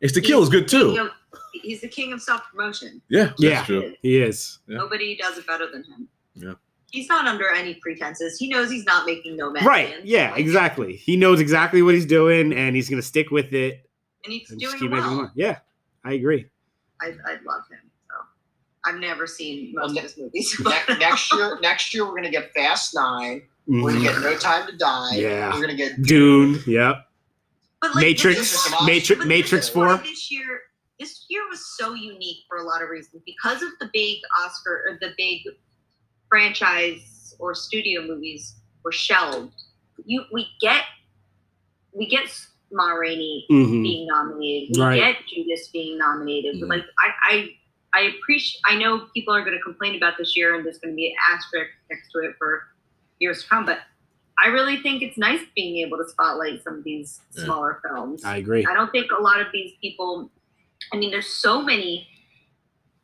Speaker 3: It's the kill is good too.
Speaker 2: Yo, he's the king of self promotion.
Speaker 3: Yeah, that's
Speaker 1: Yeah.
Speaker 3: true.
Speaker 1: He is.
Speaker 3: Yeah.
Speaker 2: Nobody does it better than him.
Speaker 3: Yeah.
Speaker 2: He's not under any pretenses. He knows he's not making no man.
Speaker 1: Right. Yeah, exactly. He knows exactly what he's doing and he's going to stick with it
Speaker 2: And he's
Speaker 1: and just
Speaker 2: doing
Speaker 1: keep
Speaker 2: it
Speaker 1: making
Speaker 2: well.
Speaker 1: money. Yeah. I agree.
Speaker 2: I, I love him. So I've never seen most
Speaker 4: Well,
Speaker 2: of his movies.
Speaker 4: Ne- next year, next year we're gonna get Fast 9 we We're gonna
Speaker 1: Mhm.
Speaker 4: get No Time to Die.
Speaker 1: Yeah.
Speaker 4: We're gonna get
Speaker 1: Dune. Yep.
Speaker 2: But
Speaker 1: Matrix-
Speaker 2: this is why-
Speaker 1: Matri-
Speaker 2: but
Speaker 1: Matrix
Speaker 2: this is why
Speaker 1: 4?
Speaker 2: This year, this year was so unique for a lot of reasons because of the big Oscar or the big franchise or studio movies were shelved. You, we get, we get Ma Rainey
Speaker 1: Mhm.
Speaker 2: being nominated. We
Speaker 1: Right. Mm.
Speaker 2: get Judas being nominated.
Speaker 3: Mhm.
Speaker 2: Like I, I, I appreciate. I know people are going to complain about this year, and there's going to be an asterisk next to it for years to come. But I really think it's nice being able to spotlight some of these
Speaker 3: Yeah.
Speaker 2: smaller films.
Speaker 1: Mm-hmm. I agree.
Speaker 2: I don't think a lot of these people. I mean, there's so many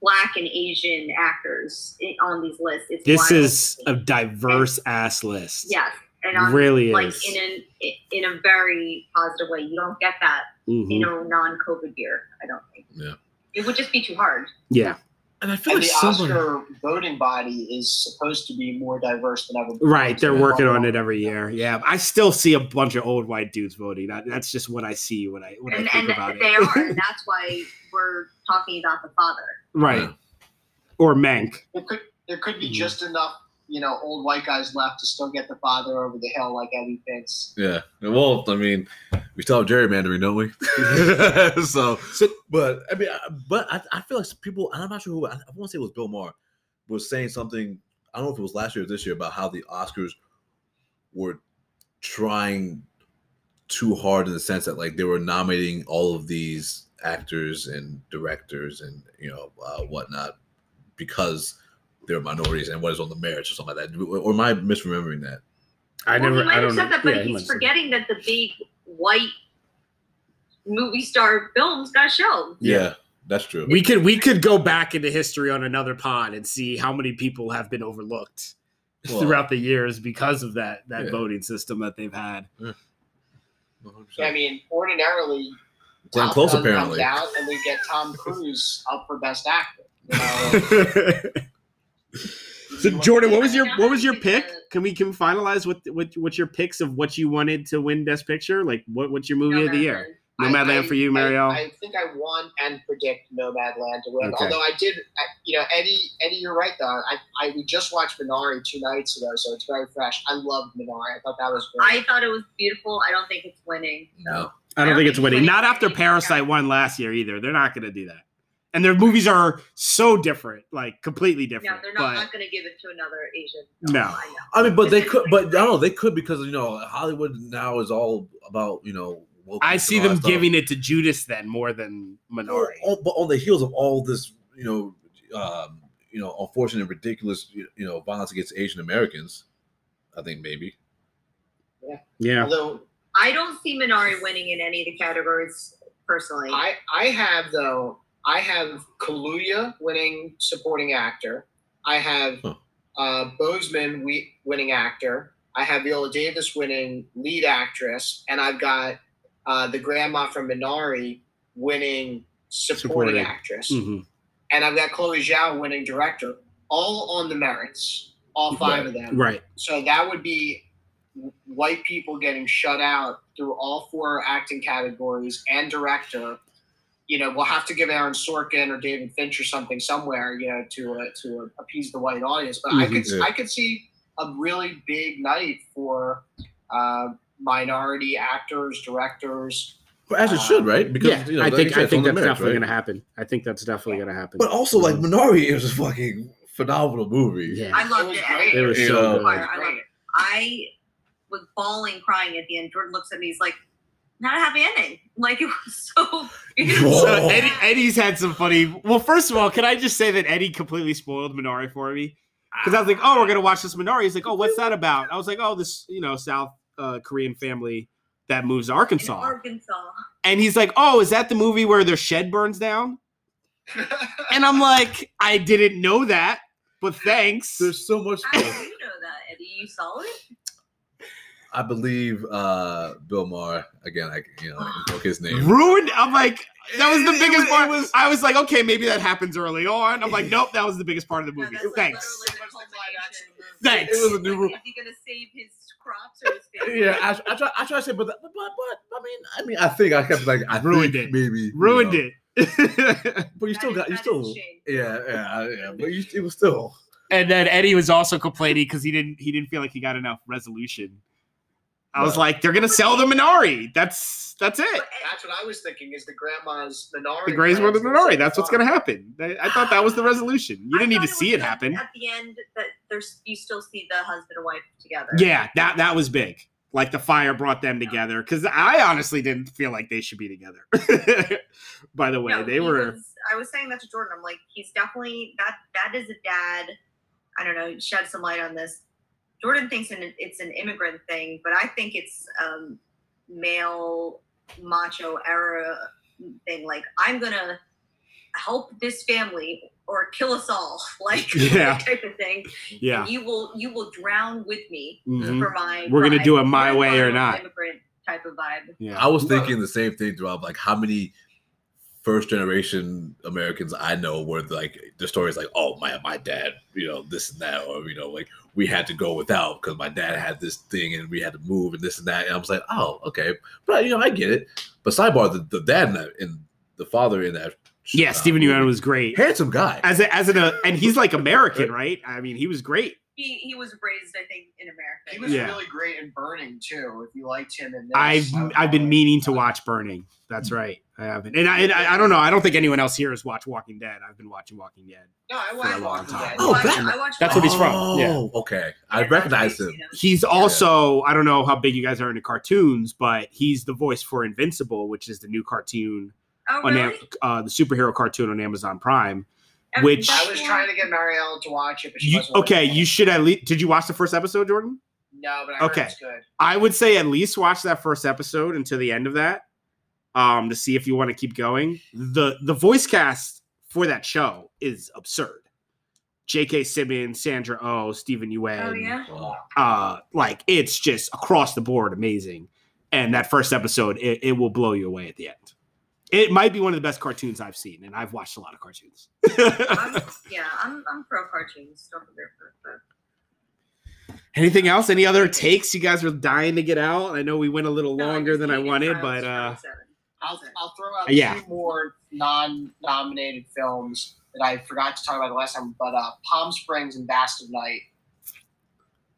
Speaker 2: black and Asian actors i- on these lists. It's
Speaker 1: This
Speaker 2: wild.
Speaker 1: is a diverse ass list.
Speaker 2: yes, and
Speaker 1: it
Speaker 2: on,
Speaker 1: really
Speaker 2: like
Speaker 1: is.
Speaker 2: in an in a very positive way. You don't get that
Speaker 1: Mhm.
Speaker 2: you know, non-COVID year. I don't think.
Speaker 3: Yeah.
Speaker 2: It would just be too hard.
Speaker 1: Yeah,
Speaker 3: And I feel
Speaker 4: And
Speaker 3: like
Speaker 4: the
Speaker 3: someone.
Speaker 4: Oscar voting body is supposed to be more diverse than ever. before.
Speaker 1: right. They're
Speaker 4: Yeah.
Speaker 1: working on it every year. Yeah, I still see a bunch of old white dudes voting. That, that's just what I see when I when
Speaker 2: and
Speaker 1: I think
Speaker 2: and
Speaker 1: about
Speaker 2: they
Speaker 1: it.
Speaker 2: are. And that's why we're talking about the father.
Speaker 1: right.
Speaker 3: Yeah.
Speaker 1: Or Mank.
Speaker 4: There could there could be
Speaker 1: Mhm.
Speaker 4: just enough, you know, old white guys left to still get the father over the hill like Eddie thinks.
Speaker 3: Yeah. Well, I mean, we still have gerrymandering, don't we? so, but I mean, I- but I, I feel like some people, and I'm not sure who, I, I want to say it was Bill Maher, was saying something, I don't know if it was last year or this year, about how the Oscars were trying too hard in the sense that, like, they were nominating all of these actors and directors and, you know, uh, whatnot because they're minorities and what is on the merits or something like that. Or am I misremembering that?
Speaker 1: I
Speaker 2: well,
Speaker 1: never.
Speaker 2: He might
Speaker 1: I
Speaker 2: have
Speaker 1: don't
Speaker 2: said
Speaker 1: know.
Speaker 2: that, but
Speaker 1: Yeah, he might
Speaker 2: he's
Speaker 1: have said-
Speaker 2: forgetting that the big white movie star films got shelved.
Speaker 1: Yeah.
Speaker 3: that's true.
Speaker 1: We could we could go back into history on another pod and see how many people have been overlooked
Speaker 3: Well,
Speaker 1: throughout the years because of that that
Speaker 3: Yeah.
Speaker 1: voting system that they've had.
Speaker 3: 100%.
Speaker 4: I mean, ordinarily
Speaker 3: Glenn
Speaker 4: Top
Speaker 3: Close
Speaker 4: Gun
Speaker 3: apparently.
Speaker 4: comes out and we get Tom Cruise up for best actor. You know?
Speaker 1: so Jordan, what was your what was your pick?
Speaker 2: Uh,
Speaker 1: Can we can we finalize what what what's your picks of what you wanted to win Best Picture? Like what what's your movie of the year?
Speaker 4: I-
Speaker 1: Nomadland
Speaker 4: I-
Speaker 1: for you,
Speaker 4: I-
Speaker 1: Marielle.
Speaker 4: I, think I want and predict Nomadland to win.
Speaker 1: Okay.
Speaker 4: Although I did, I, you know, Eddie, Eddie, you're right though. I, I we just watched Minari two nights ago, so it's very fresh. I loved Minari. I thought that was great.
Speaker 2: I thought it was beautiful. I don't think it's winning.
Speaker 3: No.
Speaker 1: I don't think it's winning. Not after
Speaker 2: Yeah.
Speaker 1: Parasite won last year either. They're not going to do that. And their movies are so different, like completely
Speaker 2: No,
Speaker 1: different.
Speaker 2: they're not, not going to give it to another Asian. film,
Speaker 1: No.
Speaker 2: I know.
Speaker 3: I mean, but they could, but I don't know, they could because you know Hollywood now is all about you know.
Speaker 1: But
Speaker 3: wokeness
Speaker 1: I
Speaker 3: and
Speaker 1: see
Speaker 3: all that
Speaker 1: them
Speaker 3: stuff.
Speaker 1: giving it to Judas then more than
Speaker 3: Oh,
Speaker 1: Minari.
Speaker 3: oh, but on the heels of all this, you know, um, you know, unfortunate, ridiculous, you you know, violence against Asian Americans. I think maybe.
Speaker 1: Yeah.
Speaker 4: Although
Speaker 2: I don't see Minari winning in any of the categories personally.
Speaker 4: I I have though I have Kaluuya winning supporting actor. I have
Speaker 3: Huh.
Speaker 4: uh, Bozeman we- winning actor. I have Viola Davis winning lead actress, and I've got uh, the grandma from Minari winning supporting,
Speaker 1: Supporting.
Speaker 4: actress,
Speaker 1: Mhm.
Speaker 4: and I've got Chloe Zhao winning director. All on the merits, all five of them.
Speaker 1: Right.
Speaker 4: So that would be white people getting shut out through all four acting categories and director. You know, we'll have to give Aaron Sorkin or David Finch or something somewhere, you know, to uh, to appease the white audience. But I could
Speaker 3: Mhm, yeah.
Speaker 4: I could see a really big night for uh, minority actors, directors.
Speaker 3: But as it should, right? Because
Speaker 1: Uh, yeah.
Speaker 3: you know,
Speaker 1: I
Speaker 3: like
Speaker 1: think
Speaker 3: you said,
Speaker 1: I
Speaker 3: it's
Speaker 1: think
Speaker 3: on
Speaker 1: that's
Speaker 3: the merits,
Speaker 1: definitely
Speaker 3: right?
Speaker 1: going to happen. I think that's definitely going to happen.
Speaker 3: But also, like Minari is a fucking phenomenal movie.
Speaker 1: yeah.
Speaker 2: I loved
Speaker 4: was
Speaker 2: it.
Speaker 4: great.
Speaker 1: It was
Speaker 3: You
Speaker 1: so
Speaker 3: know,
Speaker 1: good.
Speaker 2: I loved it. I was bawling, crying at the end. Jordan looks at me, he's like, not a happy ending. Like it was so beautiful.
Speaker 1: So
Speaker 3: Oh.
Speaker 1: Eddie, Eddie's had some funny. Well, first of all, can I just say that Eddie completely spoiled Minari for me? Because I was like, "Oh, we're gonna watch this Minari." He's like, "Oh, what's that about?" I was like, "Oh, this you know South uh, Korean family that moves to
Speaker 2: In
Speaker 1: Arkansas,"
Speaker 2: Arkansas.
Speaker 1: and he's like, "Oh, is that the movie where their shed burns down?" And I'm like, "I didn't know that, but thanks."
Speaker 3: There's so much.
Speaker 2: I didn't know that, Eddie. You saw it?
Speaker 3: I believe uh Bill Maher again. I you know I can book his name.
Speaker 1: Ruined. I'm like, that was the
Speaker 3: It- it
Speaker 1: biggest
Speaker 3: was-
Speaker 1: part.
Speaker 3: it was-
Speaker 1: I was like, okay, maybe that happens early on. I'm like, nope, that was the biggest part of the
Speaker 2: No,
Speaker 1: movie.
Speaker 2: that's like
Speaker 1: Thanks.
Speaker 2: literally the culmination.
Speaker 1: Thanks.
Speaker 3: It was a new
Speaker 2: Like,
Speaker 3: rule.
Speaker 2: Is he gonna save his crops or his family?
Speaker 3: Yeah, I, I try. I try to say, but, but but I mean, I mean, I think I kept like I
Speaker 1: Ruined
Speaker 3: think
Speaker 1: it.
Speaker 3: maybe you
Speaker 1: Ruined
Speaker 3: know.
Speaker 1: it.
Speaker 3: But you
Speaker 2: That
Speaker 3: still
Speaker 2: is-
Speaker 3: got you
Speaker 2: that is
Speaker 3: still
Speaker 2: a shame.
Speaker 3: yeah yeah I- yeah. But you, it was still
Speaker 1: and then Eddie was also complaining because he didn't he didn't feel like he got enough resolution. I was
Speaker 3: Right.
Speaker 1: like, they're gonna sell the Minari. That's that's it.
Speaker 2: But
Speaker 4: That's what I was thinking. Is the grandma's Minari?
Speaker 1: The Grays won the
Speaker 4: friends
Speaker 1: Minari. That's what's gonna happen. I, I thought that was the resolution. You
Speaker 2: I
Speaker 1: didn't need
Speaker 2: thought
Speaker 1: to see it
Speaker 2: was
Speaker 1: happen.
Speaker 2: At the end, that there's you still see the husband and wife together.
Speaker 1: Yeah, that that was big. like the fire brought them together because I honestly didn't feel like they should be together. By the way,
Speaker 2: No,
Speaker 1: they
Speaker 2: he
Speaker 1: were
Speaker 2: was- I was saying that to Jordan. I'm like, he's definitely that. That is a dad. I don't know. Shed some light on this. Jordan thinks an, it's an immigrant thing, but I think it's um, male macho era thing. Like, I'm gonna help this family or kill us all, like
Speaker 1: Yeah.
Speaker 2: type of thing.
Speaker 1: yeah.
Speaker 2: You will you will drown with me
Speaker 1: Mhm.
Speaker 2: for my.
Speaker 1: We're gonna
Speaker 2: pride.
Speaker 1: do it my
Speaker 2: We're
Speaker 1: way or
Speaker 2: not
Speaker 1: not.
Speaker 2: Immigrant type of vibe.
Speaker 1: Yeah.
Speaker 3: I was thinking the same thing throughout. Like, how many first generation Americans I know were like their stories like, oh my my dad, you know this and that, or you know like we had to go without because my dad had this thing and we had to move and this and that. And I was like, oh okay, but you know I get it. But sidebar, the, the dad and the, and the father in that. uh,
Speaker 1: Yeah, Stephen Yeun was great.
Speaker 3: handsome guy.
Speaker 1: As a, as an uh, and he's like American, right? I mean, he was great.
Speaker 2: He he was raised, I think, in America.
Speaker 4: He was
Speaker 1: Yeah.
Speaker 4: really great in Burning too. If you liked him in this,
Speaker 1: I've
Speaker 4: I would
Speaker 1: I've been
Speaker 4: probably-
Speaker 1: meaning to watch Burning. That's right. I haven't, and I, and I I don't know. I don't think anyone else here has watched Walking Dead. I've been watching Walking Dead.
Speaker 4: No, I
Speaker 1: for a
Speaker 4: watched
Speaker 1: long
Speaker 4: Walking
Speaker 1: time.
Speaker 4: Dead.
Speaker 3: Oh,
Speaker 2: watched-
Speaker 3: that-
Speaker 2: I watched
Speaker 1: that's what he's from. Yeah.
Speaker 3: Oh, okay. I recognize him.
Speaker 1: He's also I don't know how big you guys are into cartoons, but he's the voice for Invincible, which is the new cartoon
Speaker 2: Oh,
Speaker 1: on Am-
Speaker 2: really?
Speaker 1: uh, the superhero cartoon on Amazon Prime.
Speaker 2: Every-
Speaker 1: which-
Speaker 4: I was trying to get Marielle to watch it, but she
Speaker 1: You,
Speaker 4: wasn't.
Speaker 1: okay,
Speaker 4: listening.
Speaker 1: you should at least. Did you watch the first episode, Jordan?
Speaker 4: No, but I heard
Speaker 1: Okay.
Speaker 4: it's good.
Speaker 1: I would say at least watch that first episode until the end of that, um, to see if you want to keep going. the The voice cast for that show is absurd. J.K. Simmons, Sandra Oh, Stephen Yuen,
Speaker 2: Oh yeah.
Speaker 3: Wow.
Speaker 1: uh, like it's just across the board amazing. And that first episode, it, it will blow you away at the end. It might be one of the best cartoons I've seen, and I've watched a lot of cartoons.
Speaker 2: I'm, yeah, I'm I'm pro cartoons. Don't forget that. but-
Speaker 1: Anything else? Any other takes you guys were dying to get out? I know we went a little
Speaker 2: No,
Speaker 1: longer
Speaker 2: just
Speaker 1: than I
Speaker 2: hated
Speaker 1: wanted,
Speaker 2: Trials
Speaker 1: but
Speaker 2: of
Speaker 1: uh,
Speaker 2: Seven.
Speaker 4: I'll, I'll throw out
Speaker 1: Yeah.
Speaker 4: two more non-nominated films that I forgot to talk about the last time, but uh, Palm Springs and Bastard Night.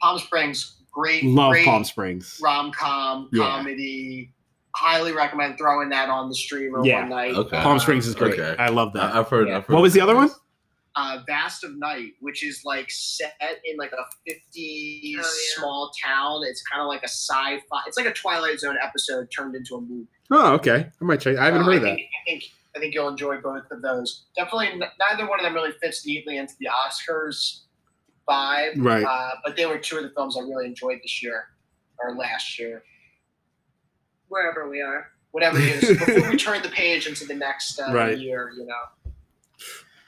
Speaker 4: Palm Springs, great,
Speaker 1: love
Speaker 4: great
Speaker 1: Palm Springs.
Speaker 4: rom-com
Speaker 1: Yeah.
Speaker 4: comedy. Highly recommend throwing that on the streamer
Speaker 1: Yeah.
Speaker 4: one night.
Speaker 3: Okay.
Speaker 1: Palm Springs is
Speaker 4: Uh,
Speaker 1: great.
Speaker 3: okay.
Speaker 1: I love that.
Speaker 3: I- I've heard.
Speaker 4: Yeah.
Speaker 3: I've heard
Speaker 1: What was the other one?
Speaker 4: uh, Vast of Night, which is like set in like a 50s
Speaker 2: yeah.
Speaker 4: small town. It's kind of like a sci fi, it's like a Twilight Zone episode turned into a movie.
Speaker 1: Oh, okay. I might check. I haven't
Speaker 4: Uh,
Speaker 1: heard of
Speaker 4: I
Speaker 1: that.
Speaker 4: Think, I, think, I think you'll enjoy both of those. Definitely, n- neither one of them really fits neatly into the Oscars vibe,
Speaker 1: Right.
Speaker 4: uh, but they were two of the films I really enjoyed this year or last year.
Speaker 2: Wherever we are.
Speaker 4: Whatever it is, before we turn the page into the next uh,
Speaker 1: Right.
Speaker 4: year, you know.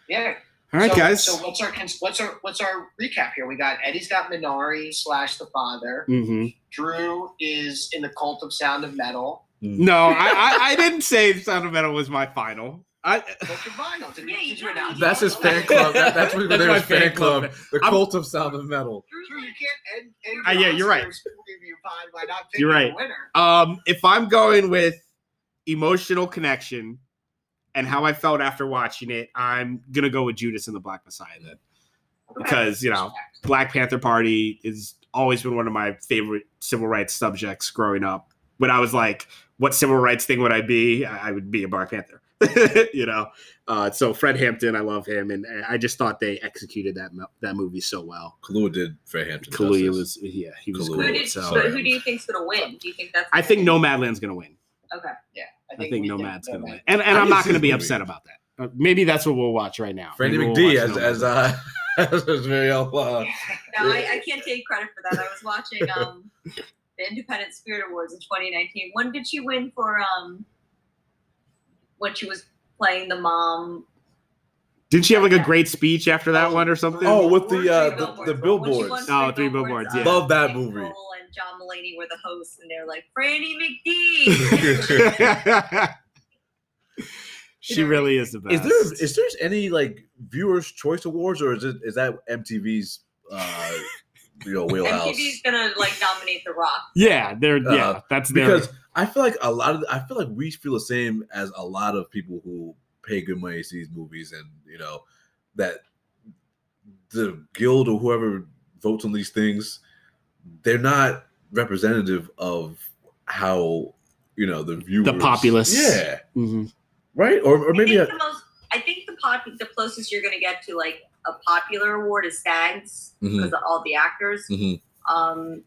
Speaker 4: Yeah,
Speaker 1: All right,
Speaker 4: so,
Speaker 1: guys.
Speaker 4: So what's our cons- what's our what's our recap here? We got Eddie's got Minari slash the father.
Speaker 1: hmm
Speaker 4: Drew is in the cult of sound of metal.
Speaker 1: No, I, I, I didn't say Sound of Metal was my final. I,
Speaker 4: Book of vinyl. Did, we-
Speaker 2: Yeah, you
Speaker 4: did you
Speaker 2: don't
Speaker 4: announce?
Speaker 3: That's his fan club. That- that's what
Speaker 1: That's
Speaker 3: they
Speaker 1: my
Speaker 3: was fan
Speaker 1: fan club.
Speaker 3: club. The
Speaker 1: I'm-
Speaker 3: cult of sound of metal.
Speaker 4: Drew, you can't end. end
Speaker 1: Ah, yeah, you're right.
Speaker 4: Oscars preview pod by not picking
Speaker 1: You're
Speaker 4: a
Speaker 1: right.
Speaker 4: winner.
Speaker 1: um, if I'm going with emotional connection and how I felt after watching it, I'm gonna go with Judas and the Black Messiah then, because you know Black Panther Party is always been one of my favorite civil rights subjects growing up. When I was like, what civil rights thing would I be? I I would be a Black Panther. you know, uh, so Fred Hampton, I love him, and I just thought they executed that mo- that movie so well.
Speaker 3: Kahlua did Fair Hampton.
Speaker 1: Kaluuya
Speaker 3: justice.
Speaker 1: was, yeah, he was
Speaker 3: Kaluuya.
Speaker 2: Who
Speaker 1: great.
Speaker 2: did,
Speaker 1: So
Speaker 2: but who do you think's gonna win? Do you think that's?
Speaker 1: I think Nomadland's gonna win.
Speaker 2: Okay.
Speaker 1: I think,
Speaker 4: we
Speaker 1: Nomad's gonna
Speaker 4: Nomad.
Speaker 1: win, and and
Speaker 3: I
Speaker 1: I'm
Speaker 3: didn't
Speaker 1: not
Speaker 3: see
Speaker 1: gonna
Speaker 3: the
Speaker 1: be
Speaker 3: movie.
Speaker 1: upset about that. Uh, maybe that's what we'll watch right now.
Speaker 3: Franny
Speaker 1: Maybe we'll
Speaker 3: McD
Speaker 1: watch
Speaker 3: as
Speaker 1: Nomad.
Speaker 3: as uh, as Mariel. Uh,
Speaker 2: No, I, I can't take credit for that. I was watching um the Independent Spirit Awards in 2019. When did she win for um when she was playing the mom?
Speaker 1: Didn't she have like a great speech after that one or something?
Speaker 3: Oh, with the,
Speaker 2: Three
Speaker 3: uh, the-
Speaker 2: Billboards.
Speaker 3: the
Speaker 2: When she
Speaker 3: billboards.
Speaker 2: won
Speaker 1: Oh, Three Billboards, yeah.
Speaker 3: Love that
Speaker 2: Nick
Speaker 3: movie.
Speaker 2: Kroll And John Mulaney were the hosts, and they're like Franny McDee.
Speaker 1: she really is the
Speaker 3: is
Speaker 1: best.
Speaker 3: there is there any like viewers choice awards or is it is that MTV's uh, you know wheelhouse?
Speaker 2: MTV's gonna like nominate The Rock.
Speaker 1: yeah, there.
Speaker 3: Uh,
Speaker 1: Yeah, that's their.
Speaker 3: because I feel like a lot of I feel like we feel the same as a lot of people who pay good money to see these movies, and you know that the guild or whoever votes on these things, they're not representative of how you know the viewers,
Speaker 1: populace.
Speaker 3: yeah,
Speaker 1: Mhm.
Speaker 3: right, or or maybe
Speaker 2: I
Speaker 3: a,
Speaker 2: think the most. I think the pop, the closest you're gonna get to like a popular award is SAGs
Speaker 3: Mhm.
Speaker 2: because of all the actors.
Speaker 3: Mhm.
Speaker 2: Um,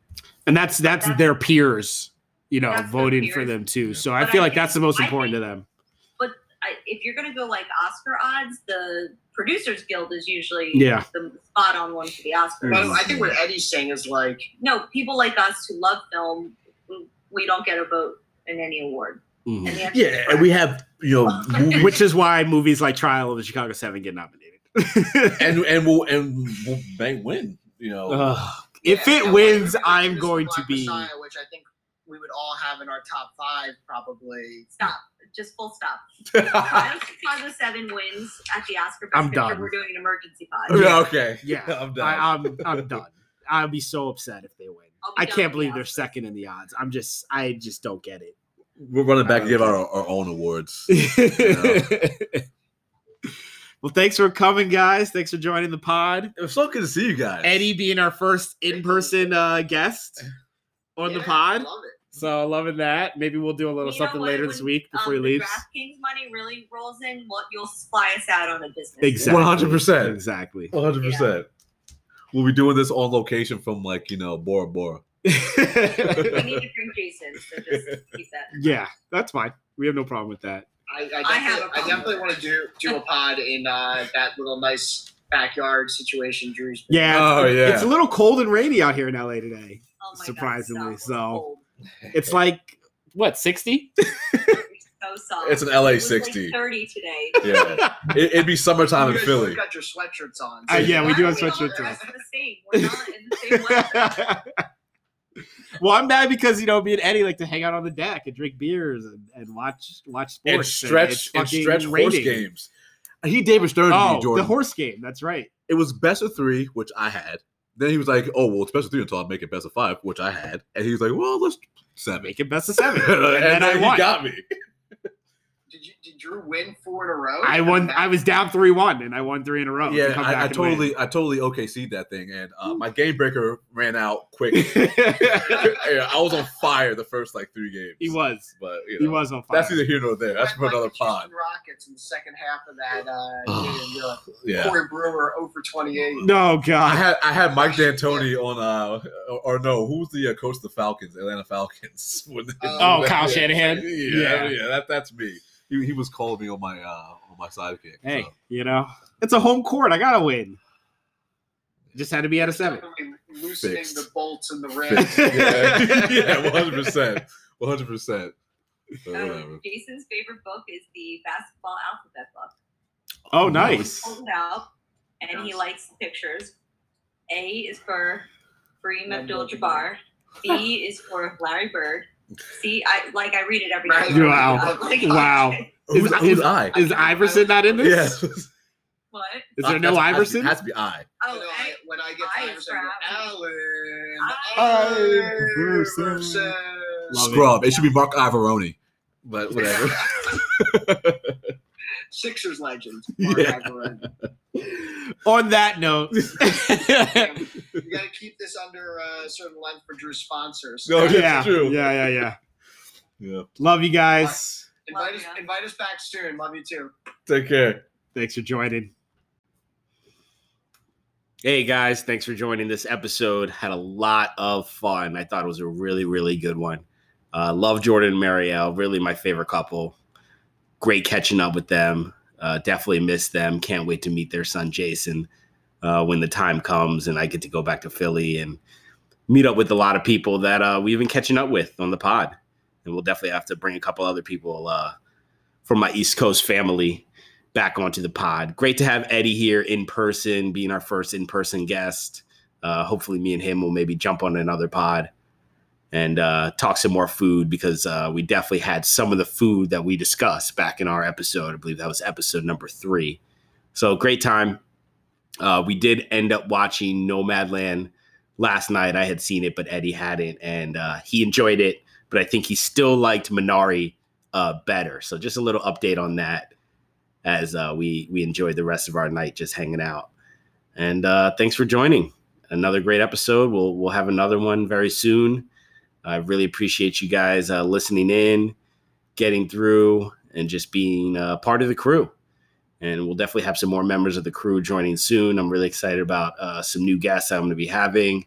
Speaker 1: and that's that's,
Speaker 2: That's-
Speaker 1: their peers, you know,
Speaker 2: That's their
Speaker 1: voting for
Speaker 2: peers.
Speaker 1: them too. So
Speaker 2: But
Speaker 1: I feel
Speaker 2: I
Speaker 1: like that's the most
Speaker 2: I
Speaker 1: important
Speaker 2: think-
Speaker 1: to them.
Speaker 2: I, if you're going to go like Oscar odds, the Producers Guild is usually
Speaker 1: Yeah.
Speaker 2: the spot on one for the Oscars.
Speaker 4: No, I think what Eddie's saying is like
Speaker 2: No, people like us who love film, we don't get a vote in any award.
Speaker 1: Mhm.
Speaker 2: And the answer is
Speaker 3: Yeah, and we have you know movies,
Speaker 1: Which is why movies like Trial of the Chicago Seven get nominated.
Speaker 3: and and we'll and we'll may win. You know,
Speaker 1: Ugh. if
Speaker 4: Yeah,
Speaker 1: it
Speaker 4: yeah,
Speaker 1: wins,
Speaker 4: like,
Speaker 1: I'm
Speaker 4: Mr.
Speaker 1: going to
Speaker 4: Black
Speaker 1: be.
Speaker 4: Messiah, which I think we would all have in our top five probably.
Speaker 2: Stop. Just full stop.
Speaker 3: yeah,
Speaker 2: Trial of Chicago 7 wins at the Oscar. Best
Speaker 1: Ah. I'm
Speaker 2: Picture.
Speaker 1: done.
Speaker 2: We're doing an emergency pod.
Speaker 3: okay,
Speaker 1: Yeah,
Speaker 3: I'm done.
Speaker 1: I, I'm I'm done. I'd be so upset if they win.
Speaker 2: I'll be
Speaker 1: I
Speaker 2: done
Speaker 1: can't
Speaker 2: with the
Speaker 1: believe they're
Speaker 2: Oscars.
Speaker 1: second in the odds. I'm just I just don't get it.
Speaker 3: We're running back to
Speaker 1: I
Speaker 3: give
Speaker 1: don't
Speaker 3: our, our own awards.
Speaker 1: well, thanks for coming, guys. Thanks for joining the pod.
Speaker 3: It was so good to see you guys.
Speaker 1: Eddie being our first in-person uh, guest on the
Speaker 4: Yeah,
Speaker 1: pod.
Speaker 4: I love it.
Speaker 1: So loving that. Maybe we'll do a little
Speaker 2: You know
Speaker 1: something
Speaker 2: what?
Speaker 1: later
Speaker 2: When,
Speaker 1: this week before
Speaker 2: um,
Speaker 1: he leaves.
Speaker 2: The DraftKings money really rolls in. What you'll fly us out on a business.
Speaker 1: Exactly.
Speaker 3: 100%.
Speaker 1: Exactly.
Speaker 3: One hundred percent. We'll be doing this on location from like you know Bora Bora.
Speaker 2: We need to bring Jason, so just keep that.
Speaker 1: yeah, that's fine. We have no problem with that.
Speaker 4: I, I definitely,
Speaker 2: I
Speaker 4: I,
Speaker 2: have a problem
Speaker 4: definitely
Speaker 2: with
Speaker 4: want to do do a pod in uh, that little nice backyard situation Drew's been-
Speaker 1: Yeah.
Speaker 3: Oh,
Speaker 1: it's,
Speaker 3: yeah.
Speaker 1: It's a little cold and rainy out here in LA today.
Speaker 2: Oh my God,
Speaker 1: Surprisingly
Speaker 2: stop.
Speaker 1: so. It's like what, 60?
Speaker 2: It's cold. You're so soft.
Speaker 3: It's an LA
Speaker 2: It was like
Speaker 3: 60.
Speaker 2: 30 today.
Speaker 3: Yeah, it, it'd be summertime
Speaker 4: You
Speaker 3: in
Speaker 4: guys
Speaker 3: Philly.
Speaker 4: both got your sweatshirts on.
Speaker 1: Uh, yeah, we do have
Speaker 2: Why are all
Speaker 1: sweatshirts
Speaker 2: dressed the same? We're not in the same weather.
Speaker 1: well, I'm mad because you know me and Eddie like to hang out on the deck and drink beers and, and watch watch sports
Speaker 3: And
Speaker 1: it's
Speaker 3: stretch and
Speaker 1: fucking
Speaker 3: stretch horse
Speaker 1: raining.
Speaker 3: games. He David Stern to me,
Speaker 1: Oh, the
Speaker 3: Jordan.
Speaker 1: horse game. That's right.
Speaker 3: it was best of three, which I had. Then he was like, "Oh well, it's best of three until I make it best of five, which I had." And he was like, "Well, let's seven.
Speaker 1: Make it best of seven,
Speaker 3: and, then,
Speaker 1: I
Speaker 3: he
Speaker 1: won.
Speaker 3: got me.
Speaker 4: Did, you, did Drew win four in a row?
Speaker 1: I won. I was down three one, and I won three in a row. to
Speaker 3: Yeah,
Speaker 1: Oh, come back
Speaker 3: I, I
Speaker 1: and win.
Speaker 3: totally, I totally OKC'd that thing, and uh, my game breaker ran out quick. Yeah, I was on fire the first like three games.
Speaker 1: he was.
Speaker 3: but you know,
Speaker 1: He was on fire.
Speaker 3: That's either here nor there. That's for
Speaker 4: Like
Speaker 3: another
Speaker 4: the Houston
Speaker 3: pod.
Speaker 4: Rockets in the second half of that. Uh,
Speaker 3: Oh,
Speaker 4: game, uh,
Speaker 3: Yeah.
Speaker 4: Corey Brewer oh over twenty eight.
Speaker 1: no
Speaker 3: I
Speaker 1: God.
Speaker 3: had I had Mike D'Antoni on uh or, or no who was the uh, coach of the Falcons Atlanta Falcons when they-
Speaker 4: Oh,
Speaker 1: Kyle
Speaker 3: yeah.
Speaker 1: Shanahan?
Speaker 3: yeah
Speaker 1: Yeah.
Speaker 3: yeah, that that's me he, he was calling me on my uh on my sidekick
Speaker 1: Hey,
Speaker 3: so.
Speaker 1: you know it's a home court. I gotta win. Just had to be out of seven.
Speaker 4: Loosening
Speaker 3: Fixed.
Speaker 4: the bolts and the rings.
Speaker 3: Fixed. yeah yeah one hundred percent one hundred percent
Speaker 2: Um,
Speaker 3: whatever
Speaker 2: Jason's favorite book is the basketball alphabet book.
Speaker 1: Oh,
Speaker 3: No,
Speaker 1: nice.
Speaker 2: Pulled it out, and he likes the pictures. A is for Kareem Abdul-Jabbar. B is for Larry Bird. C, I like I read it every
Speaker 4: Right.
Speaker 2: day.
Speaker 1: Wow.
Speaker 2: Like,
Speaker 1: Wow.
Speaker 3: who's,
Speaker 1: Is-
Speaker 3: who's I
Speaker 1: Is Iverson not in this?
Speaker 3: yes
Speaker 2: What?
Speaker 1: Is there no Iverson?
Speaker 3: has to be I
Speaker 4: You
Speaker 2: Oh,
Speaker 4: know,
Speaker 2: I,
Speaker 4: I, when I get
Speaker 2: I
Speaker 4: tired,
Speaker 2: is
Speaker 4: I go,
Speaker 2: Allen
Speaker 4: Allen
Speaker 1: Iverson.
Speaker 4: Iverson.
Speaker 1: Love it.
Speaker 3: scrub it. should be Mark Ivoroni but whatever
Speaker 4: Sixers legend. Mark
Speaker 3: Yeah.
Speaker 4: Iverson.
Speaker 1: On that note,
Speaker 4: You got to keep this under a certain length for Drew's sponsors.
Speaker 3: No,
Speaker 4: Invite,
Speaker 1: yeah,
Speaker 3: true.
Speaker 1: yeah, yeah, yeah.
Speaker 3: yeah
Speaker 1: Love you guys.
Speaker 4: us,
Speaker 2: Love ya.
Speaker 4: invite us back soon. Love you too.
Speaker 3: take care.
Speaker 1: Thanks for joining. Hey guys, thanks for joining this episode. Had a lot of fun. I thought it was a really, really good one. Uh, love Jordan and Marielle, really my favorite couple. Great catching up with them. Uh, definitely miss them. Can't wait to meet their son Jason uh, when the time comes and I get to go back to Philly and meet up with a lot of people that uh, we've been catching up with on the pod. And we'll definitely have to bring a couple other people uh, from my East Coast family back onto the pod. Great to have Eddie here in person, being our first in person guest. Uh, hopefully, me and him will maybe jump on another pod and uh, talk some more food because uh, we definitely had some of the food that we discussed back in our episode. I believe that was episode number three. So, great time. Uh, we did end up watching Nomadland last night. I had seen it, but Eddie hadn't, and uh, he enjoyed it. But I think he still liked Minari uh, better. So, just a little update on that as uh, we we enjoyed the rest of our night just hanging out. And uh, thanks for joining. Another great episode. We'll we'll have another one very soon. I really appreciate you guys uh, listening in, getting through, and just being uh, part of the crew. And we'll definitely have some more members of the crew joining soon. I'm really excited about uh, some new guests I'm going to be having,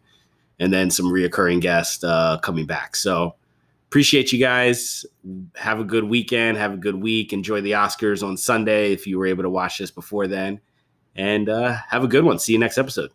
Speaker 5: and then some reoccurring guests uh, coming back. So appreciate you guys. Have a good weekend. Have a good week. Enjoy the Oscars on Sunday if you were able to watch this before then. And uh, have a good one. See you next episode.